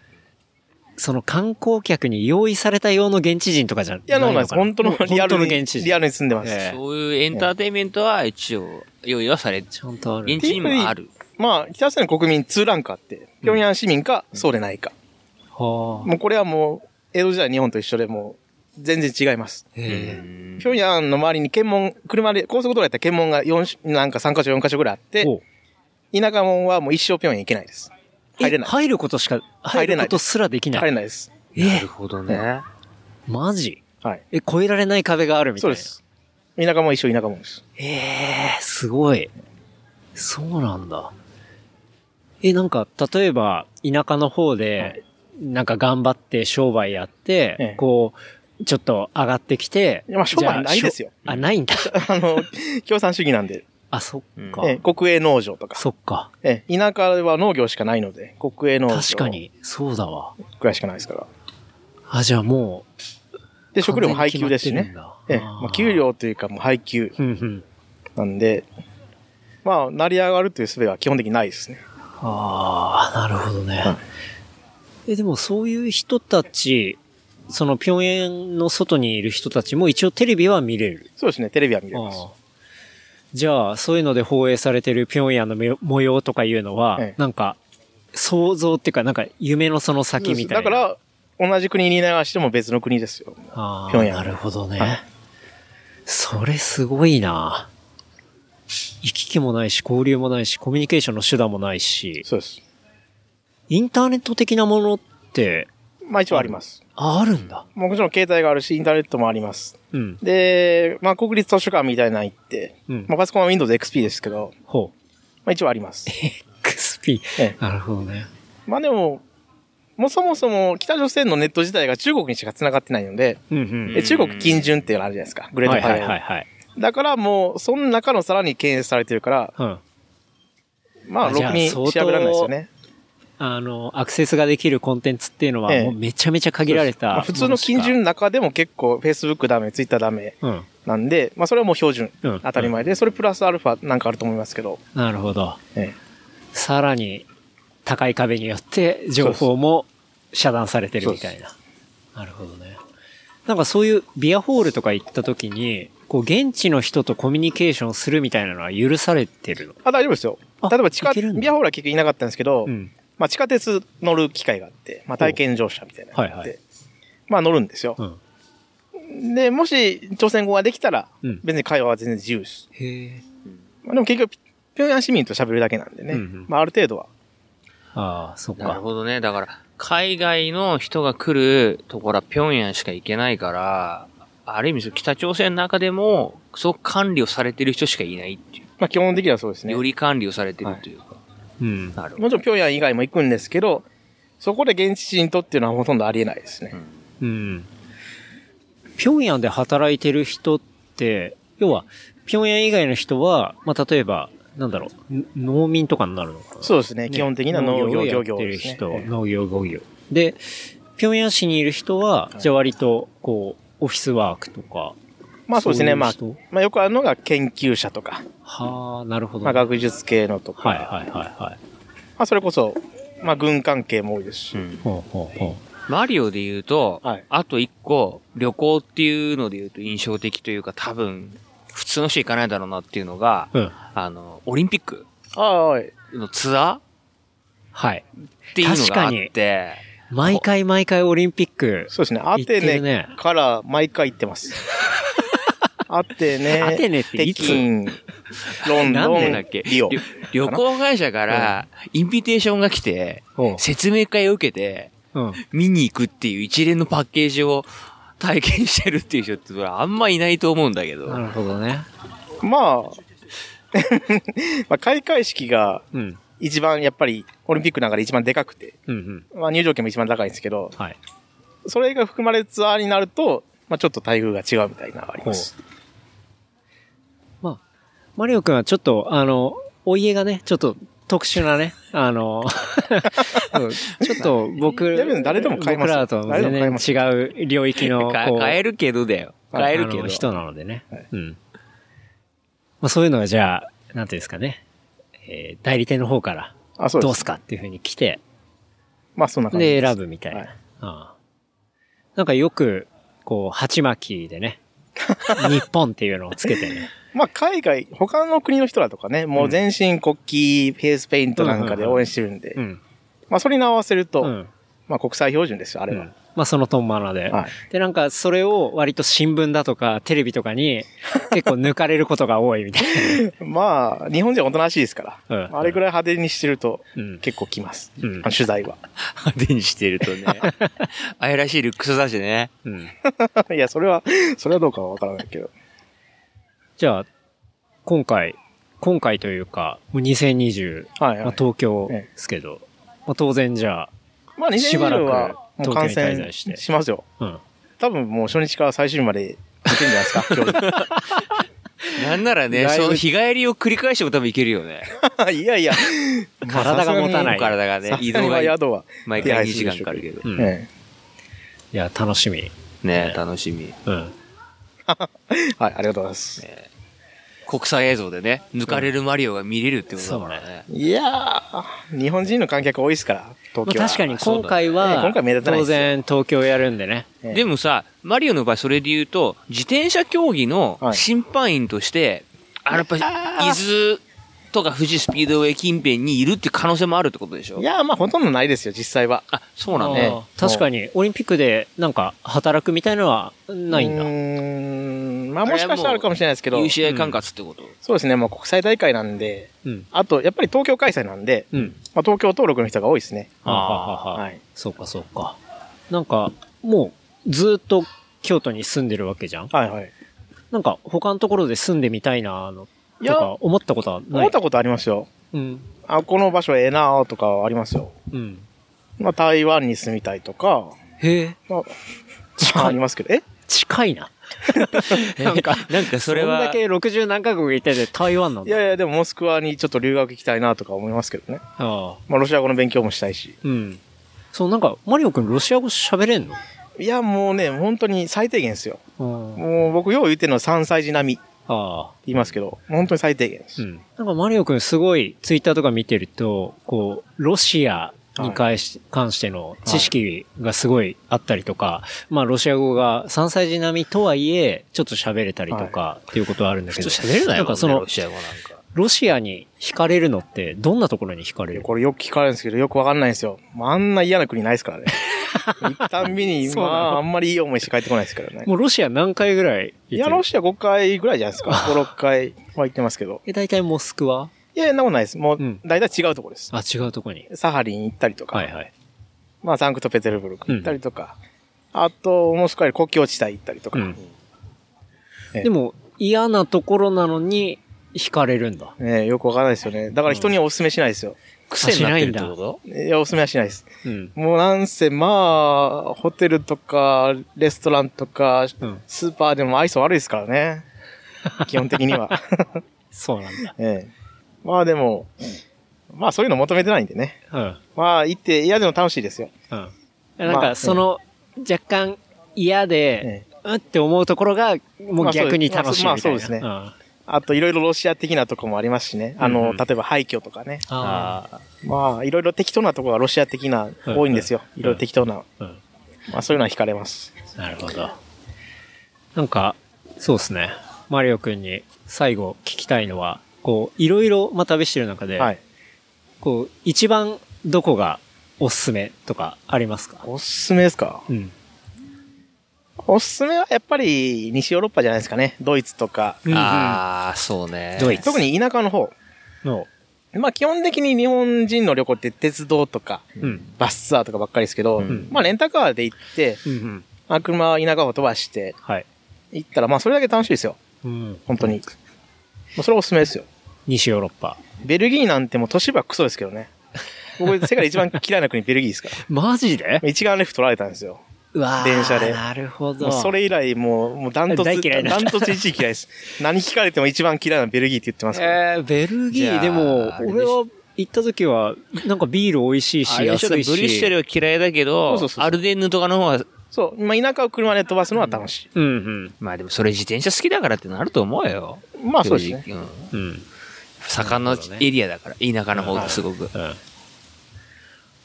Speaker 2: その観光客に用意された用の現地人とかじゃない
Speaker 5: いや、でもないです。本当のリアル
Speaker 2: 本
Speaker 5: に、
Speaker 2: 当の現地
Speaker 5: リ
Speaker 2: 人。
Speaker 5: アルに住んでます。
Speaker 2: ええ
Speaker 4: そういうエンターテインメントは一応用意はされて
Speaker 2: ちゃんとある。
Speaker 4: 現地にもある。
Speaker 5: まあ、北朝鮮の国民2ランクあって、平壌市民か、そうでないか。
Speaker 2: はあ。
Speaker 5: もうこれはもう、江戸時代日本と一緒でもう、全然違います。
Speaker 2: へえ。
Speaker 5: 平壌の周りに検問、車で、高速道路やったら検問が4、なんか3カ所4カ所ぐらいあって、
Speaker 2: おう
Speaker 5: 田舎門はもう一生平壌行けないです。入れない
Speaker 2: え入ることしか、入
Speaker 5: 入れ
Speaker 2: る
Speaker 5: ない
Speaker 2: ことすらできない。
Speaker 5: 入れないです。
Speaker 2: ええ、
Speaker 4: ほど
Speaker 5: ね。
Speaker 2: マジ
Speaker 5: はい。
Speaker 2: え、越えられない壁があるみた
Speaker 5: そ
Speaker 2: いうな。
Speaker 5: です。田舎門一生田舎門です。
Speaker 2: ええすごい。そうなんだ。え、なんか、例えば、田舎の方で、なんか頑張って商売やって、
Speaker 5: ええ
Speaker 2: こう、ちょっと上がってきて。
Speaker 5: いやまあ商売
Speaker 2: じゃあ
Speaker 5: ないですよ
Speaker 2: しょあ、ないんだ。
Speaker 5: あ の、共産主義なんで、
Speaker 2: あ、そっか。
Speaker 5: ええ国営農場とか、
Speaker 2: そっか。
Speaker 5: ええ田舎は農業しかないので、国営農
Speaker 2: 確か
Speaker 5: 場
Speaker 2: に、そうだわ。
Speaker 5: ぐらいしかないですから。
Speaker 2: あ、じゃあもう。
Speaker 5: で、食料も配給ですし
Speaker 2: 完
Speaker 5: ね。え
Speaker 2: 全に
Speaker 5: え
Speaker 2: 決まってるんだ
Speaker 5: まあ、給。料というかもう配給
Speaker 2: うんうん。
Speaker 5: なんで、まあ、成り上がるという術は基本的にないですね。
Speaker 2: ああ、なるほどね。
Speaker 5: はい
Speaker 2: え、でもそういう人たち、その平壌の外にいる人たちも一応テレビは見れる。
Speaker 5: そうですね、テレビは見れます。
Speaker 2: ああじゃあ、そういうので放映されてる平壌のめ模様とかいうのは、
Speaker 5: ええ
Speaker 2: なんか、想像っていうか、なんか夢のその先みたいな。
Speaker 5: だか、ら、同じ国にいながらしても別の国ですよ。
Speaker 2: ああ、
Speaker 5: 平壌
Speaker 2: なるほどね。
Speaker 5: はい
Speaker 2: それすごいな。行き来もないし、交流もないし、コミュニケーションの手段もないし、
Speaker 5: そうです。
Speaker 2: インターネット的なものって、
Speaker 5: まあ一応あります。
Speaker 2: ああるんだ。
Speaker 5: もちろん携帯があるし、インターネットもあります。
Speaker 2: うん。
Speaker 5: で、まあ国立図書館みたいなの行って、
Speaker 2: うん
Speaker 5: まあパソコンは Windows XP ですけど、
Speaker 2: ほう。
Speaker 5: まあ一応あります。
Speaker 2: XP。
Speaker 5: ええ
Speaker 2: なるほどね。
Speaker 5: まあでも、もうそもそも北朝鮮のネット自体が中国にしか繋がってないので、
Speaker 2: うんうん
Speaker 5: で中国近準っていうのあるじゃないですか。グレー
Speaker 2: は
Speaker 5: ト
Speaker 2: い
Speaker 5: ファイ
Speaker 2: は
Speaker 5: アウォ
Speaker 2: い
Speaker 5: ール
Speaker 2: はいはい。
Speaker 5: だからもう、その中のさらに検出されてるから、
Speaker 2: うん。
Speaker 5: まあ
Speaker 2: あ
Speaker 5: ろ
Speaker 2: じ
Speaker 5: く
Speaker 2: ゃあ
Speaker 5: に調
Speaker 2: 相当
Speaker 5: べられないですよね。
Speaker 2: あの、アクセスができるコンテンツっていうのは、
Speaker 5: ええ
Speaker 2: もうめちゃめちゃ限られた。
Speaker 5: まあ普通の近所の中でも結構 Facebook ダメ、Twitter ダメ
Speaker 2: うん。
Speaker 5: なんで、まあそれはもう標準、
Speaker 2: うん
Speaker 5: 当たり前で、それプラスアルファなんかあると思いますけど、
Speaker 2: なるほど。
Speaker 5: え
Speaker 2: さらに、高い壁によって情報も遮断されてるみたいな。なるほどね。なんかそういうビアホールとか行った時に、こう現地の人とコミュニケーションするみたいなのは許されてるの。
Speaker 5: えあ、大丈夫ですよ。
Speaker 2: あ
Speaker 5: 例えば地下、
Speaker 2: いけるんだ
Speaker 5: ビアホールは結局いなかったんですけど、
Speaker 2: うん。
Speaker 5: まあ地下鉄乗る機会があって、まあ体験乗車みたいなのがあって、
Speaker 2: はいはい
Speaker 5: まあ乗るんですよ
Speaker 2: う。ん。
Speaker 5: で、もし朝鮮語ができたら、
Speaker 2: うん
Speaker 5: 別に会話は全然自由です。
Speaker 2: へえ。
Speaker 5: まあでも結局、平壌市民と喋るだけなんでね、
Speaker 2: うんうん
Speaker 5: まあある程度は。
Speaker 2: ああ、そっ
Speaker 4: なる
Speaker 2: か。
Speaker 4: ほどね。だから、海外の人が来るところは平壌しか行けないから、ある意味その北朝鮮の中でも、そう管理をされてる人しかいないっていう。
Speaker 5: まあ基本的にはそうですね。
Speaker 4: より管理をされてるというか。
Speaker 2: うん。
Speaker 4: なるほ
Speaker 5: もちろん平壌以外も行くんですけど、そこで現地人とっていうのはほとんどありえないですね。
Speaker 2: うん。平壌で働いてる人って、要は、平壌以外の人は、まあ、例えば、なんだろう、ん農民とかになるのかな
Speaker 5: そうですね。
Speaker 2: ね
Speaker 5: 基本的な農業、漁
Speaker 2: をや
Speaker 5: 業
Speaker 2: ってる
Speaker 5: です、ね。
Speaker 2: 人、
Speaker 5: ええ
Speaker 2: 農業、漁業。で、平壌市にいる人は、じゃあ割と、こう、オフィスワークとか。
Speaker 5: まあそうですね。
Speaker 2: い
Speaker 5: まあ、
Speaker 2: 人
Speaker 5: まあよくあるのが研究者とか、
Speaker 2: はあ、なるほど。
Speaker 5: まあ
Speaker 2: はい
Speaker 5: 学術系のとか、
Speaker 2: はいはいはい。
Speaker 5: まあそれこそ、まあ軍関係も多いですし、
Speaker 4: ど。うん
Speaker 2: ほうほうほ
Speaker 4: マリオで言うと、
Speaker 5: はい
Speaker 4: あと一個、旅行っていうので言うと印象的というか、多分、普通の人行かないだろうなっていうのが、
Speaker 2: う。うん。
Speaker 4: あの、オリンピック
Speaker 5: ああ、はい。
Speaker 4: のツア
Speaker 2: はい。
Speaker 4: ーっていうの
Speaker 2: 確
Speaker 4: があ
Speaker 2: か
Speaker 4: っ
Speaker 2: に
Speaker 4: て、
Speaker 2: 毎回毎回オリンピック。
Speaker 5: そうですね。ア
Speaker 2: 行って
Speaker 5: テ
Speaker 2: る
Speaker 5: ネ
Speaker 2: ね
Speaker 5: から毎回行って ます。アテネ、
Speaker 2: アテネってい
Speaker 5: 北
Speaker 2: つ
Speaker 5: 京、ロン
Speaker 4: なん
Speaker 5: ド
Speaker 4: でだっ
Speaker 5: ン
Speaker 4: け、
Speaker 5: リオ
Speaker 4: り。ょ旅行会社からインビテーションが来て、
Speaker 2: うん
Speaker 4: 説明会を受けて、
Speaker 2: うん。
Speaker 4: 見に行くっていう一連のパッケージを体験してるっていう人って、あんまいないと思うんだけ
Speaker 2: な
Speaker 4: ど。
Speaker 2: るほどね。
Speaker 5: まあ、 まあ開会式が
Speaker 2: うん。
Speaker 5: 一番やっぱりオリンピックの中で一番でかくて、
Speaker 2: うんうん。
Speaker 5: まあ、入場券も一番高いんですけど、
Speaker 2: はい。
Speaker 5: それが含まれるツアーになると、まあ、ちょっと待遇が違うみたいなのがあります。
Speaker 2: まあ、マリオくんはちょっと、あの、お家がね、ちょっと特殊なね、あの、うん ちょっと僕、
Speaker 5: でも誰でも買えます
Speaker 2: 僕らとは
Speaker 5: 誰でも買え
Speaker 2: 全
Speaker 5: ます
Speaker 2: 然違う領域の、
Speaker 4: か
Speaker 2: こう
Speaker 4: 買えるけどだよ。買えるけ
Speaker 2: あ
Speaker 4: ど
Speaker 2: の。人なのでね。うん。まあそういうのがじゃあ、なんていうんですかね、えー代理店の方から、
Speaker 5: あ、そう
Speaker 2: ど
Speaker 5: で
Speaker 2: う
Speaker 5: す。
Speaker 2: すかっていうふうに来て、
Speaker 5: まあ、そんな感じ
Speaker 2: で、選
Speaker 5: ぶ。
Speaker 2: ぶみたいな。
Speaker 5: はい
Speaker 2: ああなんかよく、こう、鉢巻きでね、日本っていうのをつけてね。
Speaker 5: まあ、海外、他の国の人だとかね、もう全身国旗、フェイスペイントなんかで応援してるんで、
Speaker 2: うん。
Speaker 5: まあ、それに合わせると、
Speaker 2: うん。
Speaker 5: まあ、国際標準ですよ、あれ
Speaker 2: うん
Speaker 5: は。
Speaker 2: まあそのトンマナで。
Speaker 5: はい。
Speaker 2: で、なんか、それを割と新聞だとか、テレビとかに、結構抜かれることが多いみたい
Speaker 5: まあ、日本人はおとなしいですから、
Speaker 2: うん
Speaker 5: あれくらい派手にしてると
Speaker 2: な。うん。
Speaker 5: 結構来ます。
Speaker 2: うん
Speaker 5: あの取材は。
Speaker 4: 派手にしてるとね。 愛らしいルックスだしね。
Speaker 2: うん。
Speaker 5: いや、それは、それはどうかはわからないけど。
Speaker 2: じゃあ、今回、今回というか、もう2020、
Speaker 5: はいはい
Speaker 2: まあ、東京ですけど、まあ、当然じゃあ、
Speaker 5: まあ、
Speaker 2: しばら
Speaker 5: 2020
Speaker 2: く
Speaker 5: はもう感
Speaker 2: 東京に滞
Speaker 5: 染
Speaker 2: 在して
Speaker 5: しますよ。
Speaker 2: うん。
Speaker 5: 多分もう初日から最終日までいけんじゃないですか、今
Speaker 4: なんならね、
Speaker 2: ライブ
Speaker 4: その日帰りを繰り返しても多分いけるよね。
Speaker 5: 日。 いやいや、
Speaker 2: 体が持たない。い
Speaker 4: 体がね
Speaker 5: さ、
Speaker 4: 移
Speaker 5: すが
Speaker 4: 動
Speaker 5: に
Speaker 4: が
Speaker 5: は宿は。
Speaker 4: 毎
Speaker 5: 手
Speaker 4: 回
Speaker 5: 配
Speaker 4: 2
Speaker 5: す
Speaker 4: 時間
Speaker 5: るでしょ
Speaker 4: かかるけど。
Speaker 2: うん、い
Speaker 5: え
Speaker 2: や、楽しみ。
Speaker 4: ね楽しみ。
Speaker 2: うん。
Speaker 5: えはい、ありがとうございます。
Speaker 4: 国際映像でね、抜かれるマリオが見れるってことだからね。
Speaker 5: いやー、日本人の観客多いですから、東京
Speaker 2: ま
Speaker 5: は。
Speaker 2: あ確かに今回
Speaker 5: そうだね
Speaker 2: は、
Speaker 5: 今回目立たない
Speaker 2: 当
Speaker 5: ですよ
Speaker 2: 然東京やるんでね。
Speaker 5: ええ
Speaker 4: でもさ、マリオの場合それで言うと、自転車競技の
Speaker 5: はい
Speaker 4: 審判員として、あのやっぱり、伊豆とか富士スピードウェイ近辺にいるっていう可能性もあるってことでしょ
Speaker 5: いやー、まあほとんどないですよ、実際は。
Speaker 4: あ、そうなんだ。
Speaker 5: ええ
Speaker 2: あー確かに、オリンピックでなんか働くみたいのはないんだ
Speaker 5: う。ーん、まあもしかしたらあるかもしれないですけど、
Speaker 4: UCI 管轄ってこと、
Speaker 5: そうですね、もう国際大会なんで、
Speaker 2: うん。
Speaker 5: あと、やっぱり東京開催なんで、
Speaker 2: うん。
Speaker 5: まあ、東京登録の人が多いですね。
Speaker 2: はあ、はあはあ
Speaker 5: はい
Speaker 2: そうかそうか。なんか、もうずっと京都に住んでるわけじゃん
Speaker 5: はいはい。
Speaker 2: なんか他のところで住んでみたいなの、
Speaker 5: い
Speaker 2: と
Speaker 5: や
Speaker 2: か思ったことはない。
Speaker 5: 思ったことありますよ。
Speaker 2: うん。
Speaker 5: あ、この場所ええなーとかはありますよ。
Speaker 2: うん。
Speaker 5: まあ、台湾に住みたいとか、
Speaker 2: へえ。
Speaker 5: まあ、まあありますけど、え
Speaker 2: 近いな。なんか、
Speaker 4: なんかそれ
Speaker 2: ん
Speaker 4: は
Speaker 2: だ、け60何カ国行ってて台湾なんだ。
Speaker 5: いやいや、でもモスクワにちょっと留学行きたいなとか思いますけどね。
Speaker 2: ああ。
Speaker 5: まあ、ロシア語の勉強もしたいし。
Speaker 2: うん。そう、なんか、マリオくんロシア語喋れんの
Speaker 5: いや、もうね、本当に最低限ですよ。
Speaker 2: うん。
Speaker 5: もう僕、よう言ってるのは3歳児並み。
Speaker 2: ああ。
Speaker 5: 言いますけど、本当に最低限です。
Speaker 2: うん。なんかマリオくんすごいツイッターとか見てると、こう、ロシアに関し,、関しての知識がすごいあったりとか、まあロシア語が3歳児並みとはいえ、ちょっと喋れたりとか、っていうことはあるんだけ
Speaker 4: 普
Speaker 2: ど。
Speaker 4: 通喋れな
Speaker 2: な
Speaker 4: いも
Speaker 2: ん
Speaker 4: んね、
Speaker 2: かその
Speaker 4: ロ、シア語なんか。
Speaker 2: ロシアに惹かれるのって、どんなところに惹かれ
Speaker 5: いや
Speaker 2: る
Speaker 5: これよく聞かれるんですけど、よくわかんないんですよ。まあ、あんな嫌な国ないです からね。行くたんびに、ま
Speaker 2: うなの
Speaker 5: あ、あんまりいい思いして帰ってこないですからね。
Speaker 2: もうロシア何回ぐらい行って
Speaker 5: い
Speaker 2: る
Speaker 5: や、ロシア5回ぐらいじゃないですか。5、6回は行ってますけど。
Speaker 2: え、大体モスクワ
Speaker 5: いや、そんなことないです。もう
Speaker 2: うん、
Speaker 5: 大体違うところです。
Speaker 2: あ、違うとこに。
Speaker 5: サハリン行ったりとか、
Speaker 2: はいはい。
Speaker 5: まあ、サンクトペテルブルク行ったりとか、あと、モスクワより国境地帯行ったりとか。
Speaker 2: うん
Speaker 5: ええ
Speaker 2: でも、嫌なところなのに惹かれるんだ。
Speaker 5: ねえよくわかんないですよね。だから人にはお勧めしないですよ。
Speaker 4: 癖になってるってこと
Speaker 5: いや、お勧めはしないです。
Speaker 2: うん。
Speaker 5: もうなんせ、まあ、ホテルとか、レストランとか、
Speaker 2: うん
Speaker 5: スーパーでも愛想悪いですか らね。基本的には。
Speaker 2: そうなんだ。
Speaker 5: ええ、まあでも、まあそういうの求めてないんでね。
Speaker 2: うん。
Speaker 5: まあ行って嫌でも楽しいですよ。
Speaker 2: うん。なん
Speaker 5: ま
Speaker 2: か、
Speaker 5: あ
Speaker 2: その、若干嫌で、う
Speaker 5: え
Speaker 2: んって思うところが、もう
Speaker 5: まあそう
Speaker 2: 逆に楽しいみたいな。
Speaker 5: まあそうですね
Speaker 2: あ
Speaker 5: あといろいろロシア的なとこもありますしね。あ
Speaker 2: うん
Speaker 5: の、
Speaker 2: うん
Speaker 5: 例えば廃墟とかね。
Speaker 2: あ
Speaker 4: ああ。
Speaker 5: まあいろいろ適当なとこがロシア的な多いんですよ。
Speaker 2: うん
Speaker 5: いろいろ適当な。
Speaker 2: ー。うん。
Speaker 5: まあそういうのは惹かれます。
Speaker 2: なるほど。なんか、そうですね。マリオくんに最後聞きたいのは、こう、いろいろ、まあ、旅してる中で、
Speaker 5: はい。
Speaker 2: こう、一番どこがおすすめとかありますか
Speaker 5: おすすめですか
Speaker 2: うん。
Speaker 5: おすすめはやっぱり西ヨーロッパじゃないですかね。ドイツとか。
Speaker 4: ああ、そうね。
Speaker 2: ドイツ
Speaker 5: 特に田舎の方。
Speaker 2: の、
Speaker 5: まあ基本的に日本人の旅行って鉄道とか、
Speaker 2: うん。
Speaker 5: バスツアーとかばっかりですけど、
Speaker 2: ん
Speaker 5: まあレンタカーで行って、
Speaker 2: うんうん。
Speaker 5: まあ車は田舎を飛ばして、
Speaker 2: はい。
Speaker 5: 行ったら、まあそれだけ楽しいですよ。
Speaker 2: うん。
Speaker 5: 本当に。まあそれはおすすめですよ。
Speaker 2: 西ヨーロッパ。
Speaker 5: ベルギーなんてもう都市部はクソですけどね。僕、世界で一番嫌いな国ベルギーですから。
Speaker 2: マジで
Speaker 5: 一眼レフ取られた んですよ。
Speaker 2: うわー
Speaker 5: 電車で
Speaker 2: なるほ
Speaker 5: も
Speaker 2: ど。
Speaker 5: うそれ以来もう、もうダントツ、ダ
Speaker 2: 大嫌いになった
Speaker 5: ントツ一位嫌い です。何聞かれても一番嫌いなのベルギーって言ってますから。
Speaker 2: えー、ベルギ
Speaker 4: じゃ
Speaker 2: ー、
Speaker 4: あ
Speaker 2: でも
Speaker 4: あ、れでし
Speaker 2: 俺は行った時は、なんかビール美味しい
Speaker 4: あ
Speaker 2: し、
Speaker 4: れでしょ
Speaker 2: 安いし。
Speaker 4: ブリュッシェルは嫌いだけど
Speaker 5: そうそうそうそう
Speaker 4: アルデンヌとかの方が、
Speaker 5: そう。まあ田舎を車で飛ばすのは楽しい。
Speaker 2: うんうん。
Speaker 4: まあでもそれ自転車好きだからってなると思うよ。
Speaker 5: まあそうですね
Speaker 4: 正直。うん
Speaker 2: うん。
Speaker 4: 坂のエリアだから、田舎の方がすごく。
Speaker 2: うん。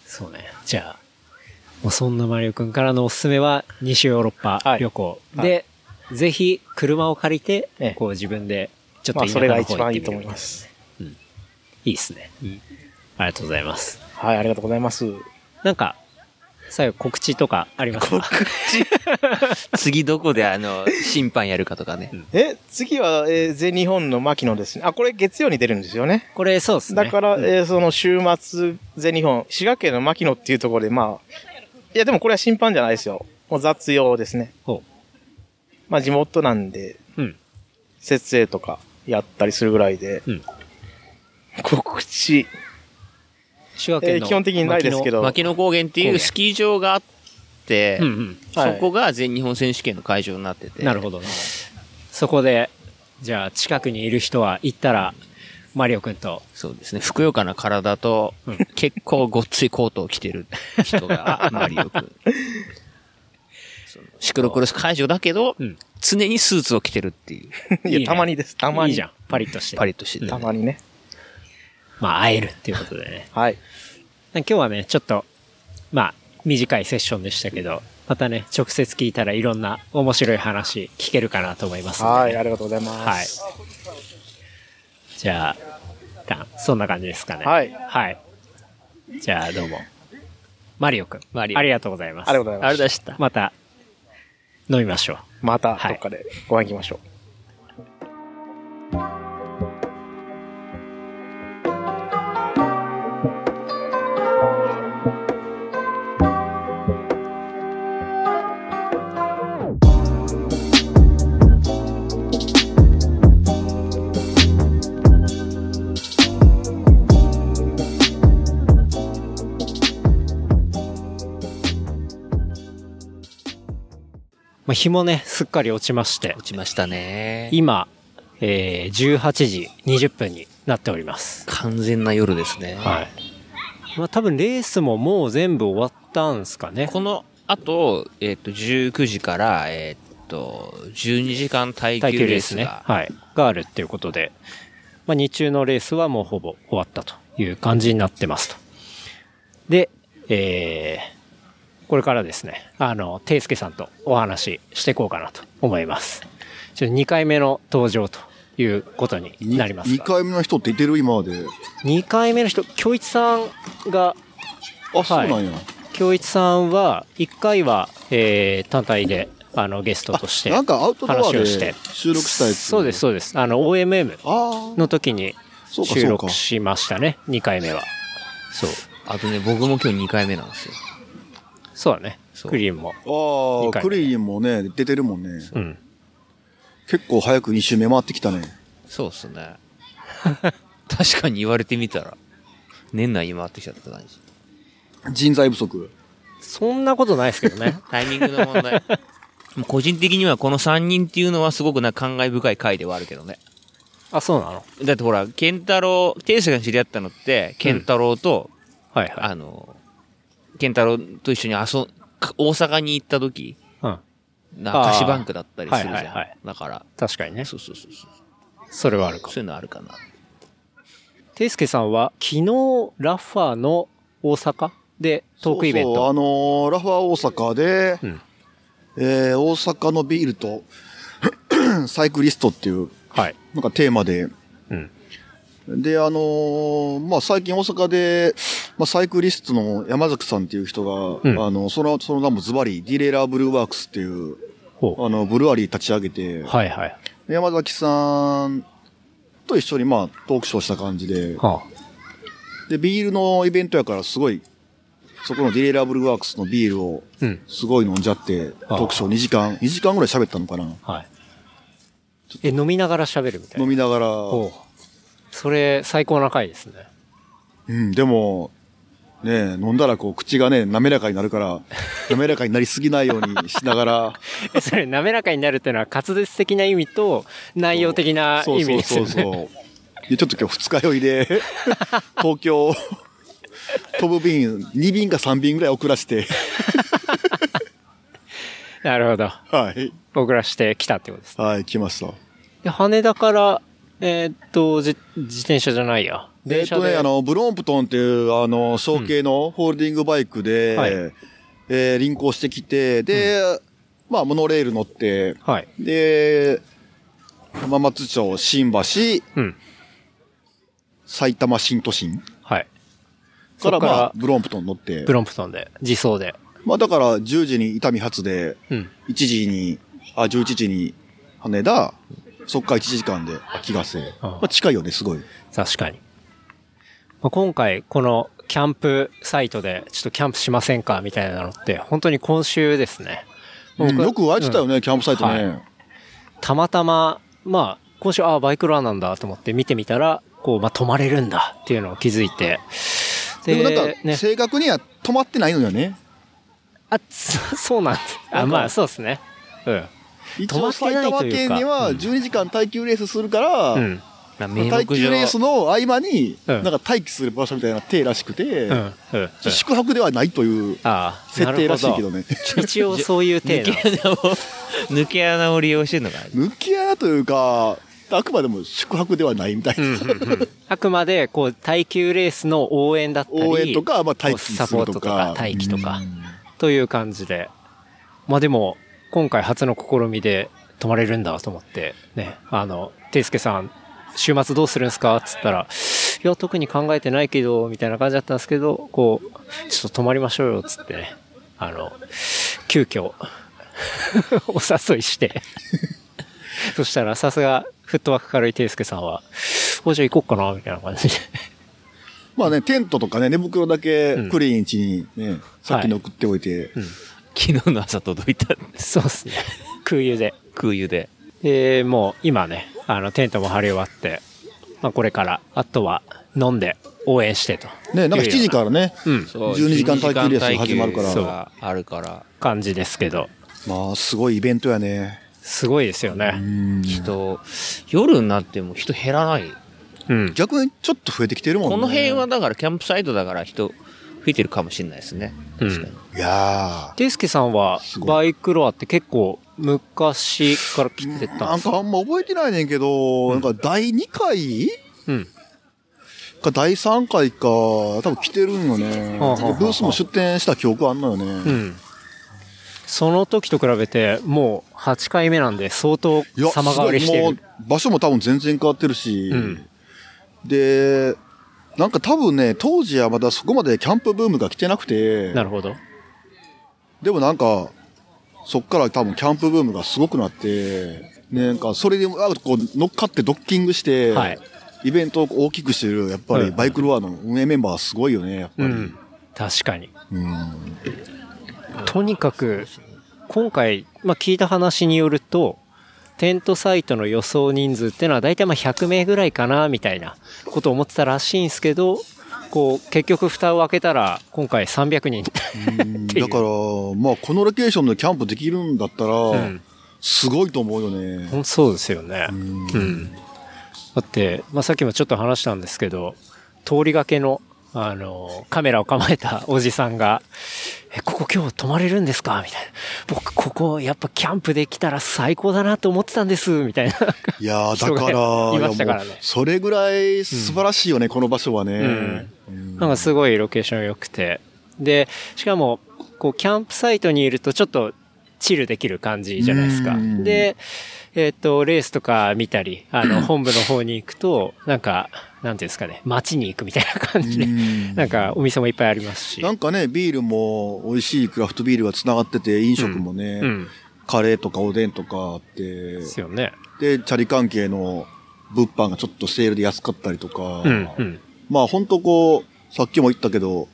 Speaker 2: そうね。じゃあ、もうそんなマリオくんからのおすすめは、西ヨーロッパ
Speaker 5: はい
Speaker 2: 旅行。
Speaker 5: はい
Speaker 2: で、ぜひ、車を借りて、
Speaker 5: ええ
Speaker 2: こう自分で、ちょっと
Speaker 5: まあ
Speaker 2: 田
Speaker 5: そ
Speaker 2: 舎
Speaker 5: れが
Speaker 2: の方行
Speaker 5: 一
Speaker 2: っ
Speaker 5: 番
Speaker 2: て
Speaker 5: いい
Speaker 2: み
Speaker 5: と
Speaker 2: る
Speaker 5: 思い
Speaker 2: みたい
Speaker 5: ま
Speaker 2: な。
Speaker 5: す。
Speaker 2: いいですね。ありがとうございます。
Speaker 5: はい、ありがとうございます。
Speaker 2: なんか、最後告知とかありますか
Speaker 4: 次どこであの、審判やるかとかね。
Speaker 5: え、次は、えー全日本の牧野ですね。あ、これ月曜に出るんですよね。
Speaker 2: これ、そうですね。
Speaker 5: だから、えーその週末、全日本、滋賀県の牧野っていうところで、まあ、いや、でもこれは審判じゃないですよ。もう雑用ですね。
Speaker 2: ほ
Speaker 5: まあ、地元なんで、
Speaker 2: う。うん。
Speaker 5: 設営とかやったりするぐらいで、
Speaker 2: うん
Speaker 5: 告知。
Speaker 2: 滋賀県の、
Speaker 5: えー基本的にないですけど
Speaker 4: 牧野高原っていうスキー場があって、
Speaker 2: うんうん
Speaker 5: はい
Speaker 4: そこが全日本選手権の会場になってて
Speaker 2: なるほどなそこでじゃあ近くにいる人は行ったらマリオくんと
Speaker 4: そうですね。ふくよかな体と、結構ごっついコートを着てる人 が、マリオくん。そのシクロクロス会場だけど、
Speaker 2: うん
Speaker 4: 常にスーツを着てるって いう、
Speaker 2: い
Speaker 5: い
Speaker 2: いね
Speaker 5: や、たまにです。たまに。
Speaker 2: いいじゃんパリッとして
Speaker 4: パリッとしてて、
Speaker 5: たまにね。
Speaker 2: まあ会えるっていうことでね
Speaker 5: はい。
Speaker 2: 今日はねちょっとまあ短いセッションでしたけどまたね直接聞いたらいろんな面白い話聞けるかなと思いますんでね
Speaker 5: はい、ありがとうございます。
Speaker 2: はい。じゃあ、一旦そんな感じですかね。
Speaker 5: はい
Speaker 2: はい。じゃあ、どうも。マリオくん。
Speaker 4: マリオ
Speaker 2: ありがとうございます。
Speaker 5: ありがとうござい
Speaker 4: あ
Speaker 5: ま
Speaker 4: れ
Speaker 5: す。
Speaker 4: 出した。
Speaker 2: また、飲みましょう。
Speaker 5: また、
Speaker 2: はい
Speaker 5: どっかでご飯行きましょう。
Speaker 2: まあ、日もね、すっかり落ちまして
Speaker 4: 落、ちましたね。
Speaker 2: 今、えー、18時20分になっております。
Speaker 4: 完全な夜ですね。
Speaker 2: はい。まあ、多分レースももう全部終わったんですかね。
Speaker 4: この後、えっ、と、19時から、えっ、と、12時間耐
Speaker 2: 耐
Speaker 4: 久
Speaker 2: 久レ
Speaker 4: レー
Speaker 2: ース
Speaker 4: ス
Speaker 2: ね。
Speaker 4: が、
Speaker 2: はい。があるっていうことで、まあ、日中のレースはもうほぼ終わったという感じになってますと。で、えー、これからですね、あの、ていすけさんとお話ししていこうかなと思います。ちょっと2回目の登場ということに
Speaker 6: に
Speaker 2: なります
Speaker 6: 二
Speaker 2: が。
Speaker 6: 回目の人っていてる今まで。
Speaker 2: 2回目の人、京一さんが、
Speaker 6: あ、そうなんや。
Speaker 2: 京一さんは、1回は、えー、単体で、あの、ゲストとして、
Speaker 6: なんかアウトドア
Speaker 2: 話を
Speaker 6: で
Speaker 2: して
Speaker 6: 収録したやつ。
Speaker 2: そうです、。そうです。あの、OMM
Speaker 6: ああ、
Speaker 2: の時に、
Speaker 6: そうか
Speaker 2: 収
Speaker 6: そうか
Speaker 2: 録。しましたね2回目はそう
Speaker 4: あとね、僕も今日2回目なんですよ。
Speaker 2: そうだね
Speaker 4: そう
Speaker 2: クリーンも
Speaker 6: あ
Speaker 2: 二
Speaker 6: あ、
Speaker 2: 回目
Speaker 6: クリーンもね、出てるもんね。
Speaker 2: うん
Speaker 6: 結構早く一周目回ってきたね。
Speaker 4: そうっす ね。確かに言われてみたら、年内に回ってきちゃった感じ。
Speaker 6: 人材不足。
Speaker 2: そんなことないですけど ね
Speaker 4: タイミングの問題。 もう個人的にはこの3人っていうのはすごくなんか感慨深い回ではあるけどね。
Speaker 2: あそうなの
Speaker 4: だってほら、ケンタロウ、テイスが知り合ったのって、ケンタロウと、
Speaker 2: はいはい
Speaker 4: あの、ケンタロウと一緒に遊ん、大阪に行った時、
Speaker 2: うん
Speaker 4: な
Speaker 2: あー
Speaker 4: 菓子バンクだったりするじゃん。
Speaker 2: はいはいはい
Speaker 4: だから、
Speaker 2: 確かにね
Speaker 4: そうそうそうそう。
Speaker 2: それはあるか
Speaker 4: そういうのあるかな。
Speaker 2: ていすけさんは昨日ラファの大阪でトークイベン
Speaker 6: そうそうあ
Speaker 2: ト
Speaker 6: のーラファ大阪で、
Speaker 2: うん
Speaker 6: えー大阪のビールと サイクリストっていう、
Speaker 2: はい
Speaker 6: なんかテーマで、
Speaker 2: うん
Speaker 6: で、あのーまあ、最近大阪で、まあ、サイクリストの山崎さんっていう人が、
Speaker 2: うん
Speaker 6: あの、その、その名もズバリ、ディレーラーブルーワークスっていう、
Speaker 2: ほ
Speaker 6: あの、ブルワリー立ち上げて、
Speaker 2: うはいはい
Speaker 6: 山崎さんと一緒に、まあ、トークショーした感じで、
Speaker 2: は
Speaker 6: で、ビールのイベントやから、すごい、そこのディレーラーブルーワークスのビールを、
Speaker 2: あうん
Speaker 6: すごい飲んじゃって、
Speaker 2: ああ
Speaker 6: 特賞2時間、2時間ぐらい喋ったのかな
Speaker 2: はいえ飲みながら喋るみたいな
Speaker 6: 飲みながら。
Speaker 2: ほうそれ最高な回です ね
Speaker 6: うん、でも、ねえ飲んだらこう、口がね、滑らかにな るから、滑らかになりすぎないようにしながら、
Speaker 2: えそれ滑らかになるっていうのは滑舌的な意味と内容的な
Speaker 6: そう
Speaker 2: 意味
Speaker 6: そう
Speaker 2: ですよ
Speaker 6: そう
Speaker 2: ね
Speaker 6: そう。でちょっと今日二日酔いで、東京、飛ぶ便、2便か3便ぐらい遅 らして、
Speaker 2: なるほど
Speaker 6: はい、
Speaker 2: 僕らしてきたってことです
Speaker 6: はい、来ました。
Speaker 2: で羽田から、えーっと、じ自転車じゃないや。
Speaker 6: え
Speaker 2: 電
Speaker 6: っ
Speaker 2: 車
Speaker 6: と
Speaker 2: で。
Speaker 6: ね、あの、ブロンプトンっていう、あの、小型のホールディングバイクで、
Speaker 2: はい
Speaker 6: えー輪行してきて、で、まあ、モノレール乗って、
Speaker 2: はい。
Speaker 6: で、浜松町、新橋、
Speaker 2: うん。
Speaker 6: 埼玉新都心
Speaker 2: はい。そ
Speaker 6: か
Speaker 2: こ
Speaker 6: ら、
Speaker 2: か
Speaker 6: まあ
Speaker 2: ら、
Speaker 6: ブロンプトン乗って
Speaker 2: ブ、ロンプトンで、自走で。
Speaker 6: まあ、だから、10時に伊丹発で、
Speaker 2: うん。
Speaker 6: 1時に、あ、11時に羽田、そっから1時間で秋ヶ瀬。
Speaker 2: ああ
Speaker 6: まあ、近いよね、すごい。
Speaker 2: 確かに。まあ、今回、この、キャンプサイトで、ちょっとキャンプしませんかみたいなのって、本当に今週ですね。
Speaker 6: うんよく湧いてたよ
Speaker 2: ね
Speaker 6: ね、キャンプサイトね。
Speaker 2: はたまたま、まあ、今週、ああ、バイクラーなんだと思って見てみたら、こう、まあ、止まれるんだっていうのを気づいて。
Speaker 6: でもなんか、
Speaker 2: ね、
Speaker 6: 正確には止まってないのよね。
Speaker 2: あ、そ そうなんです。あ、まあ、そうですね。うん。
Speaker 6: 一
Speaker 2: 止ま
Speaker 6: 応
Speaker 2: って
Speaker 6: 埼
Speaker 2: ない
Speaker 6: 玉
Speaker 2: というか
Speaker 6: 県には
Speaker 2: うん
Speaker 6: 12時間耐久レースするから、
Speaker 2: うん。
Speaker 4: まあ名目
Speaker 6: 耐久レースの合間に、
Speaker 2: うん
Speaker 6: なんか待機する場所みたいな体らしくて、
Speaker 2: うん。うん。
Speaker 6: 宿泊ではないという
Speaker 2: ああ、
Speaker 6: 設定らしいけどね。
Speaker 2: 一応そういう
Speaker 4: 抜
Speaker 2: 程度。
Speaker 4: け穴を抜け穴を利用してるのかな
Speaker 6: 抜き穴というか、あくまでも宿泊ではないみたいな。
Speaker 2: あくまでこう耐久レースの応援だったり
Speaker 6: 応援とかまあ待機するとか
Speaker 2: サポートとか待機とかという感じでまあでも今回初の試みで泊まれるんだと思ってねあの圭介さん週末どうするんですかっつったら「いや特に考えてないけど」みたいな感じだったんですけどこうちょっと泊まりましょうよっつってねあの急遽お誘いしてそしたらさすがフットワーク軽い圭介さんは「おじゃあ行こっかな」みたいな感じ で
Speaker 6: まあね、テントとかね、寝袋だけ
Speaker 2: うん
Speaker 6: クリーン家にね、さっきの送っておいて、
Speaker 4: 昨日の朝届いた
Speaker 2: そうですね。空輸で。
Speaker 4: 空輸で
Speaker 2: で、もう今ね、あの、テントも張り終わって、まあこれから、あとは飲んで応援してと。
Speaker 6: ね、なんか7時からね、
Speaker 2: うん。
Speaker 6: 12時間耐久レース始まるから
Speaker 4: そうあるから
Speaker 2: 感じですけど、
Speaker 6: まあすごいイベントやね。
Speaker 2: すごいですよね。
Speaker 4: 人夜になっても人減らない
Speaker 2: うん。
Speaker 6: 逆にちょっと増えてきてるもんね。
Speaker 4: この辺はだからキャンプサイトだから人増えてるかもしれないですね
Speaker 2: うん
Speaker 4: 確かに
Speaker 6: いや
Speaker 2: デスケさんは
Speaker 6: ごい
Speaker 2: バイクロアって結構昔から来て
Speaker 6: ー。
Speaker 2: た
Speaker 6: なんん
Speaker 2: ですか
Speaker 6: かあんま覚えてないねんけど、なんか第2回
Speaker 2: うん。
Speaker 6: か第3回か、多分来てるんよね。
Speaker 2: はあはあはあ
Speaker 6: ブースも出店した記憶あんのよね。
Speaker 2: うん。その時と比べてもう8回目なんで相当
Speaker 6: いや、す
Speaker 2: 様変わ
Speaker 6: ご
Speaker 2: り
Speaker 6: い、
Speaker 2: して
Speaker 6: も
Speaker 2: る
Speaker 6: う。場所も多分全然変わってるし、
Speaker 2: うん
Speaker 6: で、なんか多分ね、当時はまだそこまでキャンプブームが来てなくて、
Speaker 2: なるほど。
Speaker 6: でもなんか、そっから多分キャンプブームがすごくなって、ね、なんかそれであこう乗っかってドッキングして、
Speaker 2: はい
Speaker 6: イベントを大きくしてる、やっぱ
Speaker 2: う
Speaker 6: り
Speaker 2: ん
Speaker 6: バイクロアの運営メンバーはすごいよね、やっぱ
Speaker 2: う
Speaker 6: り。
Speaker 2: ん。確かに。
Speaker 6: うん
Speaker 2: とにかく今回、まあ、聞いた話によるとテントサイトの予想人数っていうのは大体まあ100名ぐらいかなみたいなことを思ってたらしいんですけどこう結局蓋を開けたら今回300人っていう
Speaker 6: だから、まあ、このロケーションでキャンプできるんだったら、
Speaker 2: ん
Speaker 6: すごいと思うよね。
Speaker 2: ほんそうですよね、う
Speaker 6: ん
Speaker 2: んだって、まあ、さっきもちょっと話したんですけど通りがけのあのカメラを構えたおじさんが「えここ今日泊まれるんですか?」みたいな「僕ここやっぱキャンプできたら最高だなと思ってたんです」みたいな
Speaker 6: いやー
Speaker 2: 人
Speaker 6: だ
Speaker 2: が
Speaker 6: か
Speaker 2: い
Speaker 6: ら、
Speaker 2: ましたからね
Speaker 6: いやもうそれぐらい素晴らしいよね、この場所はね。
Speaker 2: なんかすごいロケーション良くてでしかもこうキャンプサイトにいるとちょっとチルできる感じじゃないですか
Speaker 6: うん
Speaker 2: でえっ、とレースとか見たりあの本部の方に行くとなんかなんていうんですかね街に行くみたいな感じで
Speaker 6: うん
Speaker 2: なんかお店もいっぱいありますし
Speaker 6: なんかね、ビールも美味しいクラフトビールが繋がってて、飲食もね、
Speaker 2: うん
Speaker 6: カレーとかおでんとかあって、
Speaker 2: ですよね
Speaker 6: で、チャリ関係の物販がちょっとセールで安かったりとか、
Speaker 2: うんうん
Speaker 6: まあほんとこう、さっきも言ったけど、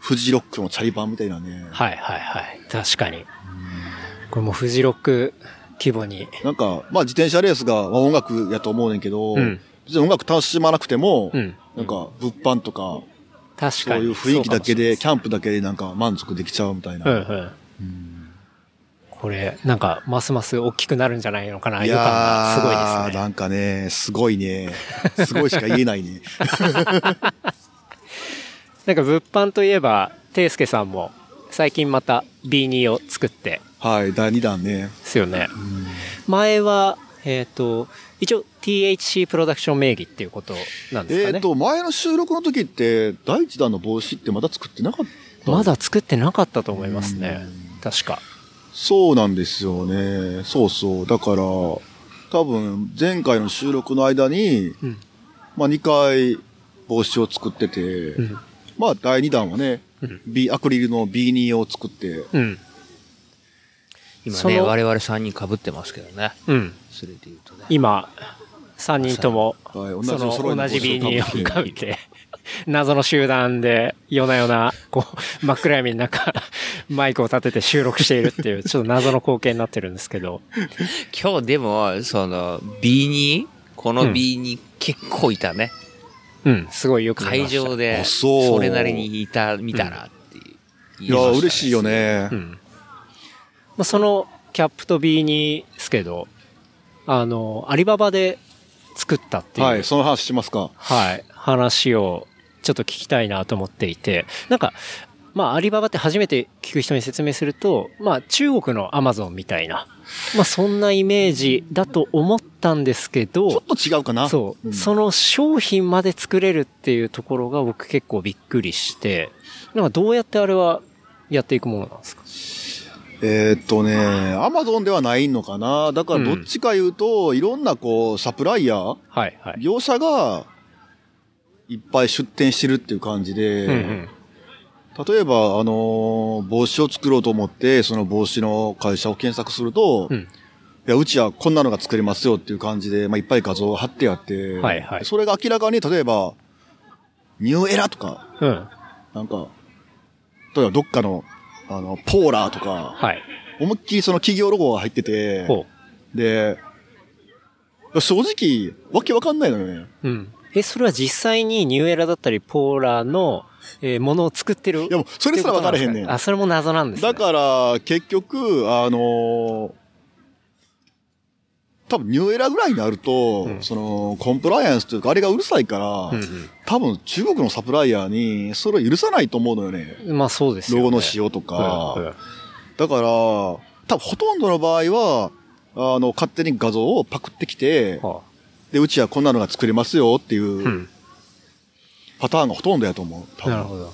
Speaker 6: フジロックのチャリ版みたいなね、
Speaker 2: はいはいはい確かにこれもフジロック規模に
Speaker 6: なんか、まあ自転車レースがまあ音楽やと思うねんけど、
Speaker 2: うん
Speaker 6: 別に音楽楽しまなくても、
Speaker 2: うん
Speaker 6: なんか物販とか、
Speaker 2: 確
Speaker 6: そ
Speaker 2: か
Speaker 6: う
Speaker 2: に
Speaker 6: いう雰囲気だけで、
Speaker 2: そう
Speaker 6: キャンプだけでなんか満足できちゃうみたい
Speaker 2: かも
Speaker 6: な。
Speaker 2: しれないうんうんこれなんかますます大きくなるんじゃないのかない予感がすごい
Speaker 6: や
Speaker 2: で
Speaker 6: ー
Speaker 2: すね
Speaker 6: なんかね、すごいね。すごいしか言え ないね。
Speaker 2: なんか物販といえばていすけさんも最近また B2 を作って
Speaker 6: はい、第2弾ね。
Speaker 2: ですよね前はえっ、と一応 THC プロダクション名義っていうことなんです
Speaker 6: え
Speaker 2: か
Speaker 6: っ、
Speaker 2: ね、
Speaker 6: と、前の収録の時って、第1弾の帽子ってまだ作ってなかった
Speaker 2: まだ作ってなかったと思いますね確か
Speaker 6: そうなんですよね。そうそう。だから、多分、前回の収録の間に、
Speaker 2: うん
Speaker 6: まあ、2回帽子を作ってて、
Speaker 2: うん
Speaker 6: まあ、第2弾はね、
Speaker 2: うん
Speaker 6: B、アクリルの B2 を作って、
Speaker 2: うん
Speaker 4: 今
Speaker 2: そ
Speaker 4: ね
Speaker 2: の
Speaker 4: 我々3人かぶってますけどね
Speaker 2: うん
Speaker 4: それで言うとね
Speaker 2: 今3人とも
Speaker 6: はい、同
Speaker 2: その
Speaker 6: 揃いの
Speaker 2: 同じ
Speaker 6: 帽子
Speaker 2: B2 を
Speaker 6: を
Speaker 2: かぶ
Speaker 6: か
Speaker 2: っ
Speaker 6: ぶって
Speaker 2: て謎の集団で夜な夜なこ う真っ暗闇の中マイクを立てて収録しているっていうちょっと謎の光景になってるんですけど
Speaker 4: 今日でもその B にこの B に結構いたね、
Speaker 2: うん、すごいよく見
Speaker 4: 会
Speaker 2: ました
Speaker 4: 場で
Speaker 6: あそう
Speaker 4: それなりにいた見たらって
Speaker 6: い
Speaker 4: 言
Speaker 6: や、
Speaker 4: またね
Speaker 6: 嬉しいよね
Speaker 2: う。んまあ、そのキャップと B にですけどあのアリババで作ったっていう、
Speaker 6: はい、その話しますか。
Speaker 2: はい、話をちょっと聞きたいなと思っていてなんかまあアリババって初めて聞く人に説明するとまあ中国のアマゾンみたいなまあそんなイメージだと思ったんですけ
Speaker 6: ちょ
Speaker 2: ど
Speaker 6: っと違うかな。
Speaker 2: そう、
Speaker 6: ん
Speaker 2: その商品まで作れるっていうところが僕結構びっくりしてなんかどうやってあれはやっていくものなんですか
Speaker 6: えーっとね、アマゾンではないのかな。だからどっちか言うと、いろんなこう、サプライヤー、
Speaker 2: はいはい。
Speaker 6: 業者が、いっぱい出店してるっていう感じで、
Speaker 2: うんうん
Speaker 6: 例えば、あのー帽子を作ろうと思って、その帽子の会社を検索すると、
Speaker 2: うん
Speaker 6: いや、うちはこんなのが作れますよっていう感じで、まあ、いっぱい画像が貼ってあって、
Speaker 2: はいはい
Speaker 6: それが明らかに、例えば、ニューエラとか、
Speaker 2: うん。
Speaker 6: なんか、例えばどっかの、あの、ポーラーとか、
Speaker 2: はい。
Speaker 6: 思いっきりその企業ロゴが入ってて、
Speaker 2: ほ
Speaker 6: で、正直、わけわかんないのよね。
Speaker 2: う。うん。え、それは実際にニューエラだったり、ポーラの、えーものを作ってる。
Speaker 6: いやもうそれすら分からへんねん
Speaker 2: ってことなですかあ、それも謎なんですね。
Speaker 6: だから、結局、あのー多分ニューエラぐらいになると、
Speaker 2: うん
Speaker 6: その、コンプライアンスというか、あれがうるさいから、
Speaker 2: うん
Speaker 6: 多分中国のサプライヤーに、それを許さないと思うのよね。
Speaker 2: うん。まあそうですよ、
Speaker 6: ロ
Speaker 2: ね。
Speaker 6: ゴの使用とか。
Speaker 2: うんうん
Speaker 6: だから、多分ほとんどの場合は、あの、勝手に画像をパクってきて、
Speaker 2: は
Speaker 6: で、うちはこんなのが作れますよってい
Speaker 2: あ
Speaker 6: う
Speaker 2: う。
Speaker 6: うんパターンがほとんどやと思う。多分
Speaker 2: なるほど。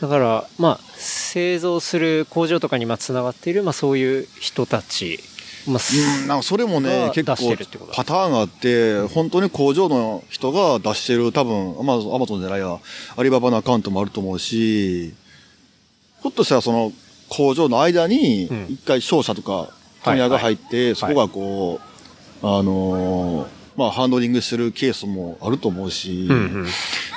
Speaker 2: だから、まあ、製造する工場とかにまあつながっている、まあそういう人たち。まあ、す
Speaker 6: うん、なんかそれもね
Speaker 2: が、
Speaker 6: 結
Speaker 2: 出して
Speaker 6: 構
Speaker 2: るってことだ
Speaker 6: パターンがあって、本当に工場の人が出してる、多分、アマゾン、アマゾンじゃないや、アリババのアカウントもあると思うし、ひょっとしたらその工場の間に
Speaker 2: うん、
Speaker 6: 一回商社とか問屋が入って、そこがこう、あのーまあ、ハンドリングしてるケースもあると思うし、
Speaker 2: うんうん。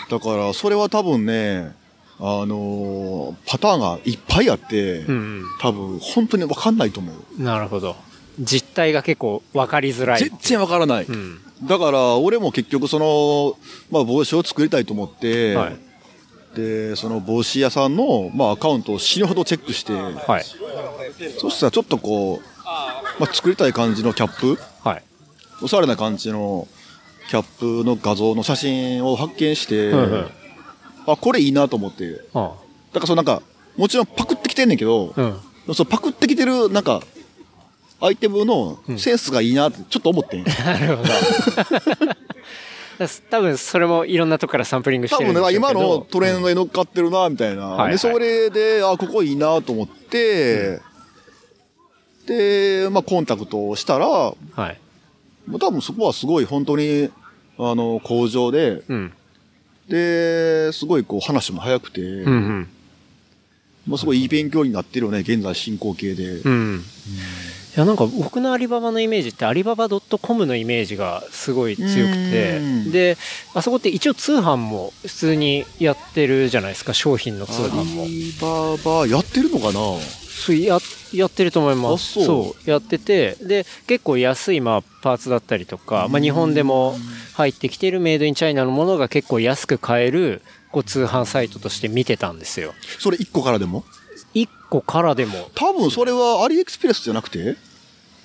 Speaker 6: だから、それは多分ね、あのーパターンがいっぱいあって、
Speaker 2: うん
Speaker 6: 多分、本当にわかんないと思う。
Speaker 2: うん。なるほど。実態が結構分かりづらい。
Speaker 6: 全然わからない。
Speaker 2: うん。
Speaker 6: だから、俺も結局その、まあ帽子を作りたいと思って、
Speaker 2: はい。
Speaker 6: で、その帽子屋さんの、まあアカウントを死ぬほどチェックして、
Speaker 2: はい。
Speaker 6: そしたらちょっとこう、まあ作りたい感じのキャップ、
Speaker 2: はい。
Speaker 6: おしゃれな感じのキャップの画像の写真を発見して、
Speaker 2: うんうん。
Speaker 6: あ、これいいなと思って。だ
Speaker 2: あ
Speaker 6: からそのなんか、もちろんパクってきてんねんけど
Speaker 2: あ、うん。
Speaker 6: そのパクってきてるなんか、アイテムのセンスがいいなってちょっと思ってん。
Speaker 2: なる ほど。多分それもいろんなとこからサンプリングし
Speaker 6: 多
Speaker 2: てる
Speaker 6: 分
Speaker 2: んでしょう
Speaker 6: ね、
Speaker 2: けど
Speaker 6: 今のトレンドに乗っかってるな、みたいな。
Speaker 2: はいはい
Speaker 6: で、それで、あ、ここいいなと思って、で、まあ、コンタクトをしたら、も
Speaker 2: はい。
Speaker 6: う多分そこはすごい本当に、あの、工場で、
Speaker 2: うん。
Speaker 6: で、すごいこう話も早くて、
Speaker 2: うん
Speaker 6: まあ、すごいいい勉強になってるよね、現在進行形で。
Speaker 2: うん。うん。いや、なんか僕のアリババのイメージって、アリババ .com のイメージがすごい強くて
Speaker 6: うん、
Speaker 2: で、あそこって一応通販も普通にやってるじゃないですか、商品の通販
Speaker 6: ア
Speaker 2: も。
Speaker 6: リババやってるのかな
Speaker 2: そうややってると思いま
Speaker 6: あ
Speaker 2: す
Speaker 6: そう
Speaker 2: やっててで結構安い、まあ、パーツだったりとか、まあ、日本でも入ってきてるメイドインチャイナのものが結構安く買えるこう通販サイトとして見てたんですよ
Speaker 6: それ1個からでも
Speaker 2: 1個からでも
Speaker 6: 多分それはアリエクスプレスじゃなくて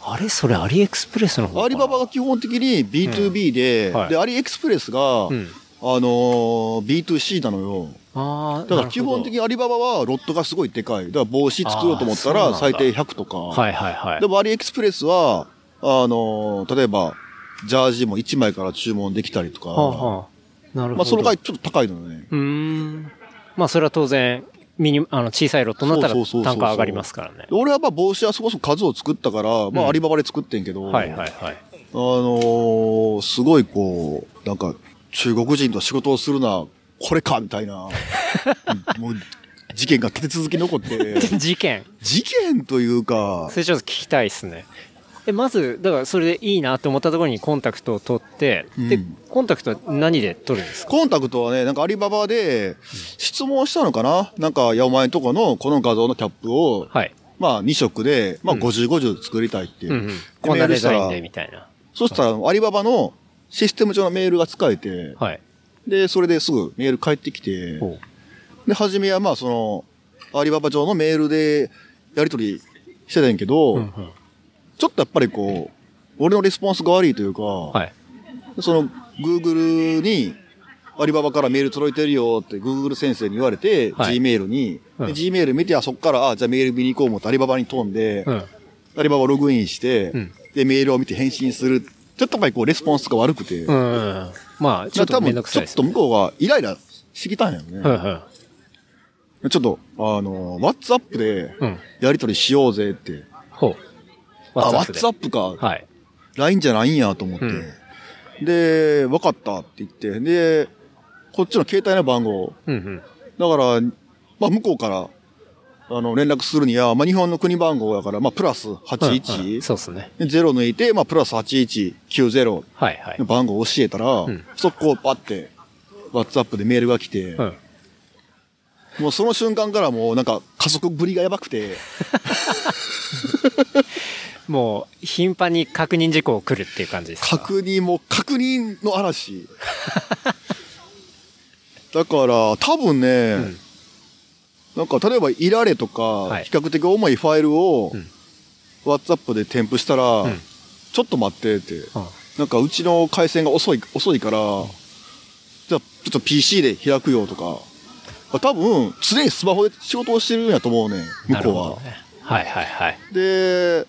Speaker 2: あれそれアリエクスプレスの方かな
Speaker 6: アリババが基本的に B2B で、
Speaker 2: うんはい
Speaker 6: で、アリエクスプレスが、
Speaker 2: うん
Speaker 6: あのー B2C なのよ。
Speaker 2: あーなる
Speaker 6: だか
Speaker 2: ほ
Speaker 6: ら
Speaker 2: ど
Speaker 6: 基本的にアリババはロットがすごいでかい。だから帽子作ろうと思った
Speaker 2: あー
Speaker 6: ら
Speaker 2: そうなん
Speaker 6: 最
Speaker 2: だ
Speaker 6: 低100とか。
Speaker 2: はいはいはい
Speaker 6: でもアリエクスプレスは、あのー例えば、ジャージも1枚から注文できたりとか。
Speaker 2: はあはあなるほど
Speaker 6: まあその回ちょっと高いのよね。
Speaker 2: うーんまあそれは当然ミニあの小さいロットになったら
Speaker 6: そうそうそうそう
Speaker 2: 単価上がりますからね
Speaker 6: で俺はまあ帽子はそこそこ数を作ったから、ま
Speaker 2: うん
Speaker 6: あアリババで作ってんけど、
Speaker 2: はいはいはい
Speaker 6: あのーすごいこう、なんか、中国人と仕事をするな、これか、みた いな、うんもう、事件が立て続けに残って、
Speaker 2: 事件
Speaker 6: 事件というか
Speaker 2: そ、れちょっと聞きたいですね。えまずだからそれでいいなと思ったところにコンタクトを取って、
Speaker 6: うん
Speaker 2: でコンタクトは何で取るんですか
Speaker 6: コンタクトはね、なんかアリババで、質問したのかななんか、いや、お前んとこの、この画像のキャップを、
Speaker 2: はい、
Speaker 6: まあ、2色で、まあ、
Speaker 2: うん
Speaker 6: 50、50作りたいって。
Speaker 2: うんうん
Speaker 6: で
Speaker 2: こん
Speaker 6: メー
Speaker 2: な
Speaker 6: ル
Speaker 2: デ
Speaker 6: した
Speaker 2: ザ
Speaker 6: ら
Speaker 2: インでみたいな
Speaker 6: そしたら、アリババのシステム上のメールが使えて、
Speaker 2: はい
Speaker 6: で、それですぐメール返ってきて、
Speaker 2: ほ
Speaker 6: で、初めはまあその、アリババ上のメールでやり取りしてたんやけど、
Speaker 2: う。うんうん。
Speaker 6: ちょっとやっぱりこう、俺のレスポンスが悪いというか、
Speaker 2: はい。
Speaker 6: その、Google に、アリババからメール届いてるよって Google 先生に言われて、
Speaker 2: はい
Speaker 6: Gmail に、
Speaker 2: うん
Speaker 6: で Gmail 見て、あ、そっから、あ、じゃあメール見に行こう思ってアリババに飛んで、
Speaker 2: うん。
Speaker 6: アリババログインして、
Speaker 2: うん
Speaker 6: で、メールを見て返信する。ちょっとやっぱりこう、レスポンスが悪くて、
Speaker 2: うんうんうん。まあ、ちょっと
Speaker 6: 多
Speaker 2: め
Speaker 6: 分
Speaker 2: んどく
Speaker 6: ち
Speaker 2: さ
Speaker 6: ょ
Speaker 2: い
Speaker 6: っ
Speaker 2: です
Speaker 6: と
Speaker 2: ね。
Speaker 6: 向こうがイライラしてきたんやろね。
Speaker 2: うんうん。
Speaker 6: ちょっと、あの、WhatsApp で
Speaker 2: うん、
Speaker 6: やりとりしようぜって。
Speaker 2: ほう。
Speaker 6: あ、
Speaker 2: WhatsApp で
Speaker 6: WhatsApp か。
Speaker 2: はい。
Speaker 6: LINE じゃないんやと思って。で、わかったって言って。で、こっちの携帯の番号。
Speaker 2: うんうん。
Speaker 6: だから、まあ、向こうから、あの、連絡するには、まあ、日本の国番号やから、まあ、プラス
Speaker 2: うんうん
Speaker 6: 81。
Speaker 2: そうですね。
Speaker 6: で0抜いて、まあ、プラス8190
Speaker 2: はいはい
Speaker 6: の。番号を教えたら、
Speaker 2: ん
Speaker 6: 速攻パッて、WhatsApp でメールが来て、
Speaker 2: うん。
Speaker 6: もうその瞬間からもうなんか加速ぶりがやばくて、
Speaker 2: もう、頻繁に確認事項来るっていう感じですか。
Speaker 6: 確認も確認の嵐 だから多分ね、
Speaker 2: うん
Speaker 6: なんか例えばいられとか、
Speaker 2: い
Speaker 6: 比較的重いファイルを、
Speaker 2: うん
Speaker 6: WhatsApp で添付したら、
Speaker 2: ん
Speaker 6: ちょっと待ってって、
Speaker 2: うん
Speaker 6: なんかうちの回線が遅い遅いから、じゃあちょっと PC で開くよとか多分常にスマホで仕事をしてるんやと思うね向
Speaker 2: な
Speaker 6: こ
Speaker 2: る
Speaker 6: う
Speaker 2: ほ
Speaker 6: は
Speaker 2: ど。ね。はいはいはい。
Speaker 6: で、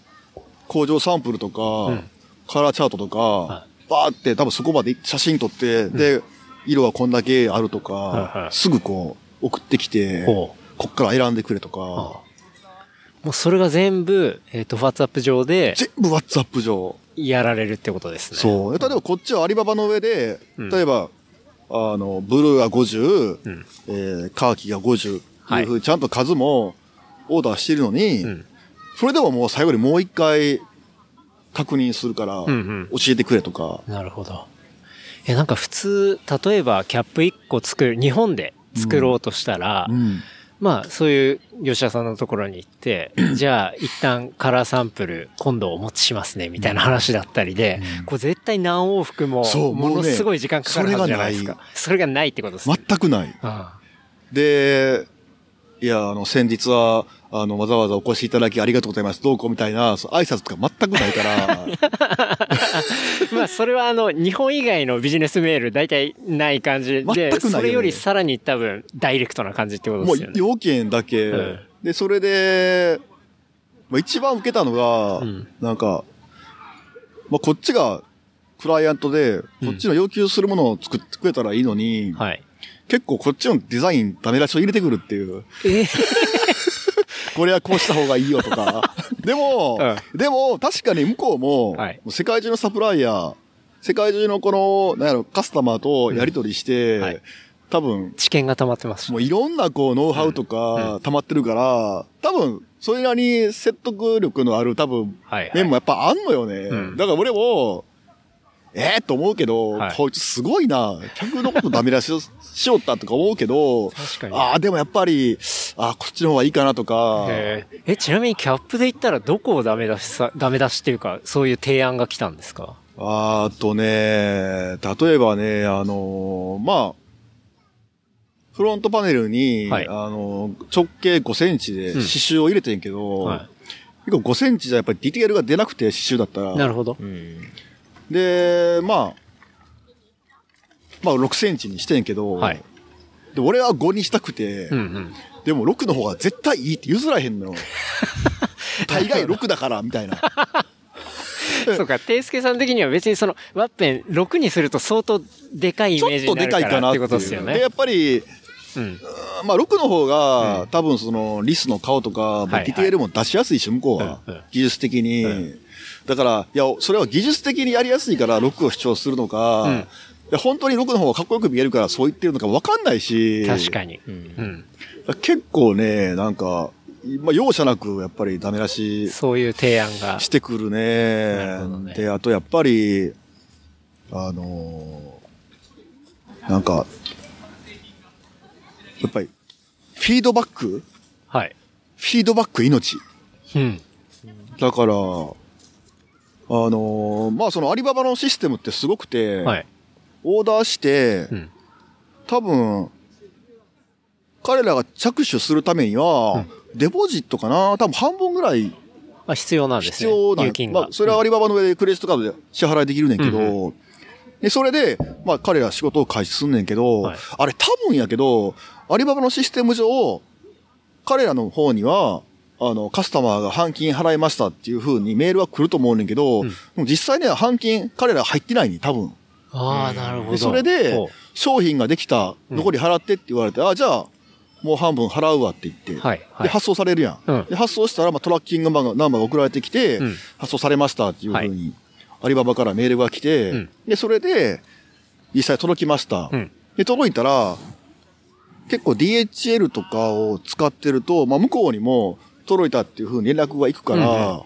Speaker 6: 工場サンプルとか、
Speaker 2: ん
Speaker 6: カラーチャートとか、バーって多分そこまで写真撮って、で、色はこんだけあるとか、
Speaker 2: はいはい
Speaker 6: すぐこう送ってきて、
Speaker 2: ほ
Speaker 6: こっから選んでくれとか、
Speaker 2: もうそれが全部、えっ、と、WhatsApp 上で
Speaker 6: 全部 WhatsApp 上。
Speaker 2: やられるってことですね。
Speaker 6: そう。で例えばこっちはアリババの上で、
Speaker 2: うん
Speaker 6: 例えば、あの、ブルーが50、
Speaker 2: うん
Speaker 6: えーカーキが50、
Speaker 2: はい
Speaker 6: いうふうにちゃんと数もオーダーしてるのに、
Speaker 2: うん。
Speaker 6: それでももう最後にもう一回確認するから、
Speaker 2: うんうん
Speaker 6: 教えてくれとか、
Speaker 2: なるほど。え、なんか普通、例えばキャップ1個作る、日本で作ろうとしたら、
Speaker 6: うん
Speaker 2: まあそういう吉田さんのところに行って、じゃあ一旦カラーサンプル今度お持ちしますねみたいな話だったりで、こう絶対何往復も
Speaker 6: そうも
Speaker 2: も
Speaker 6: うね
Speaker 2: のすごい時間かかるはずじゃないですか。それがないってことですね。
Speaker 6: 全くない。
Speaker 2: あ
Speaker 6: で、いや、あの、先日は、あの、わざわざお越しいただきありがとうございます。どうこうみたいな、そう挨拶とか全くな いから、
Speaker 2: あまあそれはあの日本以外のビジネスメール大体ない感じで、
Speaker 6: 全くないよね
Speaker 2: それよりさらに多分ダイレクトな感じってこと
Speaker 6: も
Speaker 2: で
Speaker 6: う
Speaker 2: すよね。
Speaker 6: 要件だけ。
Speaker 2: うん
Speaker 6: で、それで、まあ、一番受けたのが、
Speaker 2: ん
Speaker 6: なんか、まあ、こっちがクライアントで、こっちの要求するものを作ってくれたらいいのに、
Speaker 2: はい。
Speaker 6: 結構こっちのデザインダメ出しを入れてくるっていう。
Speaker 2: え
Speaker 6: これはこうした方がいいよと か。でも、
Speaker 2: う
Speaker 6: でも確かに向こうも、
Speaker 2: はい
Speaker 6: もう世界中のサプライヤー、世界中のこの、なんやろ、カスタマーとやり取りして、
Speaker 2: うんはい
Speaker 6: 多分、
Speaker 2: 知見が溜まってますし
Speaker 6: も。ういろんなこう、ノウハウと
Speaker 2: う
Speaker 6: か溜まってるから、多分、それなりに説得力のある多分、
Speaker 2: はい、は
Speaker 6: 面
Speaker 2: い。
Speaker 6: もやっぱあんのよね。
Speaker 2: うん
Speaker 6: だから俺も、ええと思うけど、
Speaker 2: はい
Speaker 6: こいつすごいな。客のことダメ出しをしよったとか思うけど、
Speaker 2: 確かに。
Speaker 6: ああ、でもやっぱり、ああ、こっちの方がいいかなとか、
Speaker 2: へええちなみにキャップで言ったらどこをダメ出しさダメ出しっていうかそういう提案が来たんですか
Speaker 6: あーあとね、例えばね、あのーまあ、フロントパネルに、
Speaker 2: はい
Speaker 6: あのー直径5センチで刺繍を入れてんけど、
Speaker 2: は
Speaker 6: 結構5センチじゃやっぱりディテールが出なくて、刺繍だった
Speaker 2: いな
Speaker 6: ら。
Speaker 2: るほど
Speaker 6: で、まあ、まあ6センチにしてんけど、
Speaker 2: はい
Speaker 6: で俺は5にしたくて、
Speaker 2: うんうん
Speaker 6: でも6の方が絶対いいって譲らへ んのよ。大概6だから、みたいな。
Speaker 2: そうか定介さん的には別にそのワッペン6にすると相当でかいイ
Speaker 6: ちょ
Speaker 2: メー
Speaker 6: っ
Speaker 2: ジに
Speaker 6: と
Speaker 2: な
Speaker 6: で
Speaker 2: る
Speaker 6: かい
Speaker 2: か
Speaker 6: かな
Speaker 2: ら
Speaker 6: っ
Speaker 2: ってて
Speaker 6: いう。
Speaker 2: ことですよ
Speaker 6: で、
Speaker 2: ね
Speaker 6: やっぱり、
Speaker 2: うん
Speaker 6: まあ、6の方が、多分その、リスの顔とか、
Speaker 2: はいはい
Speaker 6: ディテールも出しやすいし、向こうは
Speaker 2: うんうん。
Speaker 6: 技術的に。だから、いや、それは技術的にやりやすいから、6を主張するのか、
Speaker 2: うん
Speaker 6: いや本当に6の方がかっこよく見えるから、そう言ってるのか分かんないし。
Speaker 2: 確かに、うん
Speaker 4: ん
Speaker 6: 結構ね、なんか、まあ、容赦なく、やっぱりダメ出し
Speaker 2: そういう提案が
Speaker 6: してく
Speaker 2: なる
Speaker 6: るね
Speaker 2: ほどね
Speaker 6: で、あとやっぱり、あのーなんか、やっぱり、フィードバック
Speaker 2: はい、
Speaker 6: フィードバック命。
Speaker 2: うん、
Speaker 6: だから、あのーまあそのアリババのシステムってすごくて、
Speaker 2: はい
Speaker 6: オーダーして、
Speaker 2: うん
Speaker 6: 多分、彼らが着手するためには、デポジットかな多分半分ぐらい
Speaker 2: あ必要なんです
Speaker 6: 必
Speaker 2: ね。
Speaker 6: 要なん
Speaker 2: 入金が。
Speaker 6: まあ、それはアリババの上でクレジットカードで支払いできるねんけど、で、それで、まあ、彼ら仕事を開始すんねんけど、
Speaker 2: はい
Speaker 6: あれ多分やけど、アリババのシステム上、彼らの方には、あの、カスタマーが半金払いましたっていう風にメールは来ると思うねんけど、
Speaker 2: うん
Speaker 6: でも実際には半金彼ら入ってないに多分。
Speaker 2: ああ、なるほど。
Speaker 6: で、それで
Speaker 2: ほ、
Speaker 6: 商品ができた、
Speaker 2: うん
Speaker 6: 残り払ってって言われて、あ、じゃあ、もう半分払うわって言って、
Speaker 2: うはい、は
Speaker 6: で、
Speaker 2: い。
Speaker 6: 発送されるやん。
Speaker 2: うん
Speaker 6: で、発送したら、まあ、トラッキングナンバーがナンバーが送られてきて、
Speaker 2: うん
Speaker 6: 発送されましたっていうふうに、アリババからメールが来て、
Speaker 2: うん
Speaker 6: で、それで、実際届きました。
Speaker 2: うん
Speaker 6: で、届いたら、結構 DHL とかを使ってると、まあ、向こうにも届いたっていうふうに連絡が行くから、
Speaker 2: うんうん
Speaker 6: ま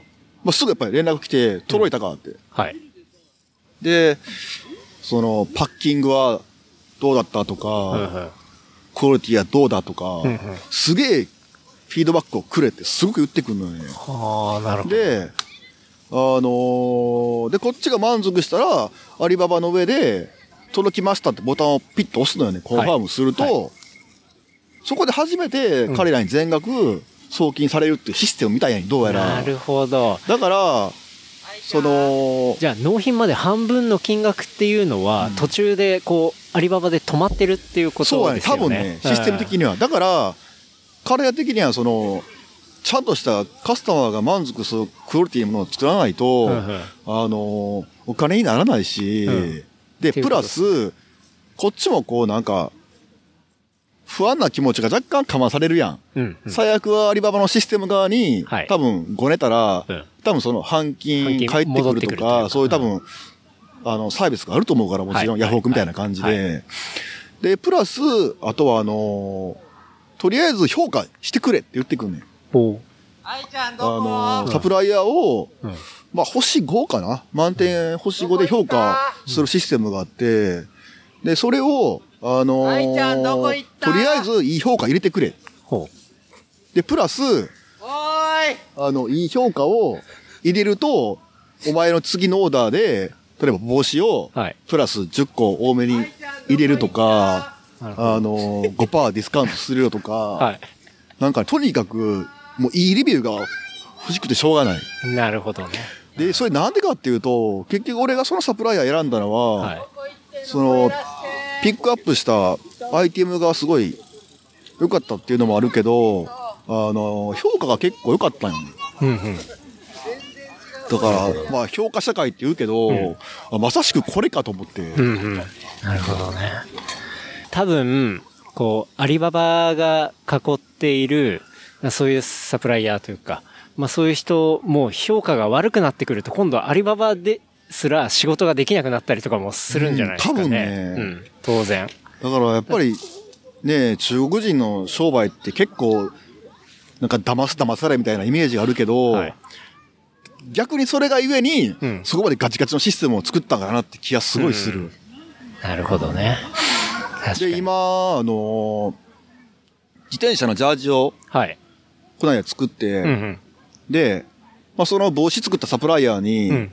Speaker 6: あ、すぐやっぱり連絡来て、届いたかって。
Speaker 2: はい。
Speaker 6: で、その、パッキングはどうだったとか、クオリティはどうだとか、
Speaker 2: うんうん
Speaker 6: すげえフィードバックをくれってすごく言ってくるのよね。
Speaker 2: ああ、なるほど。
Speaker 6: で、あのーで、こっちが満足したら、アリババの上で、届きましたってボタンをピッと押すのよね、コンファームすると、
Speaker 2: はい
Speaker 6: そこで初めて彼らに全額送金されるっていうシステムみたいやん、どうや
Speaker 2: な
Speaker 6: ら。
Speaker 2: るほど。
Speaker 6: だから、その、
Speaker 2: じゃあ納品まで半分の金額っていうのは、途中でこうアリババで止まってるっていうこ
Speaker 6: そう
Speaker 2: と
Speaker 6: や
Speaker 2: で
Speaker 6: ね。
Speaker 2: すよね。
Speaker 6: 多分ね、システム的には。だから、彼ら的には、その、ちゃんとしたカスタマーが満足するクオリティのものを作らないと、
Speaker 2: うんう
Speaker 6: あ
Speaker 2: ん
Speaker 6: の、お金にならないし、
Speaker 2: うん
Speaker 6: で、
Speaker 2: っていう
Speaker 6: プ
Speaker 2: こと
Speaker 6: ラ
Speaker 2: で
Speaker 6: ス、こっちもこう、なんか、不安な気持ちが若干かまされるやん。
Speaker 2: うんうん
Speaker 6: 最悪はアリババのシステム側に、
Speaker 2: はい
Speaker 6: 多分ごねたら、
Speaker 2: うん
Speaker 6: 多分その半
Speaker 2: 半
Speaker 6: 金
Speaker 2: 金
Speaker 6: 返ってく
Speaker 2: 戻
Speaker 6: る
Speaker 2: って
Speaker 6: とか
Speaker 2: くるというか
Speaker 6: そういう多分、あのサービスがあると思うからもちろん、
Speaker 2: はい
Speaker 6: ヤフオクみたいな感じで、
Speaker 2: はいは
Speaker 6: でプラスあとはあのーとりあえず評価してくれって言ってくんねん
Speaker 2: ほ
Speaker 6: あのーサプライヤーを、
Speaker 2: ううん
Speaker 6: まあ、星5かな満点星5で評価するシステムがあって、でそれをあのーとりあえずいい評価入れてくれ
Speaker 2: ほう
Speaker 6: で、プラス、あの、いい評価を入れると、お前の次のオーダーで、例えば帽子を
Speaker 2: はい、
Speaker 6: プラス10個多めに入れるとか、
Speaker 2: なるほ
Speaker 6: あの、5%ディスカウントするよとか、
Speaker 2: どは
Speaker 6: なんかとにかく、もういいレビューが欲しくてしょうがない。
Speaker 2: いなるほどね
Speaker 6: で、それなんでかっていうと、結局俺がそのサプライヤー選んだのは、
Speaker 2: は
Speaker 6: その、ピックアップしたアイテムがすごい良かったっていうのもあるけど、あの、評価が結構良かったんよね。
Speaker 2: いうんうん
Speaker 6: だから、まあ、評価社会って言うけど、あまさしくこれかと思って。
Speaker 2: うんうんなるほどね多分こうアリババが囲っているそういうサプライヤーというか、まあ、そういう人も評価が悪くなってくると今度はアリババですら仕事ができなくなったりとかもするんじゃないですかね,、
Speaker 6: うん多分ね
Speaker 2: うん、当然
Speaker 6: だから、やっぱり、ね、中国人の商売って結構、なんか騙す騙されみたいなイメージがあるけど、
Speaker 2: はい
Speaker 6: 逆にそれがゆえに、
Speaker 2: ん
Speaker 6: そこまでガチガチのシステムを作ったんかなって気がすごいする。
Speaker 2: なるほどね確か
Speaker 6: で、
Speaker 2: に
Speaker 6: 今、あのー自転車のジャージを
Speaker 2: はい
Speaker 6: この間作って、
Speaker 2: うんうん
Speaker 6: で、まあ、その帽子作ったサプライヤーに、
Speaker 2: うん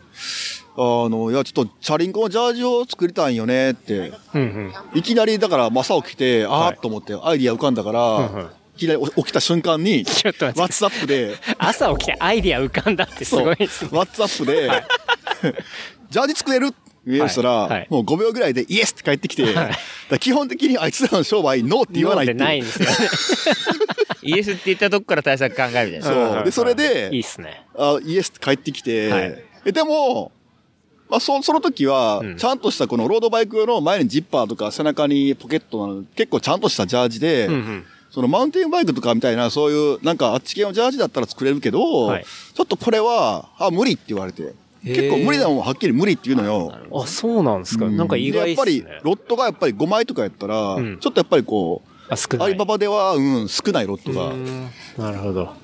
Speaker 6: あの、いや、ちょっとチャリンコのジャージを作りたいんよねって、
Speaker 2: うんうん
Speaker 6: いきなりだから正を着て、あ
Speaker 2: は
Speaker 6: あ
Speaker 2: い
Speaker 6: と思ってアイディア浮かんだから、
Speaker 2: んうん
Speaker 6: いきなりお起きた瞬 間に、
Speaker 2: ちょっと待って
Speaker 6: ワッツアップで、
Speaker 2: 朝起きてアイディア浮かんだってす
Speaker 6: そう
Speaker 2: ご
Speaker 6: ワ
Speaker 2: いですね
Speaker 6: ッツアップで、 ジャージ作れるってメールしたら、
Speaker 2: はいはい
Speaker 6: もう5秒ぐらいでイエスって帰ってきて、だから基本的にあいつらの商売ノーって言わないって
Speaker 2: 飲んでないんですよね
Speaker 4: イエスって言ったとこから対策考えるじゃないですか
Speaker 6: そうでそれで
Speaker 2: いいっすね
Speaker 6: あイエスって帰ってきて、
Speaker 2: はい
Speaker 6: えでも、まあ、そその時は、
Speaker 2: うん
Speaker 6: ちゃんとしたこのロードバイク用の前にジッパーとか背中にポケットなの結構ちゃんとしたジャージで、
Speaker 2: うんうん
Speaker 6: そのマウンテンバイクとかみたいなそういうなんかあっち系のジャージだったら作れるけど、
Speaker 2: はい
Speaker 6: ちょっとこれはあ無理って言われて
Speaker 2: へー
Speaker 6: 結構無理なもんははっきり無理って言うのよ。
Speaker 2: あそうなんですか、
Speaker 6: う
Speaker 2: なんか意外っす
Speaker 6: で
Speaker 2: ね
Speaker 6: やっぱりロットがやっぱり5枚とかやったら、
Speaker 2: うん
Speaker 6: ちょっとやっぱりこう
Speaker 2: あ少ない
Speaker 6: アリババでは、うん、少ないロットが。
Speaker 2: うんなるほど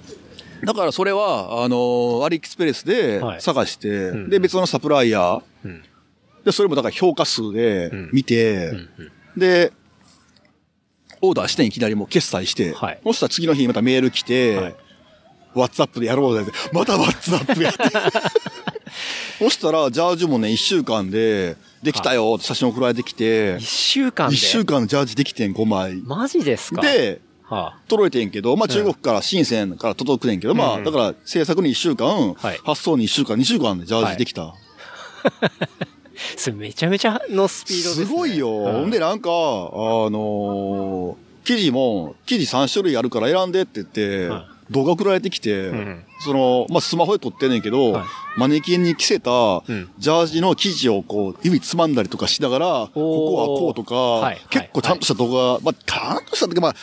Speaker 6: だからそれは、あのーアリエクスプレスで
Speaker 2: はい
Speaker 6: 探して、
Speaker 2: うん
Speaker 6: で、別のサプライヤー、
Speaker 2: うん
Speaker 6: で、それもだから評価数で
Speaker 2: うん
Speaker 6: 見て、
Speaker 2: うんうん
Speaker 6: で、オーダーしていきなりもう決済して、
Speaker 2: はい
Speaker 6: そしたら次の日にまたメール来て、
Speaker 2: はい
Speaker 6: ワッツアップでやろうぜ。またワッツアップやって。そしたら、ジャージもね、1週間で、できたよって写真送られてきて
Speaker 2: 1、週間
Speaker 6: 1
Speaker 2: で
Speaker 6: 週間のジャージできてん、5枚。
Speaker 2: マジですか
Speaker 6: で、
Speaker 2: は
Speaker 6: 届いてんけど、まあ中国から、深センから届くねんけど、ま
Speaker 2: う
Speaker 6: あ
Speaker 2: ん
Speaker 6: だから制作に1週間、
Speaker 2: はい
Speaker 6: 発送に1週間、2週間でジャージできた。
Speaker 2: あ、それめちゃめちゃのスピードです、
Speaker 6: す
Speaker 2: ね、
Speaker 6: ごいよ。ほ、
Speaker 2: うん
Speaker 6: んで、なんか、あのー記事も、記事3種類あるから選んでって言って、
Speaker 2: は
Speaker 6: 動画送られてきて、
Speaker 2: ん
Speaker 6: その、まあ、スマホで撮ってんねんけど、
Speaker 2: はい
Speaker 6: マネキンに着せた、
Speaker 2: ん
Speaker 6: ジャージの生地をこう、指つまんだりとかしながら、ここはこうとか、
Speaker 2: はい
Speaker 6: 結構ちゃんとした動画、まあ、ちゃんとしたというかまあ、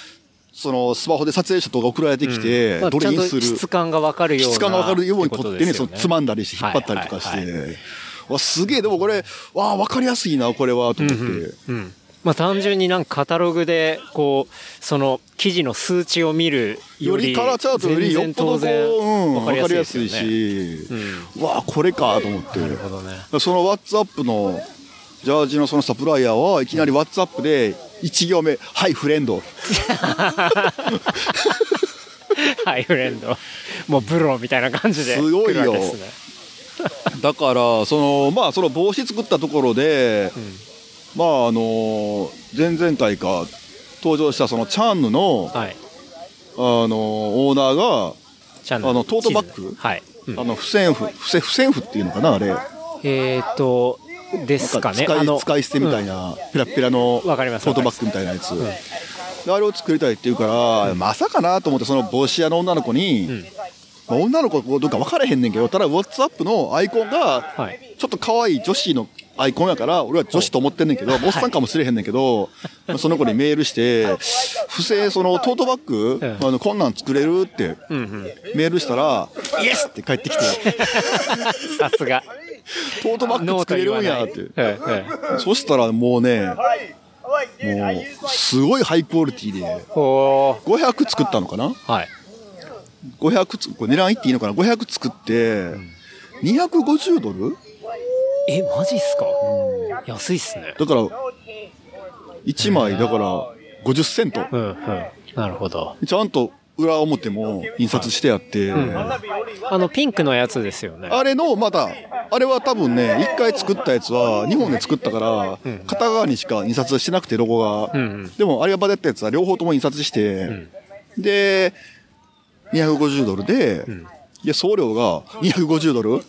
Speaker 6: その、スマホで撮影した動画送られてきて、
Speaker 2: まあ
Speaker 6: どれにする。
Speaker 2: ちゃんと質感がわかるような
Speaker 6: 質感がわかるように取ってね、そのつまんだりして引っ張ったりとかして、わすげえ、でもこれ、わあ、わかりやすいな、これは、と思って。
Speaker 2: うんまあ、単純になんかカタログでこうその記事の数値を見るよ
Speaker 6: よ
Speaker 2: り
Speaker 6: りカラーチャートよりよっぽどこ
Speaker 2: 全然当
Speaker 6: う、う
Speaker 2: 然
Speaker 6: ん、わか
Speaker 2: 分か
Speaker 6: り
Speaker 2: り
Speaker 6: や
Speaker 2: や
Speaker 6: す
Speaker 2: す
Speaker 6: い
Speaker 2: いですよね
Speaker 6: し、わあ、これか、と思って。
Speaker 2: なるほどね
Speaker 6: その WhatsApp の、ジャージのそのサプライヤーはいきなり WhatsApp で1行目、はい、フレンド。
Speaker 2: はいフレンドもうブロみたいな感じです
Speaker 6: ごいよ
Speaker 2: 来るわけですね
Speaker 6: だから、その、まあ、その帽子作ったところで、まあ、あの、前々回か、登場したそのチャンヌの、
Speaker 2: はい
Speaker 6: あの、オーナーが、
Speaker 2: チャンネル
Speaker 6: あのトートバッグ
Speaker 2: 地図はい、うん
Speaker 6: あの、不戦符、不戦不戦符っていうのかな、あれ。
Speaker 2: えっ、とです
Speaker 6: な
Speaker 2: か
Speaker 6: んか
Speaker 2: ね
Speaker 6: 使
Speaker 2: あの
Speaker 6: い使い捨てみたいな、ペラッペラのト
Speaker 2: わかります
Speaker 6: ートバッグみたいなやつ、であれを作りたいって言うから、まさかなと思ってその帽子屋の女の子に、まあ女の子かどうか分からへんねんけどただ WhatsApp のアイコン
Speaker 2: は
Speaker 6: が
Speaker 2: い
Speaker 6: ちょっと可愛い女子のアイコンやから俺は女子と思ってんねんけどおっさんかもしれへんねんけど、まあその子にメールして「不正そのトートバッグ、
Speaker 2: うん
Speaker 6: あのこんなん作れる?」って
Speaker 2: うんうん
Speaker 6: メールしたら「イエス!」って帰ってきて
Speaker 2: さす が
Speaker 6: 「トートバッグ作れるんや」って。
Speaker 2: ノーと言わないうんうん
Speaker 6: そしたらもうね、もうすごいハイクオリティで、
Speaker 2: おー
Speaker 6: 500作ったのかな
Speaker 2: はい
Speaker 6: ?500 つ、これ値段いっていいのかな ?500 作って、250ドル
Speaker 2: えマジっすか、安いっすね
Speaker 6: だから、1枚だから50セント。
Speaker 2: うんうんなるほど
Speaker 6: ちゃんと裏表も印刷してあって、
Speaker 2: あのピンクのやつですよね
Speaker 6: あれのまた、あれは多分ね、1回作ったやつは日本で作ったから、片側にしか印刷してなくて、ロゴが。
Speaker 2: うんうん
Speaker 6: でも、アリアバでやったやつは両方とも印刷して、で、250ドルで、いや、送料が250ドル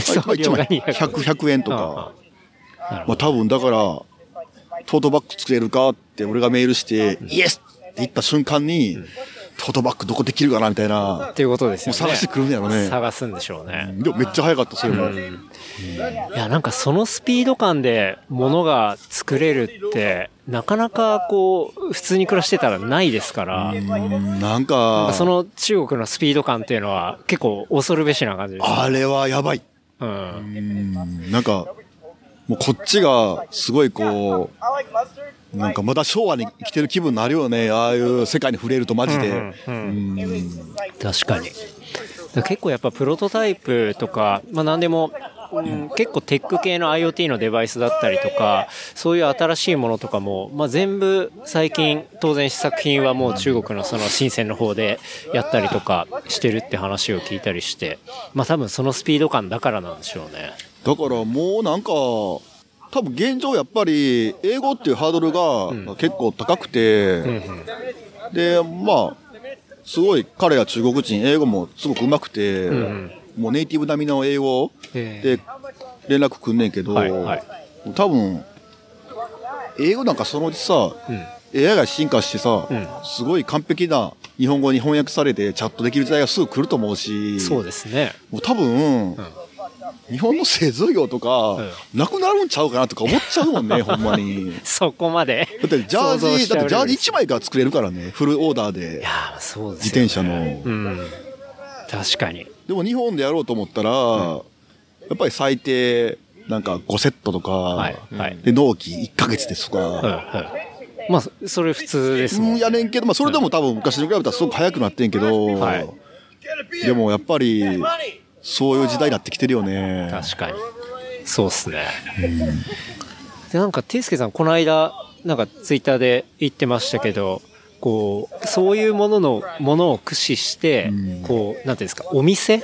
Speaker 2: 送料が200
Speaker 6: 100, 100円とか。
Speaker 2: あなる
Speaker 6: まあ多分だから、トートバッグ作れるかって俺がメールして、イエスって言った瞬間に、トートバッグどこできるかなみたいな
Speaker 2: っ。ていうことですよね
Speaker 6: もう探してくるんやろね
Speaker 2: 探すんでしょうね
Speaker 6: でもめっちゃ早かった、それも。
Speaker 2: いやなんかそのスピード感で物が作れるってなかなかこう普通に暮らしてたらないですから、
Speaker 6: うんなんか、
Speaker 2: その中国のスピード感っていうのは結構恐るべしな感じです、
Speaker 6: あれはやばい。
Speaker 2: うん、
Speaker 6: うんなんか、もうこっちがすごいこう、なんかまた昭和に生きてる気分になるよね。ああいう世界に触れるとマジで。うん
Speaker 2: 確かにだから結構やっぱプロトタイプとか、まあ、何でも、うん結構テック系の IoT のデバイスだったりとかそういう新しいものとかも、まあ、全部最近当然試作品はもう中国のその深センの方でやったりとかしてるって話を聞いたりしてまあ多分そのスピード感だからなんでしょうね
Speaker 6: だからもうなんか、多分現状やっぱり英語っていうハードルが結構高くて、で、まあ、すごい彼ら中国人、英語もすごく上手くて、
Speaker 2: ん
Speaker 6: もうネイティブ並みの英語
Speaker 2: え
Speaker 6: で連絡くんねんけど、
Speaker 2: はいはい
Speaker 6: 多分、英語なんかそのうちさ、AI が進化してさ、
Speaker 2: ん
Speaker 6: すごい完璧な日本語に翻訳されてチャットできる時代がすぐ来ると思うし、
Speaker 2: そうですね
Speaker 6: もう多分、日本の製造業とか、なくなるんちゃうかなとか思っちゃうも んね、ほんまに。
Speaker 2: そこまで
Speaker 6: だってジャ
Speaker 2: 想像し
Speaker 6: ージ、
Speaker 2: ちゃう
Speaker 6: だってジャー
Speaker 2: レベル
Speaker 6: ジ1枚が作れるからね、フルオーダー
Speaker 2: い
Speaker 6: で
Speaker 2: や、ーそうです
Speaker 6: 自
Speaker 2: よね
Speaker 6: 転車の。
Speaker 2: うん確かに
Speaker 6: でも日本でやろうと思ったら、やっぱり最低、なんか5セットとか、
Speaker 2: はいはい
Speaker 6: で、納期1ヶ月ですと
Speaker 2: うんうん
Speaker 6: か、
Speaker 2: まあそれ普通です
Speaker 6: う
Speaker 2: もん
Speaker 6: ん、やねんけど、まあそれでも多分昔に比べたらすごく早くなってんけど、
Speaker 2: はい
Speaker 6: でもやっぱり、そういう時代になってきてるよね。
Speaker 2: 確かにそうっすねでなんかていすけさんこの間なんかツイッターで言ってましたけどこうそういうもののものを駆使してこうなんていうんですかお店っ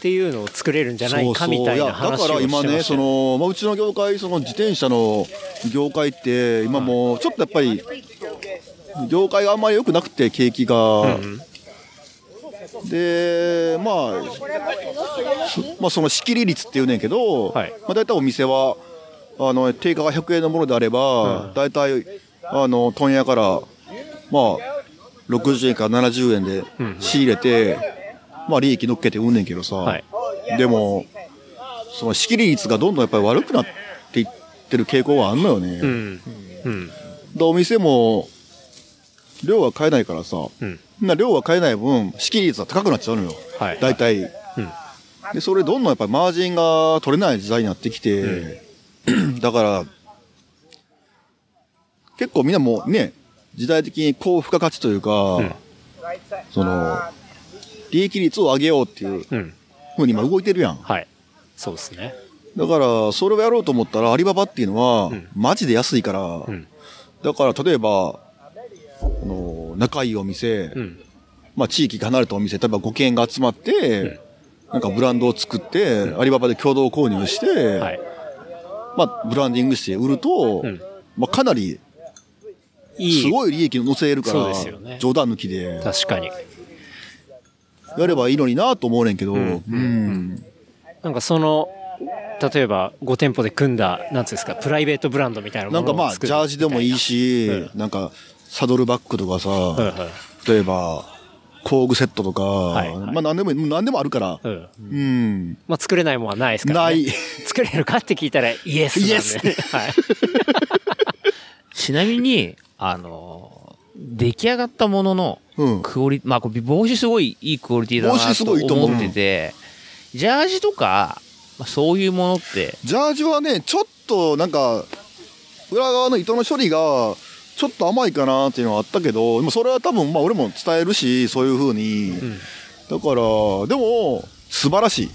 Speaker 2: ていうのを作れるんじゃないかみたい
Speaker 6: や
Speaker 2: な
Speaker 6: だ
Speaker 2: 話を
Speaker 6: か
Speaker 2: してま
Speaker 6: ら
Speaker 2: した
Speaker 6: 今
Speaker 2: よ
Speaker 6: ね、そのまあ、うちの業界、その自転車の業界って、今もうちょっとやっぱり、業界があんまり良くなくて、景気が。で、まあ、そまあ、その仕切り率っていうねんけど、
Speaker 2: はい
Speaker 6: まあ、大体お店は、あの定価が100円のものであれば、大体あの問屋から、まあ、60円から70円で仕入れて、まあ、利益乗っけて売んねんけどさ、
Speaker 2: はい
Speaker 6: でもその仕切り率がどんどんやっぱり悪くなっていってる傾向はあんのよね、
Speaker 2: う
Speaker 6: で
Speaker 2: んうん
Speaker 6: お店も量は買えないからさ、
Speaker 2: うん
Speaker 6: な量は買えない分仕切り率は高くなっちゃうのよ、
Speaker 2: はい
Speaker 6: 大体、でそれどんどんやっぱりマージンが取れない時代になってきて、 だから結構みんなもうね時代的に高付加価値というか、
Speaker 2: ん
Speaker 6: その利益率を上げようっていう
Speaker 2: うん
Speaker 6: ふうに今動いてるやん
Speaker 2: はいそうですね
Speaker 6: だから、それをやろうと思ったら、アリババっていうのは
Speaker 2: ん、
Speaker 6: マジで安いから、
Speaker 2: ん
Speaker 6: だから、例えば、あの、仲いいお店、
Speaker 2: うん
Speaker 6: まあ、地域が離れたお店、例えば5軒が集まって、なんかブランドを作って、アリババで共同購入して、
Speaker 2: はい
Speaker 6: まあ、ブランディングして売ると、
Speaker 2: ん
Speaker 6: まあ、かなり、
Speaker 2: いい
Speaker 6: すごい利益を乗せれるか
Speaker 2: そう
Speaker 6: ら、
Speaker 2: ですよね
Speaker 6: 冗談抜きで、
Speaker 2: 確かに
Speaker 6: やればいいのになと思うねんけど、うん。
Speaker 2: なんかその例えば5店舗で組んだなんつうんですかプライベートブランドみたいな
Speaker 6: な
Speaker 2: も
Speaker 6: んか
Speaker 2: の
Speaker 6: ま
Speaker 2: を
Speaker 6: あ、
Speaker 2: 作
Speaker 6: ジ
Speaker 2: る
Speaker 6: ャージでもいいし、
Speaker 2: うん
Speaker 6: なんか、サドルバッグとかさ、
Speaker 2: うんうん
Speaker 6: 例えば、工具セットとか、
Speaker 2: いはい
Speaker 6: まあ何でもいい、何でもあるから、
Speaker 2: う
Speaker 6: うんん。
Speaker 2: まあ、作れないもんはないですから、ね、
Speaker 6: ない
Speaker 2: 作れるかって聞いたらイエスなんで
Speaker 6: イエス
Speaker 2: はい、
Speaker 4: ちなみに、あの、出来上がったもの
Speaker 6: う
Speaker 4: の
Speaker 6: ん
Speaker 4: クオリ、まあこれ帽子すごいいいクオリティだ
Speaker 6: 帽子すごいいい
Speaker 4: な
Speaker 6: と
Speaker 4: と
Speaker 6: 思う
Speaker 4: 思ってて、ジャージとか、まあ、そういうものって、
Speaker 6: ジャージはね、ちょっとなんか、裏側の糸の処理が、ちょっと甘いかなっていうのはあったけど、でもそれは多分、まあ俺も伝えるし、そういう風に。だから、でも、素晴らしい。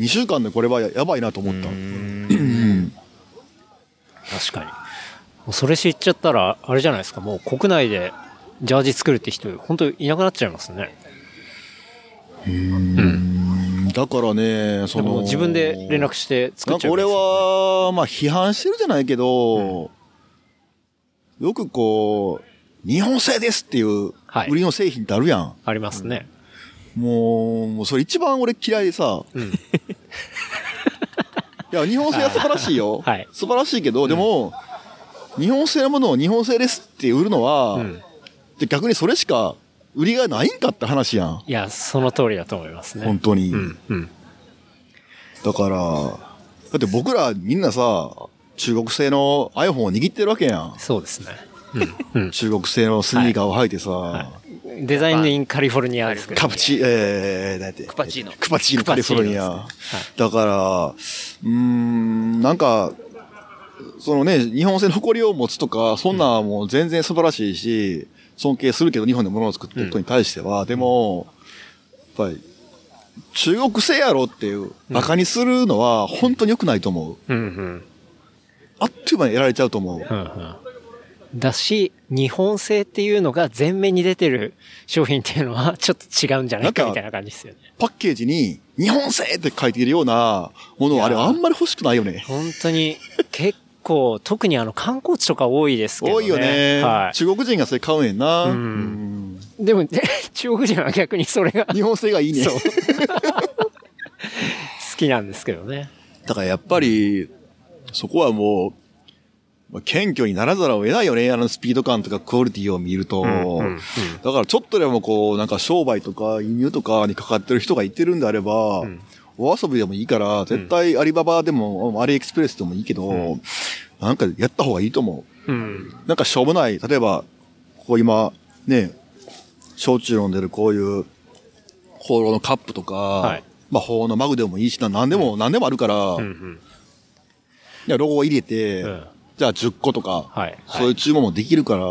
Speaker 6: 2週間でこれはややばいなと思った。
Speaker 2: 確かにもうそれ知っちゃったらあれじゃないですかもう国内でジャージ作るって人本当いなくなっちゃいますね
Speaker 6: だからね、そ
Speaker 2: で
Speaker 6: の。
Speaker 2: も自分で連絡して作
Speaker 6: な
Speaker 2: っ
Speaker 6: ん
Speaker 2: ちゃ
Speaker 6: か
Speaker 2: うんで
Speaker 6: 俺
Speaker 2: すよ
Speaker 6: は、まあ批判してるじゃないけど、よくこう、日本製ですっていう
Speaker 2: はい
Speaker 6: 売りの製品ってあるやん。
Speaker 2: ありますね、
Speaker 6: もう、もうそれ一番俺嫌いでさ。 いや、日本製は素晴らしいよ。
Speaker 2: はい
Speaker 6: 素晴らしいけど、でも、日本製のものを日本製ですって売るのは、
Speaker 2: うん
Speaker 6: で逆にそれしか売りがないんかって話やん。
Speaker 2: いやその通りだと思いますね
Speaker 6: 本当に。
Speaker 2: うんうん
Speaker 6: だから、だって僕らみんなさ、中国製の iPhone を握ってるわけやん。
Speaker 2: そうですね
Speaker 6: 中国製のスニーカーを履いてさ、
Speaker 2: デザインインカリフォルニアですけど、
Speaker 6: カプチ、えー、なんて。ク
Speaker 4: パチーノ
Speaker 6: クパチーノカリフォルニア。だから、うーん、なんか、そのね、日本製の誇りを持つとか、そんなんもう全然素晴らしいし、尊敬するけど日本で物を作ってることに対しては、でも、やっぱり、中国製やろっていう、馬鹿にするのは本当に良くないと思う。
Speaker 2: うんうん
Speaker 6: あっという間にやられちゃうと思う。
Speaker 2: うんうんだし日本製っていうのが前面に出てる商品っていうのはちょっと違うんじゃないか
Speaker 6: なんか
Speaker 2: みたいな感じですよね
Speaker 6: パッケージに、日本製って書いているようなものはあれあんまり欲しくないよね。
Speaker 2: 本当に結構特にあの観光地とか多いですけどね
Speaker 6: 多いよね、
Speaker 2: は
Speaker 6: 中国人がそれ買うねんな。
Speaker 2: ん
Speaker 6: うん
Speaker 2: い、でも 中国人は逆にそれが 好
Speaker 6: 日本製がいいね。
Speaker 2: きなんですけどね
Speaker 6: だからやっぱり、そこはもう、まあ謙虚にならざるを得ないよね。あのスピード感とかクオリティを見ると。だからちょっとでもこう、なんか商売とか輸入とかにかかってる人がいてるんであれば、お遊びでもいいから、絶対アリババでも、アリエクスプレスでもいいけど、なんかやった方がいいと思う。
Speaker 2: うん
Speaker 6: なんかしょうもない、例えば、ここ今、ね、焼酎飲んでるこういう、放浪のカップとか、
Speaker 2: い
Speaker 6: まあ、放浪のマグでもいいしな、なんでも、なんでもあるから、
Speaker 2: うんうん
Speaker 6: いやロゴを入れて、
Speaker 2: うん
Speaker 6: じゃあ10個とか、
Speaker 2: はい
Speaker 6: そういう注文もできるから、
Speaker 2: い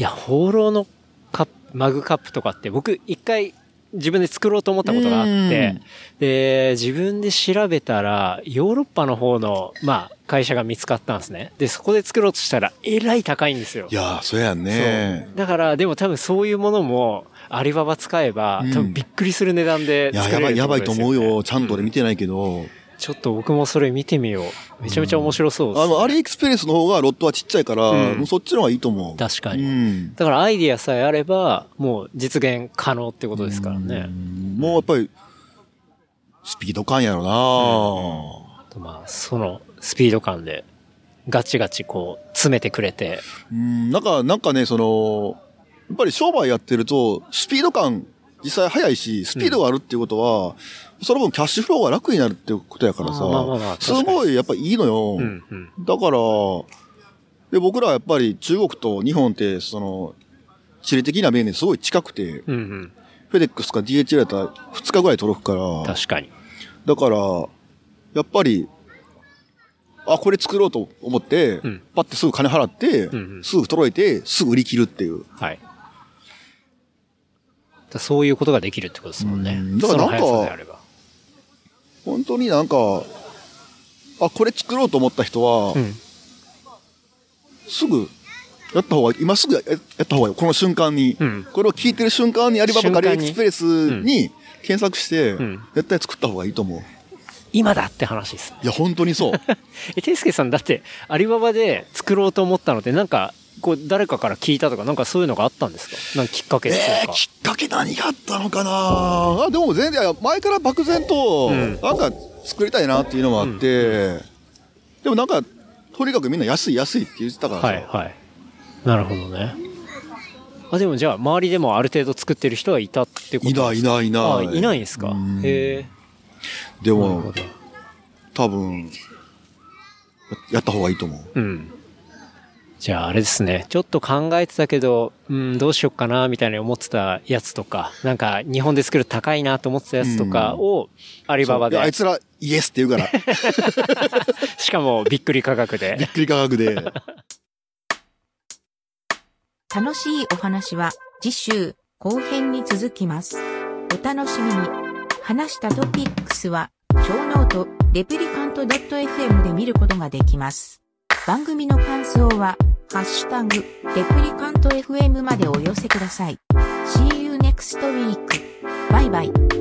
Speaker 2: や放浪のカップマグカップとかって僕一回自分で作ろうと思ったことがあってで自分で調べたらヨーロッパの方の、まあ、会社が見つかったんですねでそこで作ろうとしたらえらい高いんですよ
Speaker 6: いやー、そうやん
Speaker 2: そう
Speaker 6: ね。
Speaker 2: だからでも多分そういうものもアリババ使えば、
Speaker 6: うん
Speaker 2: 多分びっくりする値段で
Speaker 6: いや、
Speaker 2: 作れ
Speaker 6: やば
Speaker 2: る
Speaker 6: い、やばい
Speaker 2: っ
Speaker 6: と
Speaker 2: てこです
Speaker 6: 思う
Speaker 2: ね
Speaker 6: よ。ちゃんと俺見てないけど。
Speaker 2: ちょっと僕もそれ見てみようめちゃめちゃ面白そうです、
Speaker 6: あの、アリエクスプレスの方がロットはちっちゃいから、
Speaker 2: うん
Speaker 6: もうそっちの方がいいと思う。
Speaker 2: 確か
Speaker 6: う
Speaker 2: に、
Speaker 6: ん。
Speaker 2: だからアイディアさえあればもう実現可能ってことですからね、
Speaker 6: もうやっぱり、スピード感やろな、
Speaker 2: あとまあそのスピード感でガチガチこう詰めてくれて
Speaker 6: うん、なんか、なんかね、その、やっぱり商売やってると、スピード感、実際速いし、スピードがあるっていうことは、その分キャッシュフローが楽になるっていうことやからさ、
Speaker 2: あーまあまあまあ
Speaker 6: すごいやっぱいいのよ。
Speaker 2: うんうん
Speaker 6: だから、で、僕らはやっぱり中国と日本って、その、地理的な面ですごい近く
Speaker 2: うん
Speaker 6: て、
Speaker 2: うん
Speaker 6: フェデックスか DHL やったら2日ぐらい届くから、
Speaker 2: 確かに
Speaker 6: だから、やっぱり、あ、これ作ろうと思って、
Speaker 2: うん
Speaker 6: パッてすぐ金払っ
Speaker 2: ん
Speaker 6: て、
Speaker 2: うん
Speaker 6: すぐ届いて、すぐ売り切るっていう。
Speaker 2: はいだそういうことができるってことですもんね
Speaker 6: うんだか
Speaker 2: そ
Speaker 6: ら
Speaker 2: の
Speaker 6: なんか
Speaker 2: 速さであれば
Speaker 6: 本当になんか、あ、これ作ろうと思った人は、
Speaker 2: うん
Speaker 6: すぐ、やった方が、今すぐややった方がいい。この瞬間に。
Speaker 2: うん
Speaker 6: これを聞いてる瞬間に、アリババ
Speaker 2: 瞬
Speaker 6: ガ
Speaker 2: 間に
Speaker 6: リエクスプレスに検索して、
Speaker 2: ん
Speaker 6: 絶対作った方がいいと思う。
Speaker 2: 今だって話です
Speaker 6: いや、本当にそう。
Speaker 2: えていすけさんだってアリババで作ろうと思ったのってなんかこう誰かから聞いたとかなんかそういうのがあったんですかなんかきっかけってい
Speaker 6: え
Speaker 2: うか
Speaker 6: ー、きっかけ何があったのかなあでも全然いや前から漠然と
Speaker 2: うん
Speaker 6: なんか作りたいなっていうのもあって、でもなんかとにかくみんな安い安いって言ってたからさ、
Speaker 2: はいはいなるほどねあでもじゃあ周りでもある程度作ってる人はいたってこと
Speaker 6: いないいないいな
Speaker 2: あ
Speaker 6: い
Speaker 2: いないんですか
Speaker 6: うん
Speaker 2: へえ
Speaker 6: で
Speaker 2: なる
Speaker 6: も
Speaker 2: ほど
Speaker 6: 多分ややった方がいいと思
Speaker 2: う
Speaker 6: う
Speaker 2: んじゃああれですねちょっと考えてたけどうんどうしよっかなみたいに思ってたやつとかなんか日本で作る高いなと思ってたやつとかをアリババで
Speaker 6: いやあいつらイエスって言うから
Speaker 2: しかもびっくり価格で
Speaker 6: びっくり価格で
Speaker 7: 楽しいお話は次週後編に続きます。お楽しみに。話したトピックスは、超ノート、レプリカント .fm で見ることができます。番組の感想は、ハッシュタグ、レプリカント fm までお寄せください。See you next week. バイバイ。